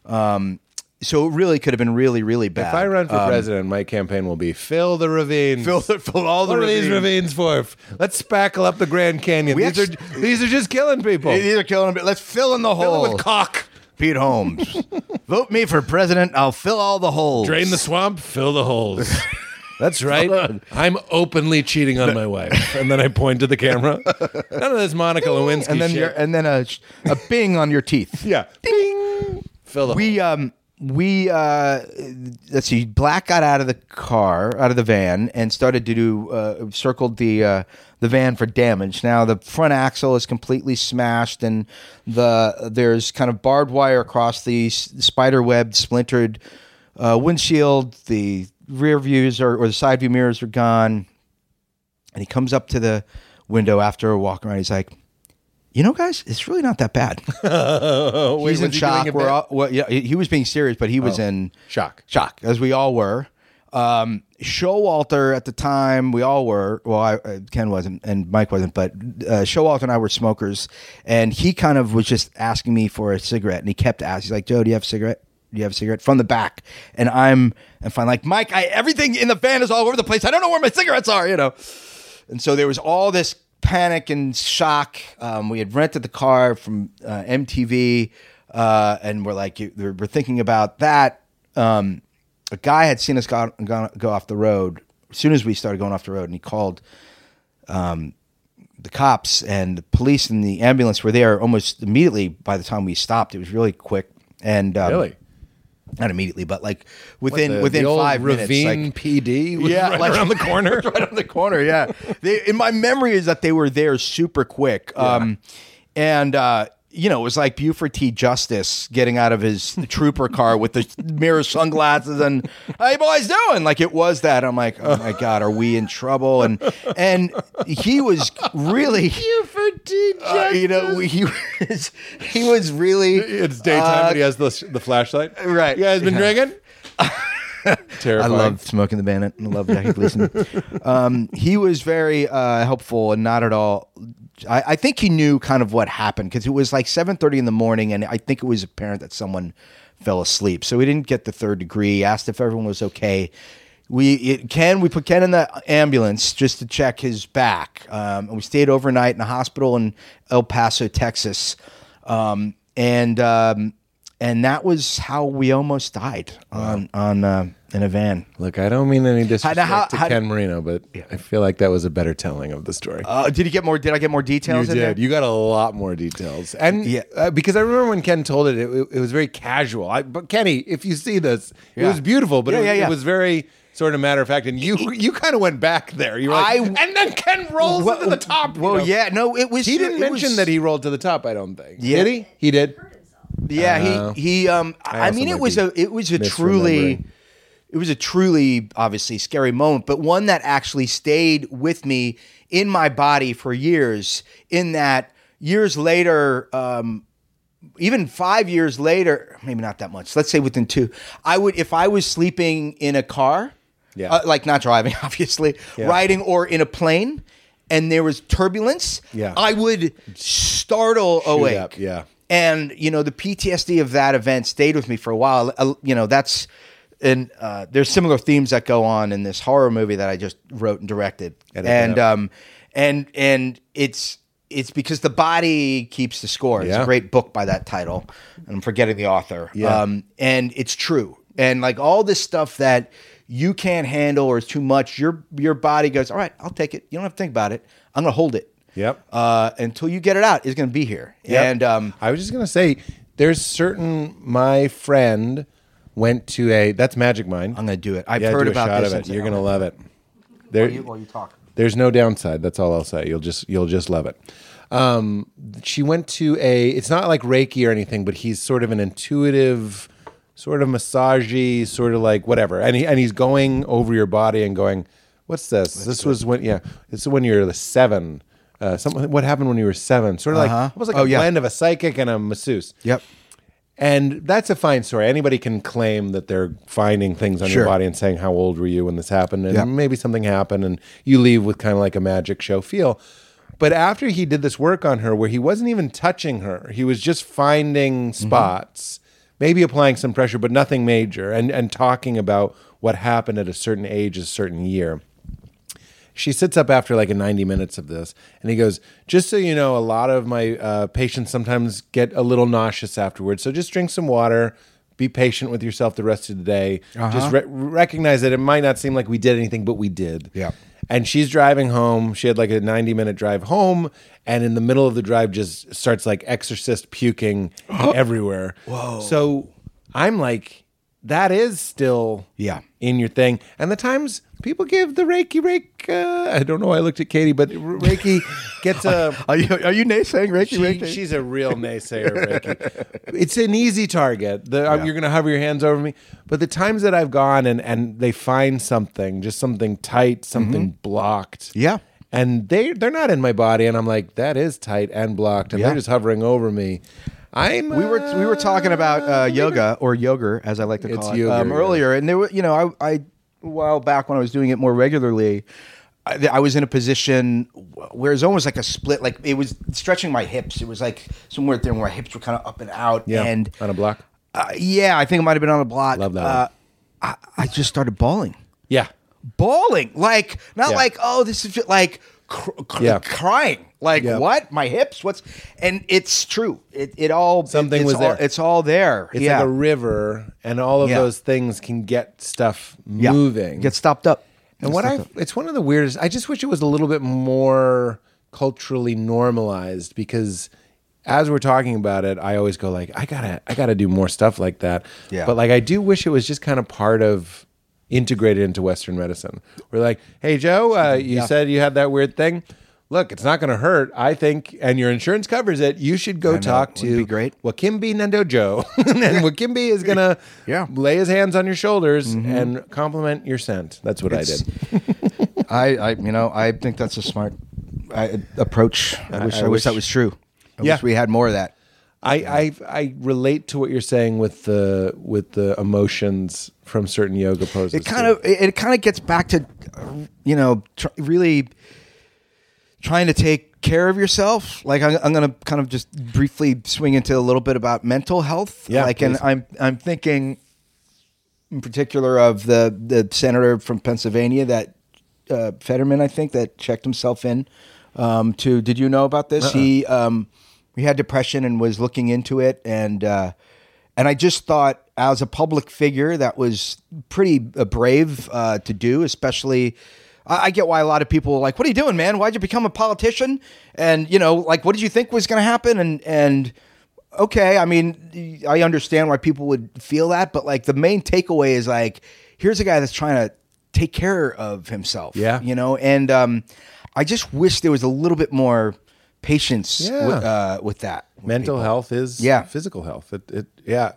B: Um, so it really could have been really, really bad.
A: If I run for president, my campaign will be Um, fill the ravine.
B: fill, fill all the
A: What are
B: ravines.
A: these ravines for? Let's spackle up the Grand Canyon.
B: We
A: These are
B: actu-
A: these are just killing people.
B: These are killing them. Let's fill in the
A: Fill
B: hole.
A: it with cock.
B: Pete Holmes. Vote me for president. I'll fill all the holes.
A: Drain the swamp, fill the holes. That's right. I'm openly cheating on my wife, and then I point to the camera. None of this Monica Lewinsky
B: and then
A: shit.
B: your- uh, and then a, sh- a bing on your teeth.
A: yeah, Bing. fill the.
B: we um we uh let's see black got out of the car out of the van and started to do uh circled the uh the van for damage now the front axle is completely smashed and the there's kind of barbed wire across the s- spider web splintered uh windshield the rear views are, or the side view mirrors are gone and he comes up to the window after a walk around he's like you know guys it's really not that bad
A: hole. Wait,
B: he's in
A: was he doing
B: shock.
A: a
B: We're
A: bit?
B: all, well, yeah, he he was being serious, but he was in
A: Shock.
B: shock as we all were. Um, Showalter at the time, we all were. Well, I, uh, Ken wasn't, and Mike wasn't, but uh, Showalter and I were smokers, and he kind of was just asking me for a cigarette, and he kept asking. He's like, "Joe, do you have a cigarette?" Do you have a cigarette from the back? And I'm and fine, like Mike. I everything in the van is all over the place. I don't know where my cigarettes are, you know. And so there was all this panic and shock. Um, we had rented the car from uh, MTV, uh, and we're like, you- we're we're thinking about that. Um, a guy had seen us go, go, go off the road as soon as we started going off the road, and he called um, the cops and the police and the ambulance were there almost immediately by the time we stopped. It was really quick. And um,
A: Really?
B: not immediately, but like within
A: The-
B: within
A: the old
B: five
A: Ravine
B: minutes, like
A: PD was
B: Yeah,
A: right
B: like-
A: around the corner.
B: right on the corner. Yeah, they, in my memory is that they were there super quick. Um, and uh, you know, it was like Buford T. Justice getting out of his trooper car with the mirror sunglasses and how you boys doing? Like it was that. I'm like, oh my god, are we in trouble? And and he was really.
A: Buford T.
B: uh, you know, he was he was really
A: It's daytime, but he has the, the flashlight.
B: uh, right.
A: You guys been
B: Yeah.
A: drinking?
B: I
A: Terrifying.
B: love smoking the bandit and I love Jackie Gleason. um, he was very uh, helpful and not at all. I, I think he knew kind of what happened because it was like seven thirty in the morning, and I think it was apparent that someone fell asleep. So we didn't get the third degree. Asked if everyone was okay. We it, Ken we put Ken in the ambulance just to check his back. Um, and we stayed overnight in a hospital in El Paso, Texas, um, and. Um, and that was how we almost died on on uh, in a van.
A: Look, I don't mean any disrespect
B: how-
A: to
B: how-
A: Ken Marino, but I feel like that was a better telling of the story.
B: Uh, did you get more? Did I get more
A: you
B: details?
A: did.
B: in There?
A: You got a lot more details, and
B: Yeah.
A: uh, because I remember when Ken told it, it, it was very casual. I, but Kenny, if you see this, it
B: Yeah.
A: was beautiful, but
B: Yeah,
A: it,
B: yeah, yeah.
A: it was very sort of matter of fact. And you, you kind of went back there. You were like,
B: I-
A: and then Ken rolls
B: Well-
A: to the top. you
B: Well,
A: know.
B: yeah, no, it was.
A: He didn't
B: it
A: mention
B: was-
A: that he rolled to the top. I don't think.
B: Yeah.
A: Did he? He did.
B: Yeah, he he. Um, I,
A: also
B: mean, it
A: might
B: was
A: be
B: a it was a truly,
A: misremembering.
B: it was a truly obviously scary moment, but one that actually stayed with me in my body for years. In that years later, um, even five years later, maybe not that much. Let's say within two, I would if I was sleeping in a car,
A: Yeah.
B: uh, like not driving, obviously, riding or in a plane. And there was turbulence.
A: Yeah.
B: I would startle awake.
A: up, yeah.
B: And you know the PTSD of that event stayed with me for a while. Uh, You know that's and uh, there's similar themes that go on in this horror movie that I just wrote and directed. and um and and it's it's because the body keeps the score. It's
A: Yeah.
B: a great book by that title. And I'm forgetting the author. Um and it's true. And like all this stuff that you can't handle or is too much, your your body goes, "All right, I'll take it. You don't have to think about it. I'm going to hold it."
A: Yep.
B: Uh, until you get it out, it's going to be here.
A: Yep.
B: And um,
A: I was just gonna say, there's certain my friend went to a that's Magic Mind.
B: I'm going to do it. I've
A: Yeah,
B: heard
A: do a
B: about
A: shot
B: this.
A: of
B: and- "Oh
A: it. You're gonna love it. There,
E: While you talk.
A: there's no downside. That's all I'll say. You'll just you'll just love it. Um, she went to a. It's not like Reiki or anything, but he's sort of an intuitive, sort of massagey, sort of like whatever. And he and he's going over your body and going, "What's this? this was when yeah. This is when you're seven. Uh, something. What happened when you were seven? Sort of like almost like
B: Oh,
A: a
B: yeah.
A: blend of a psychic and a masseuse.
B: Yep.
A: And that's a fine story. Anybody can claim that they're finding things on
B: Sure.
A: your body and saying, How old were you when this happened? And
B: Yeah.
A: maybe something happened, and you leave with kind of like a magic show feel. But after he did this work on her, where he wasn't even touching her, he was just finding
B: Mm-hmm.
A: spots, maybe applying some pressure, but nothing major, and, and talking about what happened at a certain age, a certain year she sits up after like a 90 minutes of this and he goes just so you know a lot of my uh, patients sometimes get a little nauseous afterwards so just drink some water be patient with yourself the rest of the day
B: Uh-huh.
A: just re- recognize that it might not seem like we did anything but we did
B: Yeah.
A: and she's driving home she had like a 90 minute drive home and in the middle of the drive just starts like exorcist puking everywhere whoa so i'm like that is still
B: Yeah.
A: in your thing. And the times people give the Reiki Reiki. Uh, I don't know. why I looked at Katie, but R- Reiki gets a.
B: Are you are you naysaying Reiki?
A: She, she's a real naysayer, Reiki. It's an easy target. The, um, You're going to hover your hands over me. But the times that I've gone and, and they find something, just something tight, something blocked.
B: Mm-hmm. Yeah.
A: And they, they're not in my body. And I'm like, that is tight and blocked. And they're
B: Yeah.
A: just hovering over me. I'm.
B: we were we were talking about uh, yoga or yoga as I like to
A: It's
B: call it
A: yoga,
B: um,
A: yeah.
B: earlier, and there were you know I I a while back when I was doing it more regularly, I, I was in a position where it was almost like a split. Like it was stretching my hips. It was like somewhere there where my hips were kind of up and out.
A: Yeah.
B: And
A: on a block.
B: uh, yeah, I think it might have been on a block.
A: Love that
B: Uh, I, I just started bawling,
A: Yeah.
B: bawling. Like not
A: Yeah.
B: like oh this is like cr- cr-
A: Yeah.
B: crying. Like
A: Yeah.
B: what? My hips? What's? And it's true. It it all
A: Something
B: it's
A: was
B: all,
A: there.
B: It's all there.
A: It's
B: yeah.
A: like a river, and all of
B: Yeah.
A: those things can get stuff
B: Yeah.
A: moving.
B: Get stopped up.
A: And what I it's one of the weirdest. I just wish it was a little bit more culturally normalized because as we're talking about it, I always go like, I gotta, I gotta do more stuff like that.
B: Yeah.
A: But like, I do wish it was just kind of part of integrated into Western medicine. We're like, hey Joe, uh, you said you had that weird thing. Look, it's not going to hurt. I think, and your insurance covers it. You should go talk
B: Wouldn't
A: to
B: it be great?
A: Wakimbi Nando Joe, and Wakimbi is going to
B: Yeah. Mm-hmm.
A: lay his hands on your shoulders and compliment your scent. That's what I
B: It's-
A: did.
B: I, I, you know, I think that's a smart I, approach. I wish, I, wish that was true. I
A: Yeah.
B: wish we had more of that.
A: I, I I relate to what you're saying with the with the emotions from certain yoga poses.
B: It kind of, it, it kind of gets back to, uh, you know, tr- really trying to take care of yourself. Like I'm, I'm going to kind of just briefly swing into a little bit about mental health.
A: Yeah,
B: like, and
A: please.
B: I'm, I'm thinking in particular of the the senator from Pennsylvania that uh, Fetterman, I think, that checked himself in. Um, to did you know about this? He um, he had depression and was looking into it, and uh, and I just thought as a public figure that was pretty uh, brave uh, to do, especially. I I get why a lot of people are like, "What are you doing, man? Why'd you become a politician?" And you know, like, what did you think was going to happen? And and okay, I mean, I understand why people would feel that, but like the main takeaway is like, here's a guy that's trying to take care of himself.
A: Yeah.
B: You know, and um, I just wish there was a little bit more patience
A: Yeah.
B: with, uh, with that.
A: mental health is
B: Yeah.
A: physical health. It, it yeah,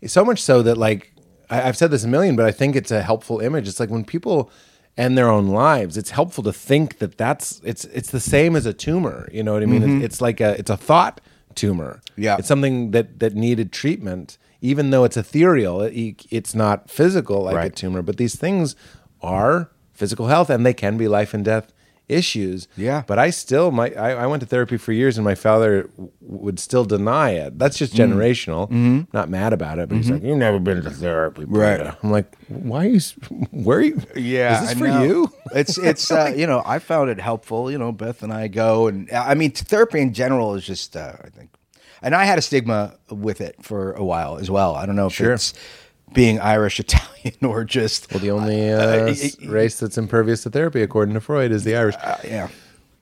A: it's so much so that like I, I've said this a million, but I think it's a helpful image. It's like when people end their own lives, it's helpful to think that that's it's it's the same as a tumor. You know what I mean? It's, it's like a it's a thought tumor.
B: Mm-hmm. Yeah.
A: it's something that that needed treatment, even though it's ethereal. It, e, it's not physical like a
B: Right.
A: tumor, but these things are physical health, and they can be life and death issues
B: Yeah.
A: but I still my I, I went to therapy for years, and my father w- would still deny it. That's just generational. Not mad about it, but he's like, "You've never been to therapy,
B: Right.
A: Peter." I'm like, "Why are you? s- Where are you? is this for you?"
B: it's it's uh, you know I found it helpful. You know, Beth and I go, and I mean therapy in general is just uh, I think, and I had a stigma with it for a while as well. I don't know if it's being Irish, Italian, or just
A: The only uh, s- race that's impervious to therapy, according to Freud, is the Irish.
B: yeah.
A: uh,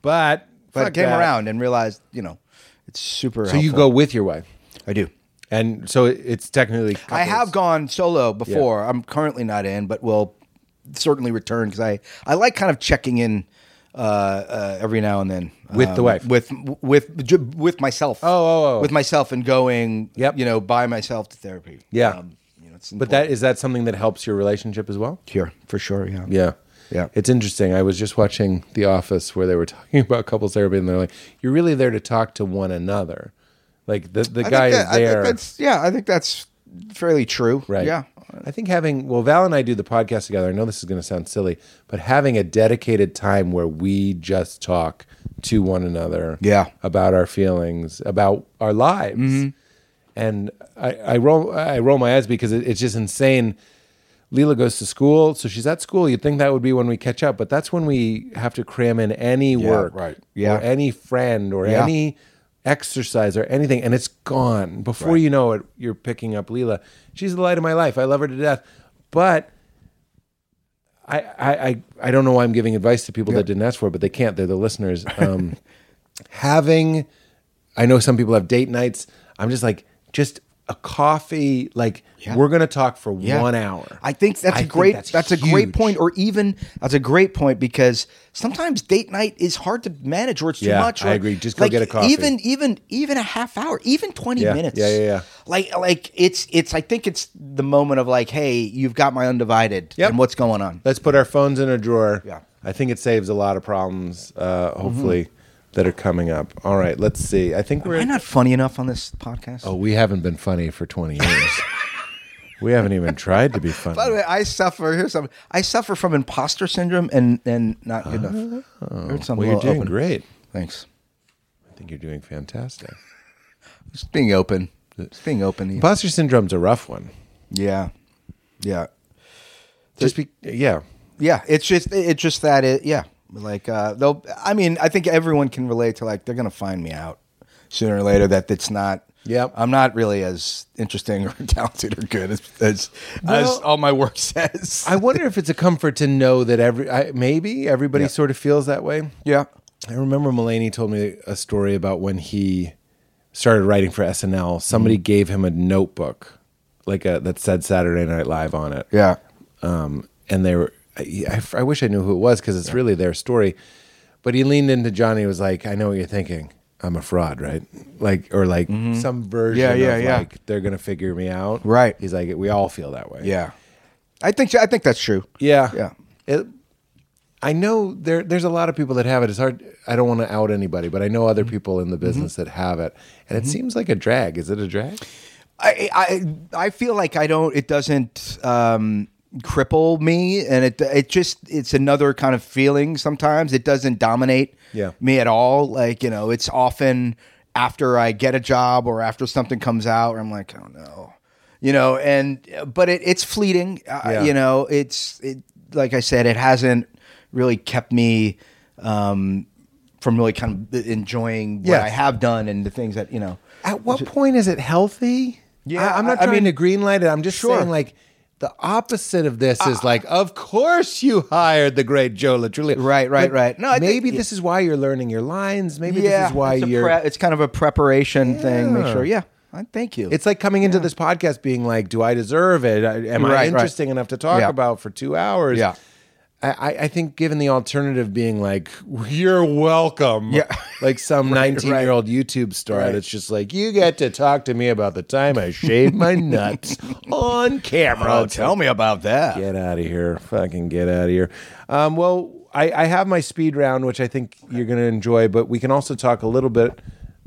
A: But
B: But I
A: fuck
B: came
A: that.
B: around and realized you know it's super.
A: So you go with your wife,
B: I do.
A: and so it- it's technically.
B: I have
A: couples.
B: gone solo before. I'm currently not in, but will certainly return because I, I like kind of checking in uh, uh, every now and then um,
A: With the wife?
B: with with ju- with myself. Oh,
A: oh, oh.
B: with myself and going.
A: Yep.
B: you know, by myself to therapy.
A: Yeah.
B: you know, it's
A: But that is that something that helps your relationship as well.
B: here for sure. Yeah,
A: Yeah.
B: Yeah.
A: It's interesting. I was just watching The Office where they were talking about couples therapy and they're like, you're really there to talk to one another. Like the, the
B: I think
A: guy
B: that-
A: is there.
B: I think that's, yeah, I think that's fairly true.
A: right.
B: Yeah,
A: I think having, well, Val and I do the podcast together. I know this is going to sound silly, but having a dedicated time where we just talk to one another
B: Yeah. Mm-hmm.
A: about our feelings, about our lives. And I, I roll I roll my eyes because it, it's just insane. Leela goes to school, so she's at school. You'd think that would be when we catch up, but that's when we have to cram in any work,
B: right.
A: Or
B: Yeah.
A: any friend, or
B: Yeah.
A: any exercise, or anything, and it's gone before you know it. You're picking up Leela. She's the light of my life. I love her to death, but I I I, I don't know why I'm giving advice to people that didn't ask for it, but they can't. They're the listeners. Um, having I know some people have date nights. I'm just like just a coffee. Like we're gonna talk for
B: Yeah.
A: one hour.
B: I think that's a
A: a
B: great that's, a great point, or even that's a great point because sometimes date night is hard to manage, or it's too
A: Yeah,
B: much. Or,
A: I agree. Just go get a coffee.
B: Even even even a half hour, even twenty
A: Yeah,
B: minutes.
A: yeah, yeah, yeah.
B: Like like it's it's. I think it's the moment of like, hey, you've got my undivided,
A: Yep.
B: and what's going on?
A: Let's put our phones in a drawer.
B: Yeah.
A: I think it saves a lot of problems. Uh, hopefully, that are coming up. All right, let's see. I think
B: Am I
A: we're.
B: not funny enough on this podcast?
A: Oh, we haven't been funny for 20 years. We haven't even tried to be funny.
B: By the way, I suffer. Here's something. I suffer from imposter syndrome and and not good enough. Here's something
A: Oh.
B: a
A: well, you're
B: little
A: doing
B: open.
A: great.
B: Thanks.
A: I think you're doing fantastic.
B: Just being open. Just being open.
A: Imposter syndrome's a rough one.
B: yeah, yeah,
A: Just be, yeah.
B: yeah. It's just it's just that it. Yeah, like uh, they'll. I mean, I think everyone can relate to like they're gonna find me out sooner or later. That it's not.
A: Yep.
B: I'm not really as interesting or talented or good as as, as all my work says.
A: I wonder if it's a comfort to know that every I, maybe everybody
B: Yeah.
A: sort of feels that way.
B: yeah.
A: I remember Mulaney told me a story about when he started writing for SNL. Somebody
B: Mm-hmm.
A: gave him a notebook, like a that said Saturday Night Live on it.
B: Yeah.
A: um, and they were. I, I- I wish I knew who it was because it's really their story. But he leaned into Johnny. and Was like, I know what you're thinking. I'm a fraud, right? Like, or like some version.
B: Mm-hmm. Yeah, yeah,
A: of
B: yeah.
A: Like they're gonna figure me out,
B: Right.
A: He's like, we all feel that way.
B: Yeah. I think I think that's true.
A: yeah,
B: Yeah.
A: It, I know there. There's a lot of people that have it. It's hard. I don't want to out anybody, but I know other people in the business that have it, and it seems like a drag. Is it a drag?
B: I I I feel like I don't. It doesn't um, cripple me, and it it just it's another kind of feeling. Sometimes it doesn't dominate
A: Yeah.
B: me at all. Like you know, it's often after I get a job or after something comes out, I'm like, oh no, you know. And but it it's fleeting.
A: Yeah.
B: Uh, you know, it's it like I said, it hasn't really kept me. Um, from really kind of enjoying what
A: Yes.
B: I have done and the things that you know.
A: At what point is it healthy?
B: Yeah,
A: I, am not
B: I- I
A: trying
B: mean-
A: to green light it. I'm just
B: Sure.
A: saying, like, the opposite of this is like, of course you hired the great Joe LaTrulia.
B: Right, right,
A: But
B: right. No, I think-
A: maybe this is why you're learning your lines. Maybe this is why
B: it's a
A: you're.
B: pre- it's kind of a preparation thing. Make
A: Yeah.
B: sure, yeah. I, thank you.
A: it's like coming into this podcast being like, do I deserve it? I- Am
B: Right,
A: I
B: right.
A: interesting enough to talk
B: Yeah.
A: about for two hours?
B: Yeah.
A: I, I- I think given the alternative being like, you're welcome.
B: Yeah.
A: Like some 19 year old YouTube star that's just like, you get to talk to me about the time I shaved my nuts on camera. It's like,
B: Oh, me about that.
A: Get out of here. Fucking get out of here. Um, well, I, I have my speed round, which I think you're going to enjoy, but we can also talk a little bit.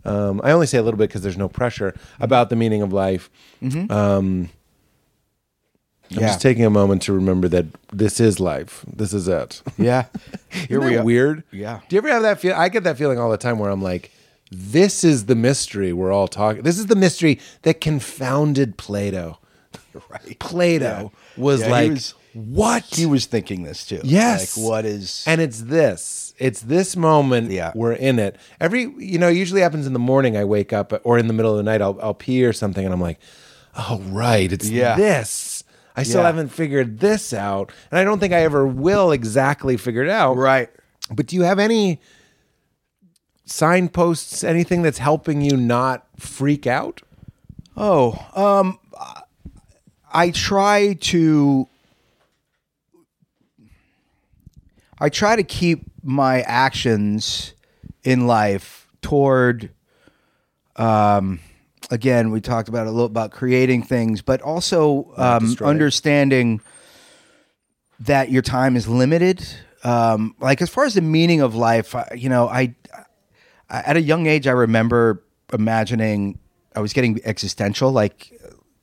A: Um, I only say a little bit because there's no pressure about the meaning of life. Um, I'm
B: Yeah.
A: just taking a moment to remember that this is life. This is it.
B: yeah. Here
A: Isn't
B: we
A: that
B: are.
A: weird?
B: Yeah.
A: Do you ever have that feel? I get that feeling all the time where I'm like, this is the mystery we're all talking. This is the mystery that confounded Plato. Right. Plato was
B: Yeah, he
A: like,
B: was-
A: what?
B: He was thinking this too.
A: Yes.
B: Like, what is?
A: and it's this. It's this moment.
B: Yeah.
A: We're in it. Every you know, it usually happens in the morning. I wake up or in the middle of the night. I'll I'll pee or something, and I'm like, oh right, it's
B: Yeah.
A: this. I still
B: Yeah.
A: haven't figured this out, and I don't think I ever will exactly figure it out.
B: right.
A: But do you have any signposts? Anything that's helping you not freak out?
B: Oh, um, I- I try to. I try to keep my actions in life toward. Um, again, we talked about a little about creating things, but also um, understanding that your time is limited. Um, like as far as the meaning of life, I- you know, I I- at a young age, I remember imagining I was getting existential, like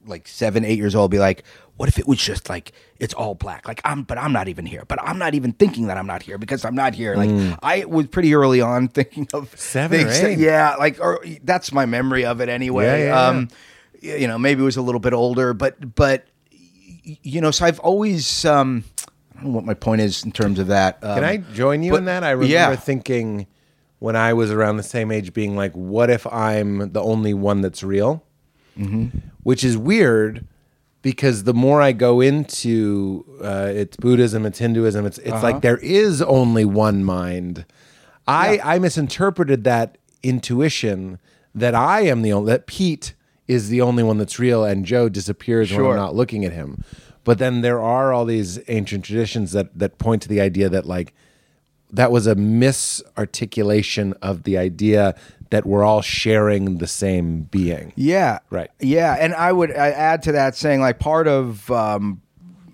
B: like seven, eight years old. Be like, what if it was just like it's all black? Like I'm, but I'm not even here. But I'm not even thinking that I'm not here because I'm not here. Like
A: Mm.
B: I was pretty early on thinking of
A: Seven or
B: things that-
A: eight.
B: yeah. Like or that's my memory of it anyway.
A: Yeah, yeah,
B: um, y- you know, maybe it was a little bit older, but but y- you know, so I've always. Um, I don't know what my point is in terms of that. Um,
A: Can I join you
B: but-
A: in that? I remember
B: yeah.
A: thinking when I was around the same age, being like, "What if I'm the only one that's real?" Which is weird because the more I go into uh, it's Buddhism, it's Hinduism, it's it's like there is only one mind. I I misinterpreted that intuition that I am the only that Pete is the only one that's real, and Joe disappears when I'm
B: Sure.
A: not looking at him. But then there are all these ancient traditions that that point to the idea that like that was a misarticulation of the idea that we're all sharing the same being.
B: Yeah.
A: Right.
B: Yeah, and I would I add to that saying like part of um,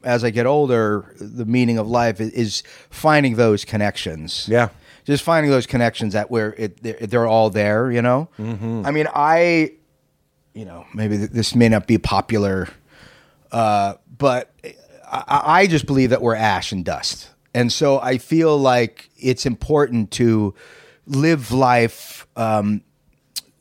B: as I get older, the meaning of life is, is finding those connections.
A: Yeah.
B: Just finding those connections that where it they're, they're all there, you know. I mean, I, you know, maybe th- this may not be popular Uh, but I, I just believe that we're ash and dust. And so I feel like it's important to live life um,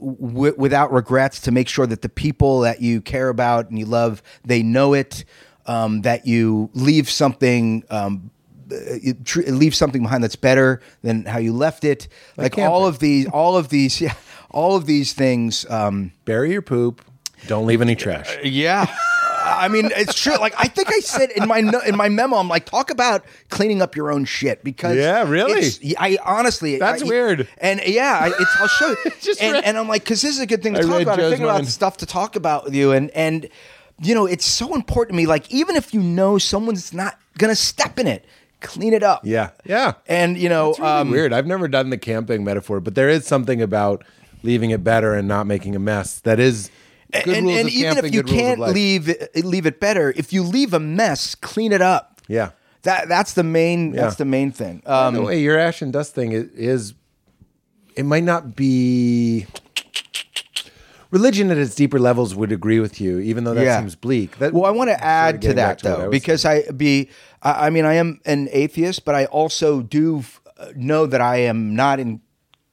B: w- without regrets to make sure that the people that you care about and you love, they know it, um, that you leave something. Um, uh, tr- leave something behind that's better than how you left it. Like, all of these, all of these, yeah, all of these things. Um,
A: Bury your poop. Don't leave any trash.
B: yeah. I mean, it's true. Like I think I said in my no- in my memo, I'm like, talk about cleaning up your own shit because
A: Yeah, really?
B: it's- I honestly
A: That's
B: I-
A: weird.
B: And yeah, I, it's, I'll show you.
A: Just
B: and,
A: read-
B: and I'm like, because this is a good thing to
A: I
B: talk
A: read
B: about. I
A: Joe's
B: think about
A: mind.
B: stuff to talk about with you, and and you know, it's so important to me. Like even if you know someone's not gonna step in it, clean it up.
A: Yeah. Yeah.
B: And you know,
A: It's really
B: um,
A: weird. I've never done the camping metaphor, but there is something about leaving it better and not making a mess. That is good
B: and,
A: rules
B: and
A: of
B: even
A: camping,
B: if you
A: good rules of
B: can't
A: life.
B: leave leave it better, if you leave a mess, clean it up.
A: Yeah.
B: That that's the main
A: Yeah.
B: that's the main thing.
A: By the
B: Um,
A: way, your ash and dust thing is, is it might not be religion at its deeper levels would agree with you, even though that
B: Yeah.
A: seems bleak. That,
B: well, I want
A: sort
B: to
A: of
B: add to
A: getting back
B: that
A: what
B: though,
A: was-
B: because I be I, I mean I am an atheist, but I also do f- uh, know that I am not in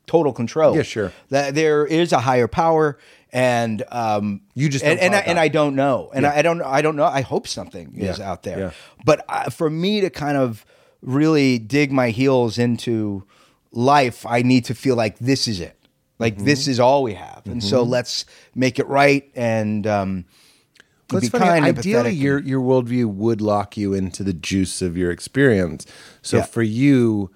B: total control.
A: Yeah, sure.
B: That there is a higher power, and um,
A: You just
B: and
A: don't
B: and I,
A: call it
B: and
A: that.
B: I don't know, and I, I don't I don't know. I hope something is
A: Yeah,
B: out there,
A: yeah.
B: but I, for me to kind of really dig my heels into life, I need to feel like this is it. Like
A: Mm-hmm.
B: this is all we have, and so let's make it right and um,
A: Well, it's
B: be kind,
A: Ideally,
B: empathetic,
A: your your worldview would lock you into the juice of your experience. So
B: Yeah.
A: for you,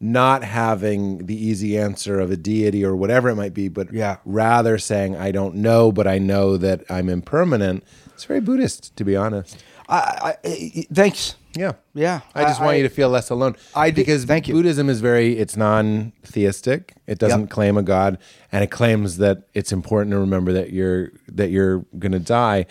A: not having the easy answer of a deity or whatever it might be, but
B: Yeah.
A: rather saying I don't know, but I know that I'm impermanent. It's very Buddhist, to be honest.
B: I, I, I- thanks.
A: Yeah,
B: Yeah.
A: I just
B: I-
A: want
B: I-
A: you to feel less alone.
B: I do-
A: because
B: thank you.
A: Buddhism is very it's non-theistic. It doesn't
B: Yep.
A: claim a god, and it claims that it's important to remember that you're that you're going to die.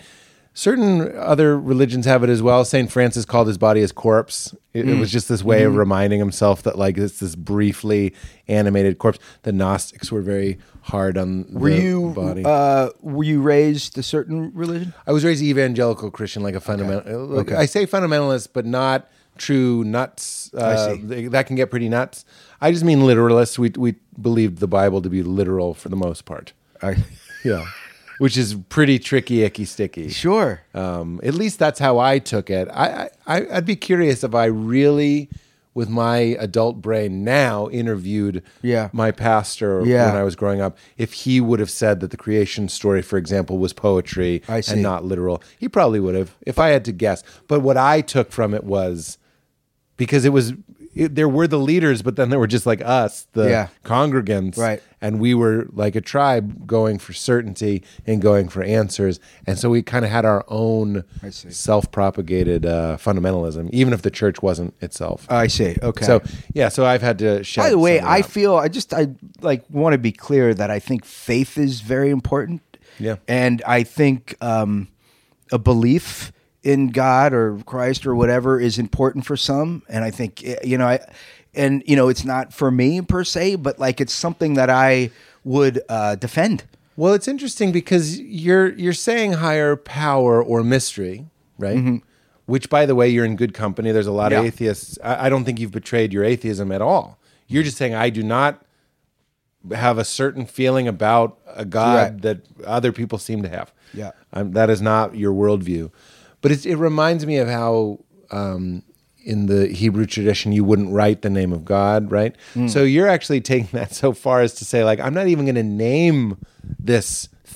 A: Certain other religions have it as well. Saint Francis called his body his corpse. It,
B: Mm.
A: it was just this way
B: Mm-hmm.
A: of reminding himself that like it's this briefly animated corpse. The Gnostics were very hard on
B: Were
A: the
B: you
A: body.
B: uh, were you raised a certain religion?
A: I was raised evangelical Christian, like a fundamental. like, I say fundamentalist, but not true nuts. Uh,
B: see.
A: th- That can get pretty nuts. I just mean literalist. We we believed the Bible to be literal for the most part. yeah, which is pretty tricky, icky, sticky.
B: Sure.
A: Um, at least that's how I took it. I, I I'd be curious if I really, with my adult brain now, interviewed
B: Yeah.
A: my pastor
B: Yeah.
A: when I was growing up, if he would have said that the creation story, for example, was poetry
B: I see.
A: and not literal, he probably would have. If I had to guess, but what I took from it was because it was. It, there were the leaders, but then there were just like us, the
B: Yeah.
A: congregants,
B: Right.
A: and we were like a tribe going for certainty and going for answers and so we kind of had our own self-propagated uh, fundamentalism even if the church wasn't itself
B: I see. Uh, Okay.
A: so yeah so i've had to shed
B: by the way,
A: some of
B: I
A: that.
B: feel I just I like want to be clear that I think faith is very important.
A: Yeah.
B: And I think um, a belief in God or Christ or whatever is important for some, and I think eh, you know I, and you know it's not for me per se, but like it's something that I would uh, defend.
A: well it's interesting because you're you're saying higher power or mystery right which by the way you're in good company there's a lot of
B: Mm-hmm. Yeah.
A: atheists I, I don't think you've betrayed your atheism at all you're just saying i do not have a certain feeling about a god
B: Right.
A: that other people seem to have.
B: Yeah.
A: um, that is not your worldview. But it's, it reminds me of how um, in the Hebrew tradition you wouldn't write the name of God, right?
B: Hmm.
A: So you're actually taking that so far as to say, like, I'm not even going to name this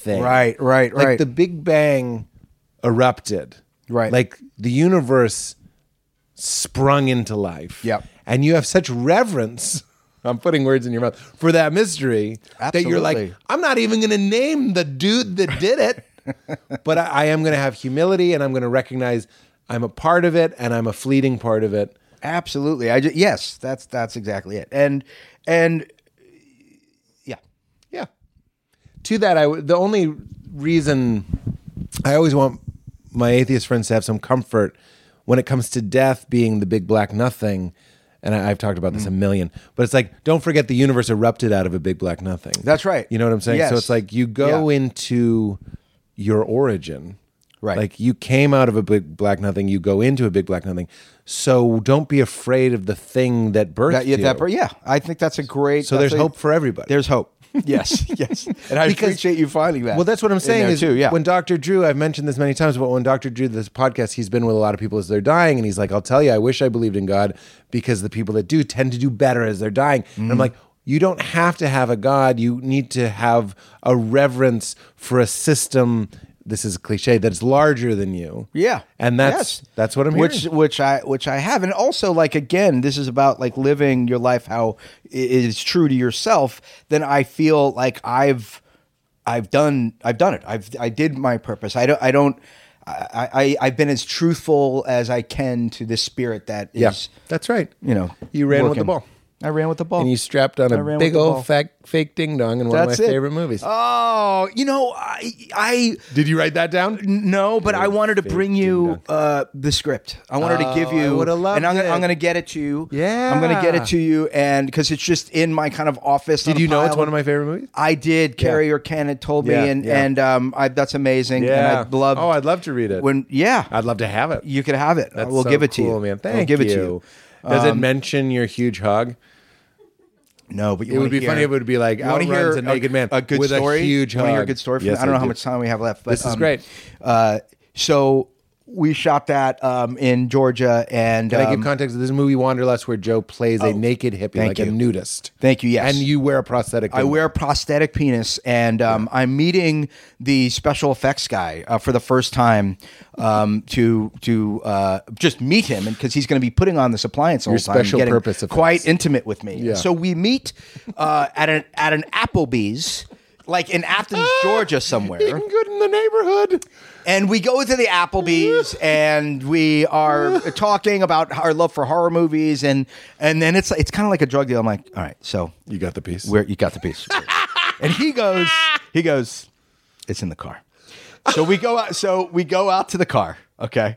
A: thing.
B: Right, right,
A: Like
B: right.
A: the Big Bang erupted.
B: Right.
A: Like the universe sprung into life.
B: Yep.
A: And you have such reverence. I'm putting words in your mouth for that mystery that you're like,
B: Absolutely.
A: I'm not even going to name the dude that did it, but I, I am going to have humility and I'm going to recognize I'm a part of it and I'm a fleeting part of it.
B: Absolutely. I just, yes, that's that's exactly it. And and yeah.
A: Yeah. To that, I w- the only reason I always want my atheist friends to have some comfort when it comes to death being the big black nothing. And I, I've talked about this a
C: Mm.
A: million, but it's like don't forget the universe erupted out of a big black nothing.
B: That's right.
A: You know what I'm saying? So
B: Yes.
A: it's like you go
B: Yeah.
A: into your origin
C: Right.
A: Like you came out of a big black nothing, you go into a big black nothing. So don't be afraid of the thing that birthed
C: That, yeah,
A: you.
C: that, yeah, I think that's a great.
A: so
C: that's
A: there's
C: a-
A: hope for everybody.
C: There's hope. Yes, yes. And I
A: Because-
C: appreciate you finding that.
A: Well, that's what I'm
C: in
A: saying
C: there
A: is
C: too. Yeah.
A: when Dr. Drew, I've mentioned this many times, but when Dr. Drew, this podcast, he's been with a lot of people as they're dying. And he's like, I'll tell you, I wish I believed in God because the people that do tend to do better as they're dying. And
C: Mm.
A: I'm like, you don't have to have a God. You need to have a reverence for a system. This is cliche that's larger than you.
C: Yeah,
A: And that's,
C: Yes.
A: that's what I'm
C: which
A: hearing.
C: which I which I have, and also like again, this is about like living your life how it is true to yourself. Then I feel like I've I've done I've done it. I've I did my purpose. I don't I don't I, I I've been as truthful as I can to this spirit that is
A: Yeah, that's right.
C: you know
A: you ran with the
C: working.
A: ball.
C: I ran with the ball
A: And you strapped on
C: I
A: a
C: ran with
A: big
C: the
A: old
C: ball.
A: fat, fake ding dong in one
C: That's
A: of my
C: it.
A: favorite movies.
C: Oh, you know I I
A: Did you write that down?
C: No, but I wanted to bring you
A: ding
C: uh, the script. I wanted to give
A: Oh, I
C: you.
A: would've loved
C: and I'm gonna,
A: it.
C: I'm gonna get it to you. I'm gonna get
A: Yeah.
C: it to you, and because it's just in my kind of office.
A: Did you know it's one of my favorite movies?
C: I did. Carrie or Ken had told
A: Yeah,
C: me, and
A: yeah.
C: and um, I, that's amazing.
A: Yeah.
C: And I love.
A: Oh, I'd love to read it.
C: When yeah,
A: I'd love to have it.
C: you could have it.
A: That's
C: we'll
A: so
C: give it to
A: cool,
C: you,
A: man. Thank
C: we'll give it to you. Um,
A: Does it mention your huge hog?
C: No, but you
A: It
C: wanna
A: would be
C: hear-
A: funny if it would be like
C: you wanna
A: outruns
C: hear
A: a naked man
C: a good
A: with a
C: story.
A: huge
C: You wanna hear a
A: hog.
C: good story. From
A: Yes,
C: I don't
A: I
C: know how
A: do.
C: much time we have left. But,
A: This is great.
C: Uh, so we shot that
A: uh,
C: um, in Georgia, and
A: Can I give
C: um,
A: context? This movie Wanderlust, where Joe plays a naked hippie,
C: Oh,
A: like
C: thank
A: a
C: you.
A: nudist.
C: Thank you, yes.
A: And you wear a prosthetic.
C: I
A: thing.
C: wear a prosthetic penis, and um, I'm meeting the special effects guy uh, for the first time um, to to uh, just meet him, because he's going to be putting on this appliance the whole time,
A: special
C: getting
A: purpose effects.
C: quite intimate with me. So we meet uh, at an at an Applebee's, like in Athens, Georgia, somewhere
A: Eating good in the neighborhood.
C: and we go to the Applebee's and we are talking about our love for horror movies and and then it's it's kind of like a drug deal. I'm like, all right, so
A: You got the piece.
C: where you got the piece, and he goes, he goes, it's in the car. So we go out. So we go out to the car. Okay,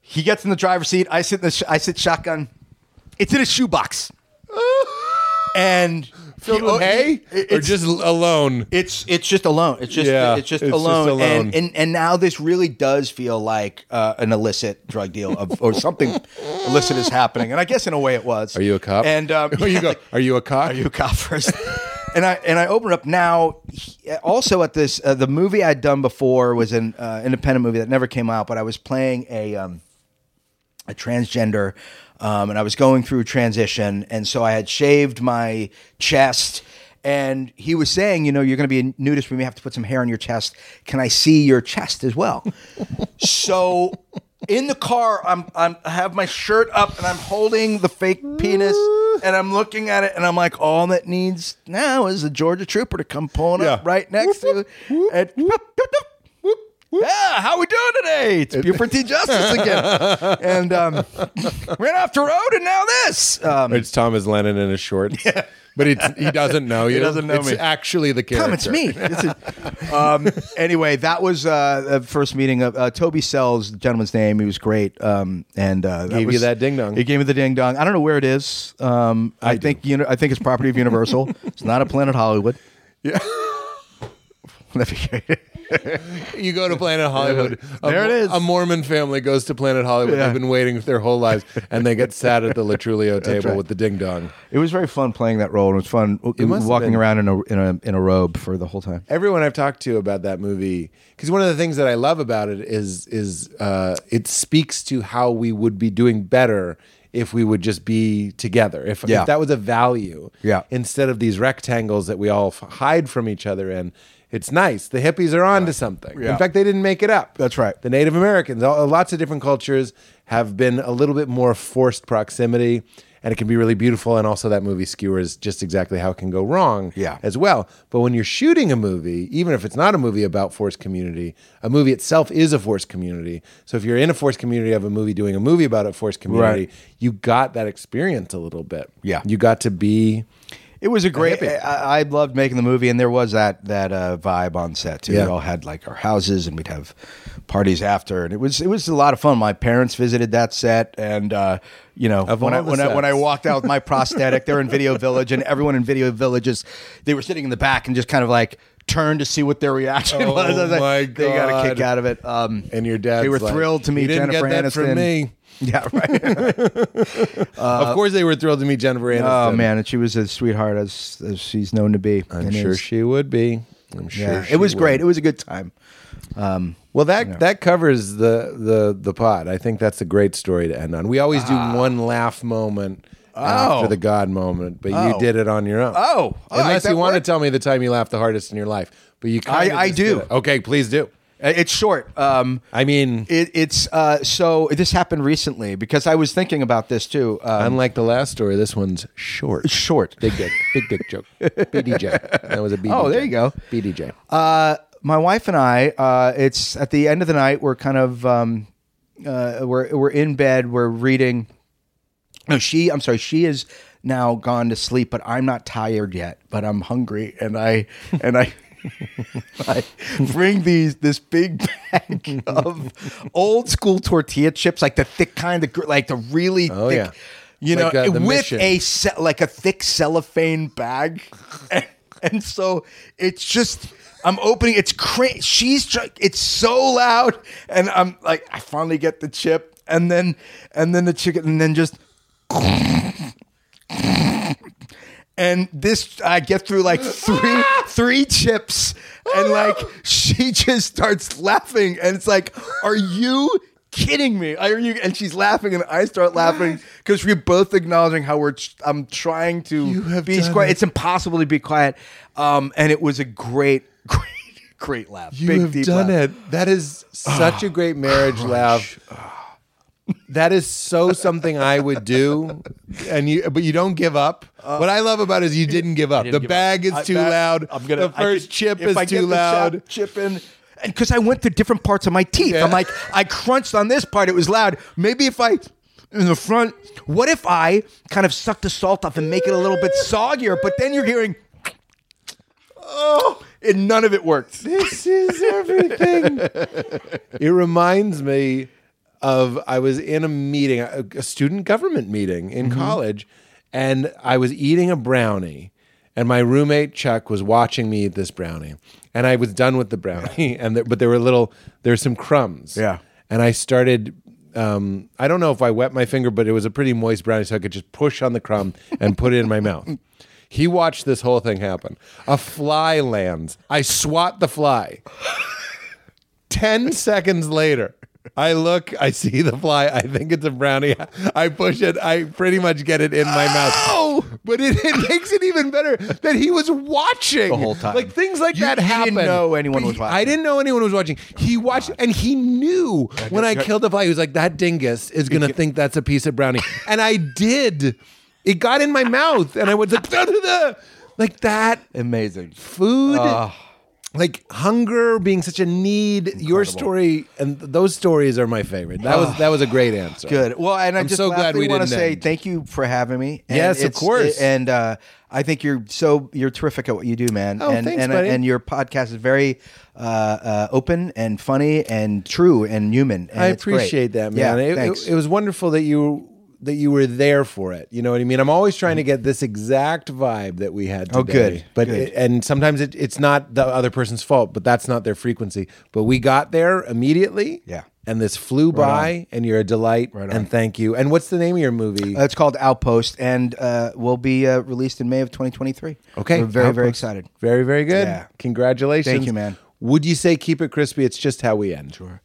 C: he gets in the driver's seat. I sit in the sh- I sit shotgun. It's in a shoebox, and
A: Filled with
C: oh,
A: hay
C: it-
A: or
C: it's-
A: just alone?
C: it's it's just alone. It's just
A: Yeah,
C: it's just
A: it's just
C: alone.
A: alone.
C: And, and and now this really does feel like uh, an illicit drug deal of or something illicit is happening. And I guess in a way it was.
A: Are you a cop?
C: And um,
A: Or you go, are you a cop?
C: Are you a cop first? and I and I open up now. he- Also at this uh, the movie I'd done before was an uh, independent movie that never came out, but I was playing a. Um, a transgender um, and I was going through transition. And so I had shaved my chest. And he was saying, you know, you're going to be a nudist. We may have to put some hair on your chest. Can I see your chest as well? so in the car, I'm, I'm, I have my shirt up and I'm holding the fake penis and I'm looking at it and I'm like, all that needs now is a Georgia trooper to come pulling
A: Yeah.
C: up right next to it. And- Yeah, how we doing today? It's Buford T. Justice again. and um, ran off the road and now this. Um,
A: It's Thomas Lennon in his shorts. But it's, he doesn't know you. He
C: doesn't know
A: it's
C: me.
A: actually the character.
C: Come, it's me. It's a- um, anyway, that was uh, the first meeting of uh, Toby Sells, the gentleman's name. He was great. Um, and uh, that
A: Gave you
C: was-
A: that ding dong.
C: He gave me the ding dong. I don't know where it is. Um, I, think uni- I think it's property of Universal. it's not at Planet Hollywood. Yeah. That'd be great.
A: You go to Planet Hollywood. A-
C: There it is.
A: A Mormon family goes to Planet Hollywood.
C: Yeah.
A: They've been waiting their whole lives, and they get sat at the Latrulio table with the ding dong.
C: It was very fun playing that role. It was fun
A: must have
C: walking
A: been.
C: around in a, in a in a robe for the whole time.
A: Everyone I've talked to about that movie, because one of the things that I love about it is is uh, it speaks to how we would be doing better if we would just be together. If,
C: Yeah.
A: if that was a value,
C: Yeah.
A: Instead of these rectangles that we all f- hide from each other in. It's nice. The hippies are onto something.
C: Yeah.
A: In fact, they didn't make it up.
C: That's right.
A: The Native Americans, all, lots of different cultures have been a little bit more forced proximity, and it can be really beautiful. And also, that movie skewers just exactly how it can go wrong
C: Yeah.
A: as well. But when you're shooting a movie, even if it's not a movie about forced community, a movie itself is a forced community. So if you're in a forced community of a movie doing a movie about a forced community,
C: Right.
A: you got that experience a little bit.
C: Yeah.
A: You got to be
C: It was a great. I, I loved making the movie, and there was that that uh, vibe on set too.
A: Yeah.
C: We all had like our houses, and we'd have parties after, and it was it was a lot of fun. My parents visited that set, and uh, you know
A: Of
C: when
A: all
C: I
A: the
C: when, I when I
A: sets.
C: walked out with my prosthetic, they're in Video Village, and everyone in Video Villages, they were sitting in the back and just kind of like.
B: turned to see what their reaction
A: Oh
B: was. I was like,
A: my
B: They got a kick
A: God.
B: out of it. Um,
A: And your dad's
B: They were
A: like,
B: thrilled to
A: "You
B: meet
A: didn't
B: Jennifer
A: get that
B: Aniston.
A: From me. Uh,
B: Yeah, right.
A: of course, they were thrilled to meet Jennifer Aniston.
B: oh man, and she was a sweetheart as, as she's known to be.
A: I'm
B: and
A: sure
B: is.
A: she would be. I'm sure
B: Yeah,
A: she
B: it was
A: would.
B: great. It was a good time.
A: Well, that that covers the the the pot. I think that's a great story to end on. We always
B: Ah.
A: do one laugh moment after the God moment, but you
B: Oh.
A: did it on your own.
B: Oh. All right,
A: unless
B: that
A: you want to
B: worked.
A: tell me the time you laughed the hardest in your life, but you kind
B: I- I do.
A: Okay, please do.
B: Uh, It's short. Um,
A: I mean,
B: it, it's uh, so this happened recently because I was thinking about this too. Um,
A: unlike the last story, this one's short.
B: short.
A: Big dick, big dick joke. BDJ. That was a BDJ.
B: Oh, there you go.
A: BDJ.
B: Uh, my wife and I, uh, it's at the end of the night. We're kind of um, uh, we're we're in bed. We're reading. No, she. I'm sorry. She is now gone to sleep, but I'm not tired yet. But I'm hungry, and I and I. I bring these this big bag of old school tortilla chips, like the thick kind, the gr- like the really
A: Oh,
B: thick,
A: yeah.
B: you know,
A: Like, uh, the
B: with
A: Mission.
B: a ce- like a thick cellophane bag, and, and so it's just I'm opening. It's cra- she's tr- it's so loud, and I'm like I finally get the chip, and then and then the chicken, and then just. And this, I get through like three, three chips, and like she just starts laughing, and it's like, "Are you kidding me? Are you?" And she's laughing, and I start laughing because we're both acknowledging how we're. tr- I'm trying to be quiet. It's impossible to be quiet, um, and it was a great, great, great laugh.
A: You
B: Big,
A: have
B: deep
A: done
B: laugh. Oh,
A: it. That is such a great marriage laugh. That is so something I would do, and you. But you don't give up. what I love about it is you didn't give up. The
B: give
A: bag
B: Uh, I-
A: is too
B: that-
A: loud.
B: I'm gonna.
A: The
B: I
A: first
B: could-
A: chip
B: if
A: is
B: I get
A: too
B: the
A: loud.
B: chop- Chip in. And because I went through different parts of my teeth,
A: Yeah.
B: I'm like, I crunched on this part; it was loud. Maybe if I in the front, what if I kind of suck the salt off and make it a little bit soggier? But then you're hearing, oh, and none of it worked.
A: this is everything. it reminds me of I was in a meeting, a, a student government meeting in college, and I was eating a brownie, and my roommate Chuck was watching me eat this brownie, and I was done with the brownie, and there, but there were little, there were some crumbs,
B: Yeah.
A: and I started. Um, I don't know if I wet my finger, but it was a pretty moist brownie, so I could just push on the crumb and put it in my mouth. He watched this whole thing happen. A fly lands. I swat the fly. 10 seconds later, I look, I see the fly. I think it's a brownie. I push it. I pretty much get it in my mouth. Oh! But it, it makes it even better that he was watching the
B: whole time.
A: Like things like
B: You-
A: that
B: you didn't
A: happen.
B: know anyone was
A: I
B: watching.
A: didn't know anyone was watching. He watched and he knew when I killed the fly. He was like, that dingus is going to think that's a piece of brownie. And I did. It got in my mouth and I was like, "Da, da, da." like that
B: Amazing. Ah.
A: food like hunger being such a need your story and th- those stories are my favorite that was that was a great answer
B: Good. Well, and I
A: I'm
B: just
A: so glad we
B: want to
A: didn't
B: say
A: end.
B: thank you for having me. And
A: Yes, of
B: it's-
A: course.
B: and uh, I think you're so you're terrific at what you do, man.
A: Oh,
B: and,
A: thanks,
B: and,
A: buddy.
B: and your podcast is very uh, uh, open and funny and true and human. And
A: i
B: it's great.
A: appreciate that man
B: Yeah,
A: It-
B: thanks.
A: it, it was wonderful that you that you were there for it you know what i mean i'm always trying to get this exact vibe that we had today
B: Oh, good.
A: but
B: Good.
A: It, and sometimes it, it's not the other person's fault but that's not their frequency but we got there immediately
B: Yeah.
A: and this flew by and you're a delight and thank you and what's the name of your movie
B: Uh, it's called Outpost, and uh, will be uh, released in May of 2023.
A: Okay,
B: we're very very
A: Outpost.
B: excited.
A: Very, very good.
B: Yeah.
A: Congratulations.
B: Thank you, man.
A: Would you say keep it crispy? It's just how we end. Sure.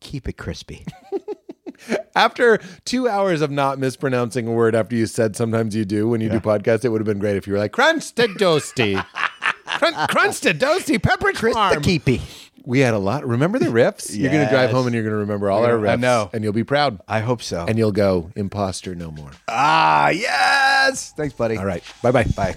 B: Keep it crispy.
A: After two hours of not mispronouncing a word after you said sometimes you do when you do podcasts, it would have been great if you were like, crunch to doasty. crunch, crunch to doasty, pepperidge farm.
B: Keepy.
A: We had a lot. Remember the riffs? You're going to drive
B: Yes.
A: home and you're going to remember all
B: I
A: our
B: know- I
A: riffs.
B: know.
A: And you'll be proud.
B: I Uh. hope so.
A: And you'll go, imposter no more.
B: ah, yes. Thanks, buddy.
A: All right. Bye-bye. Bye.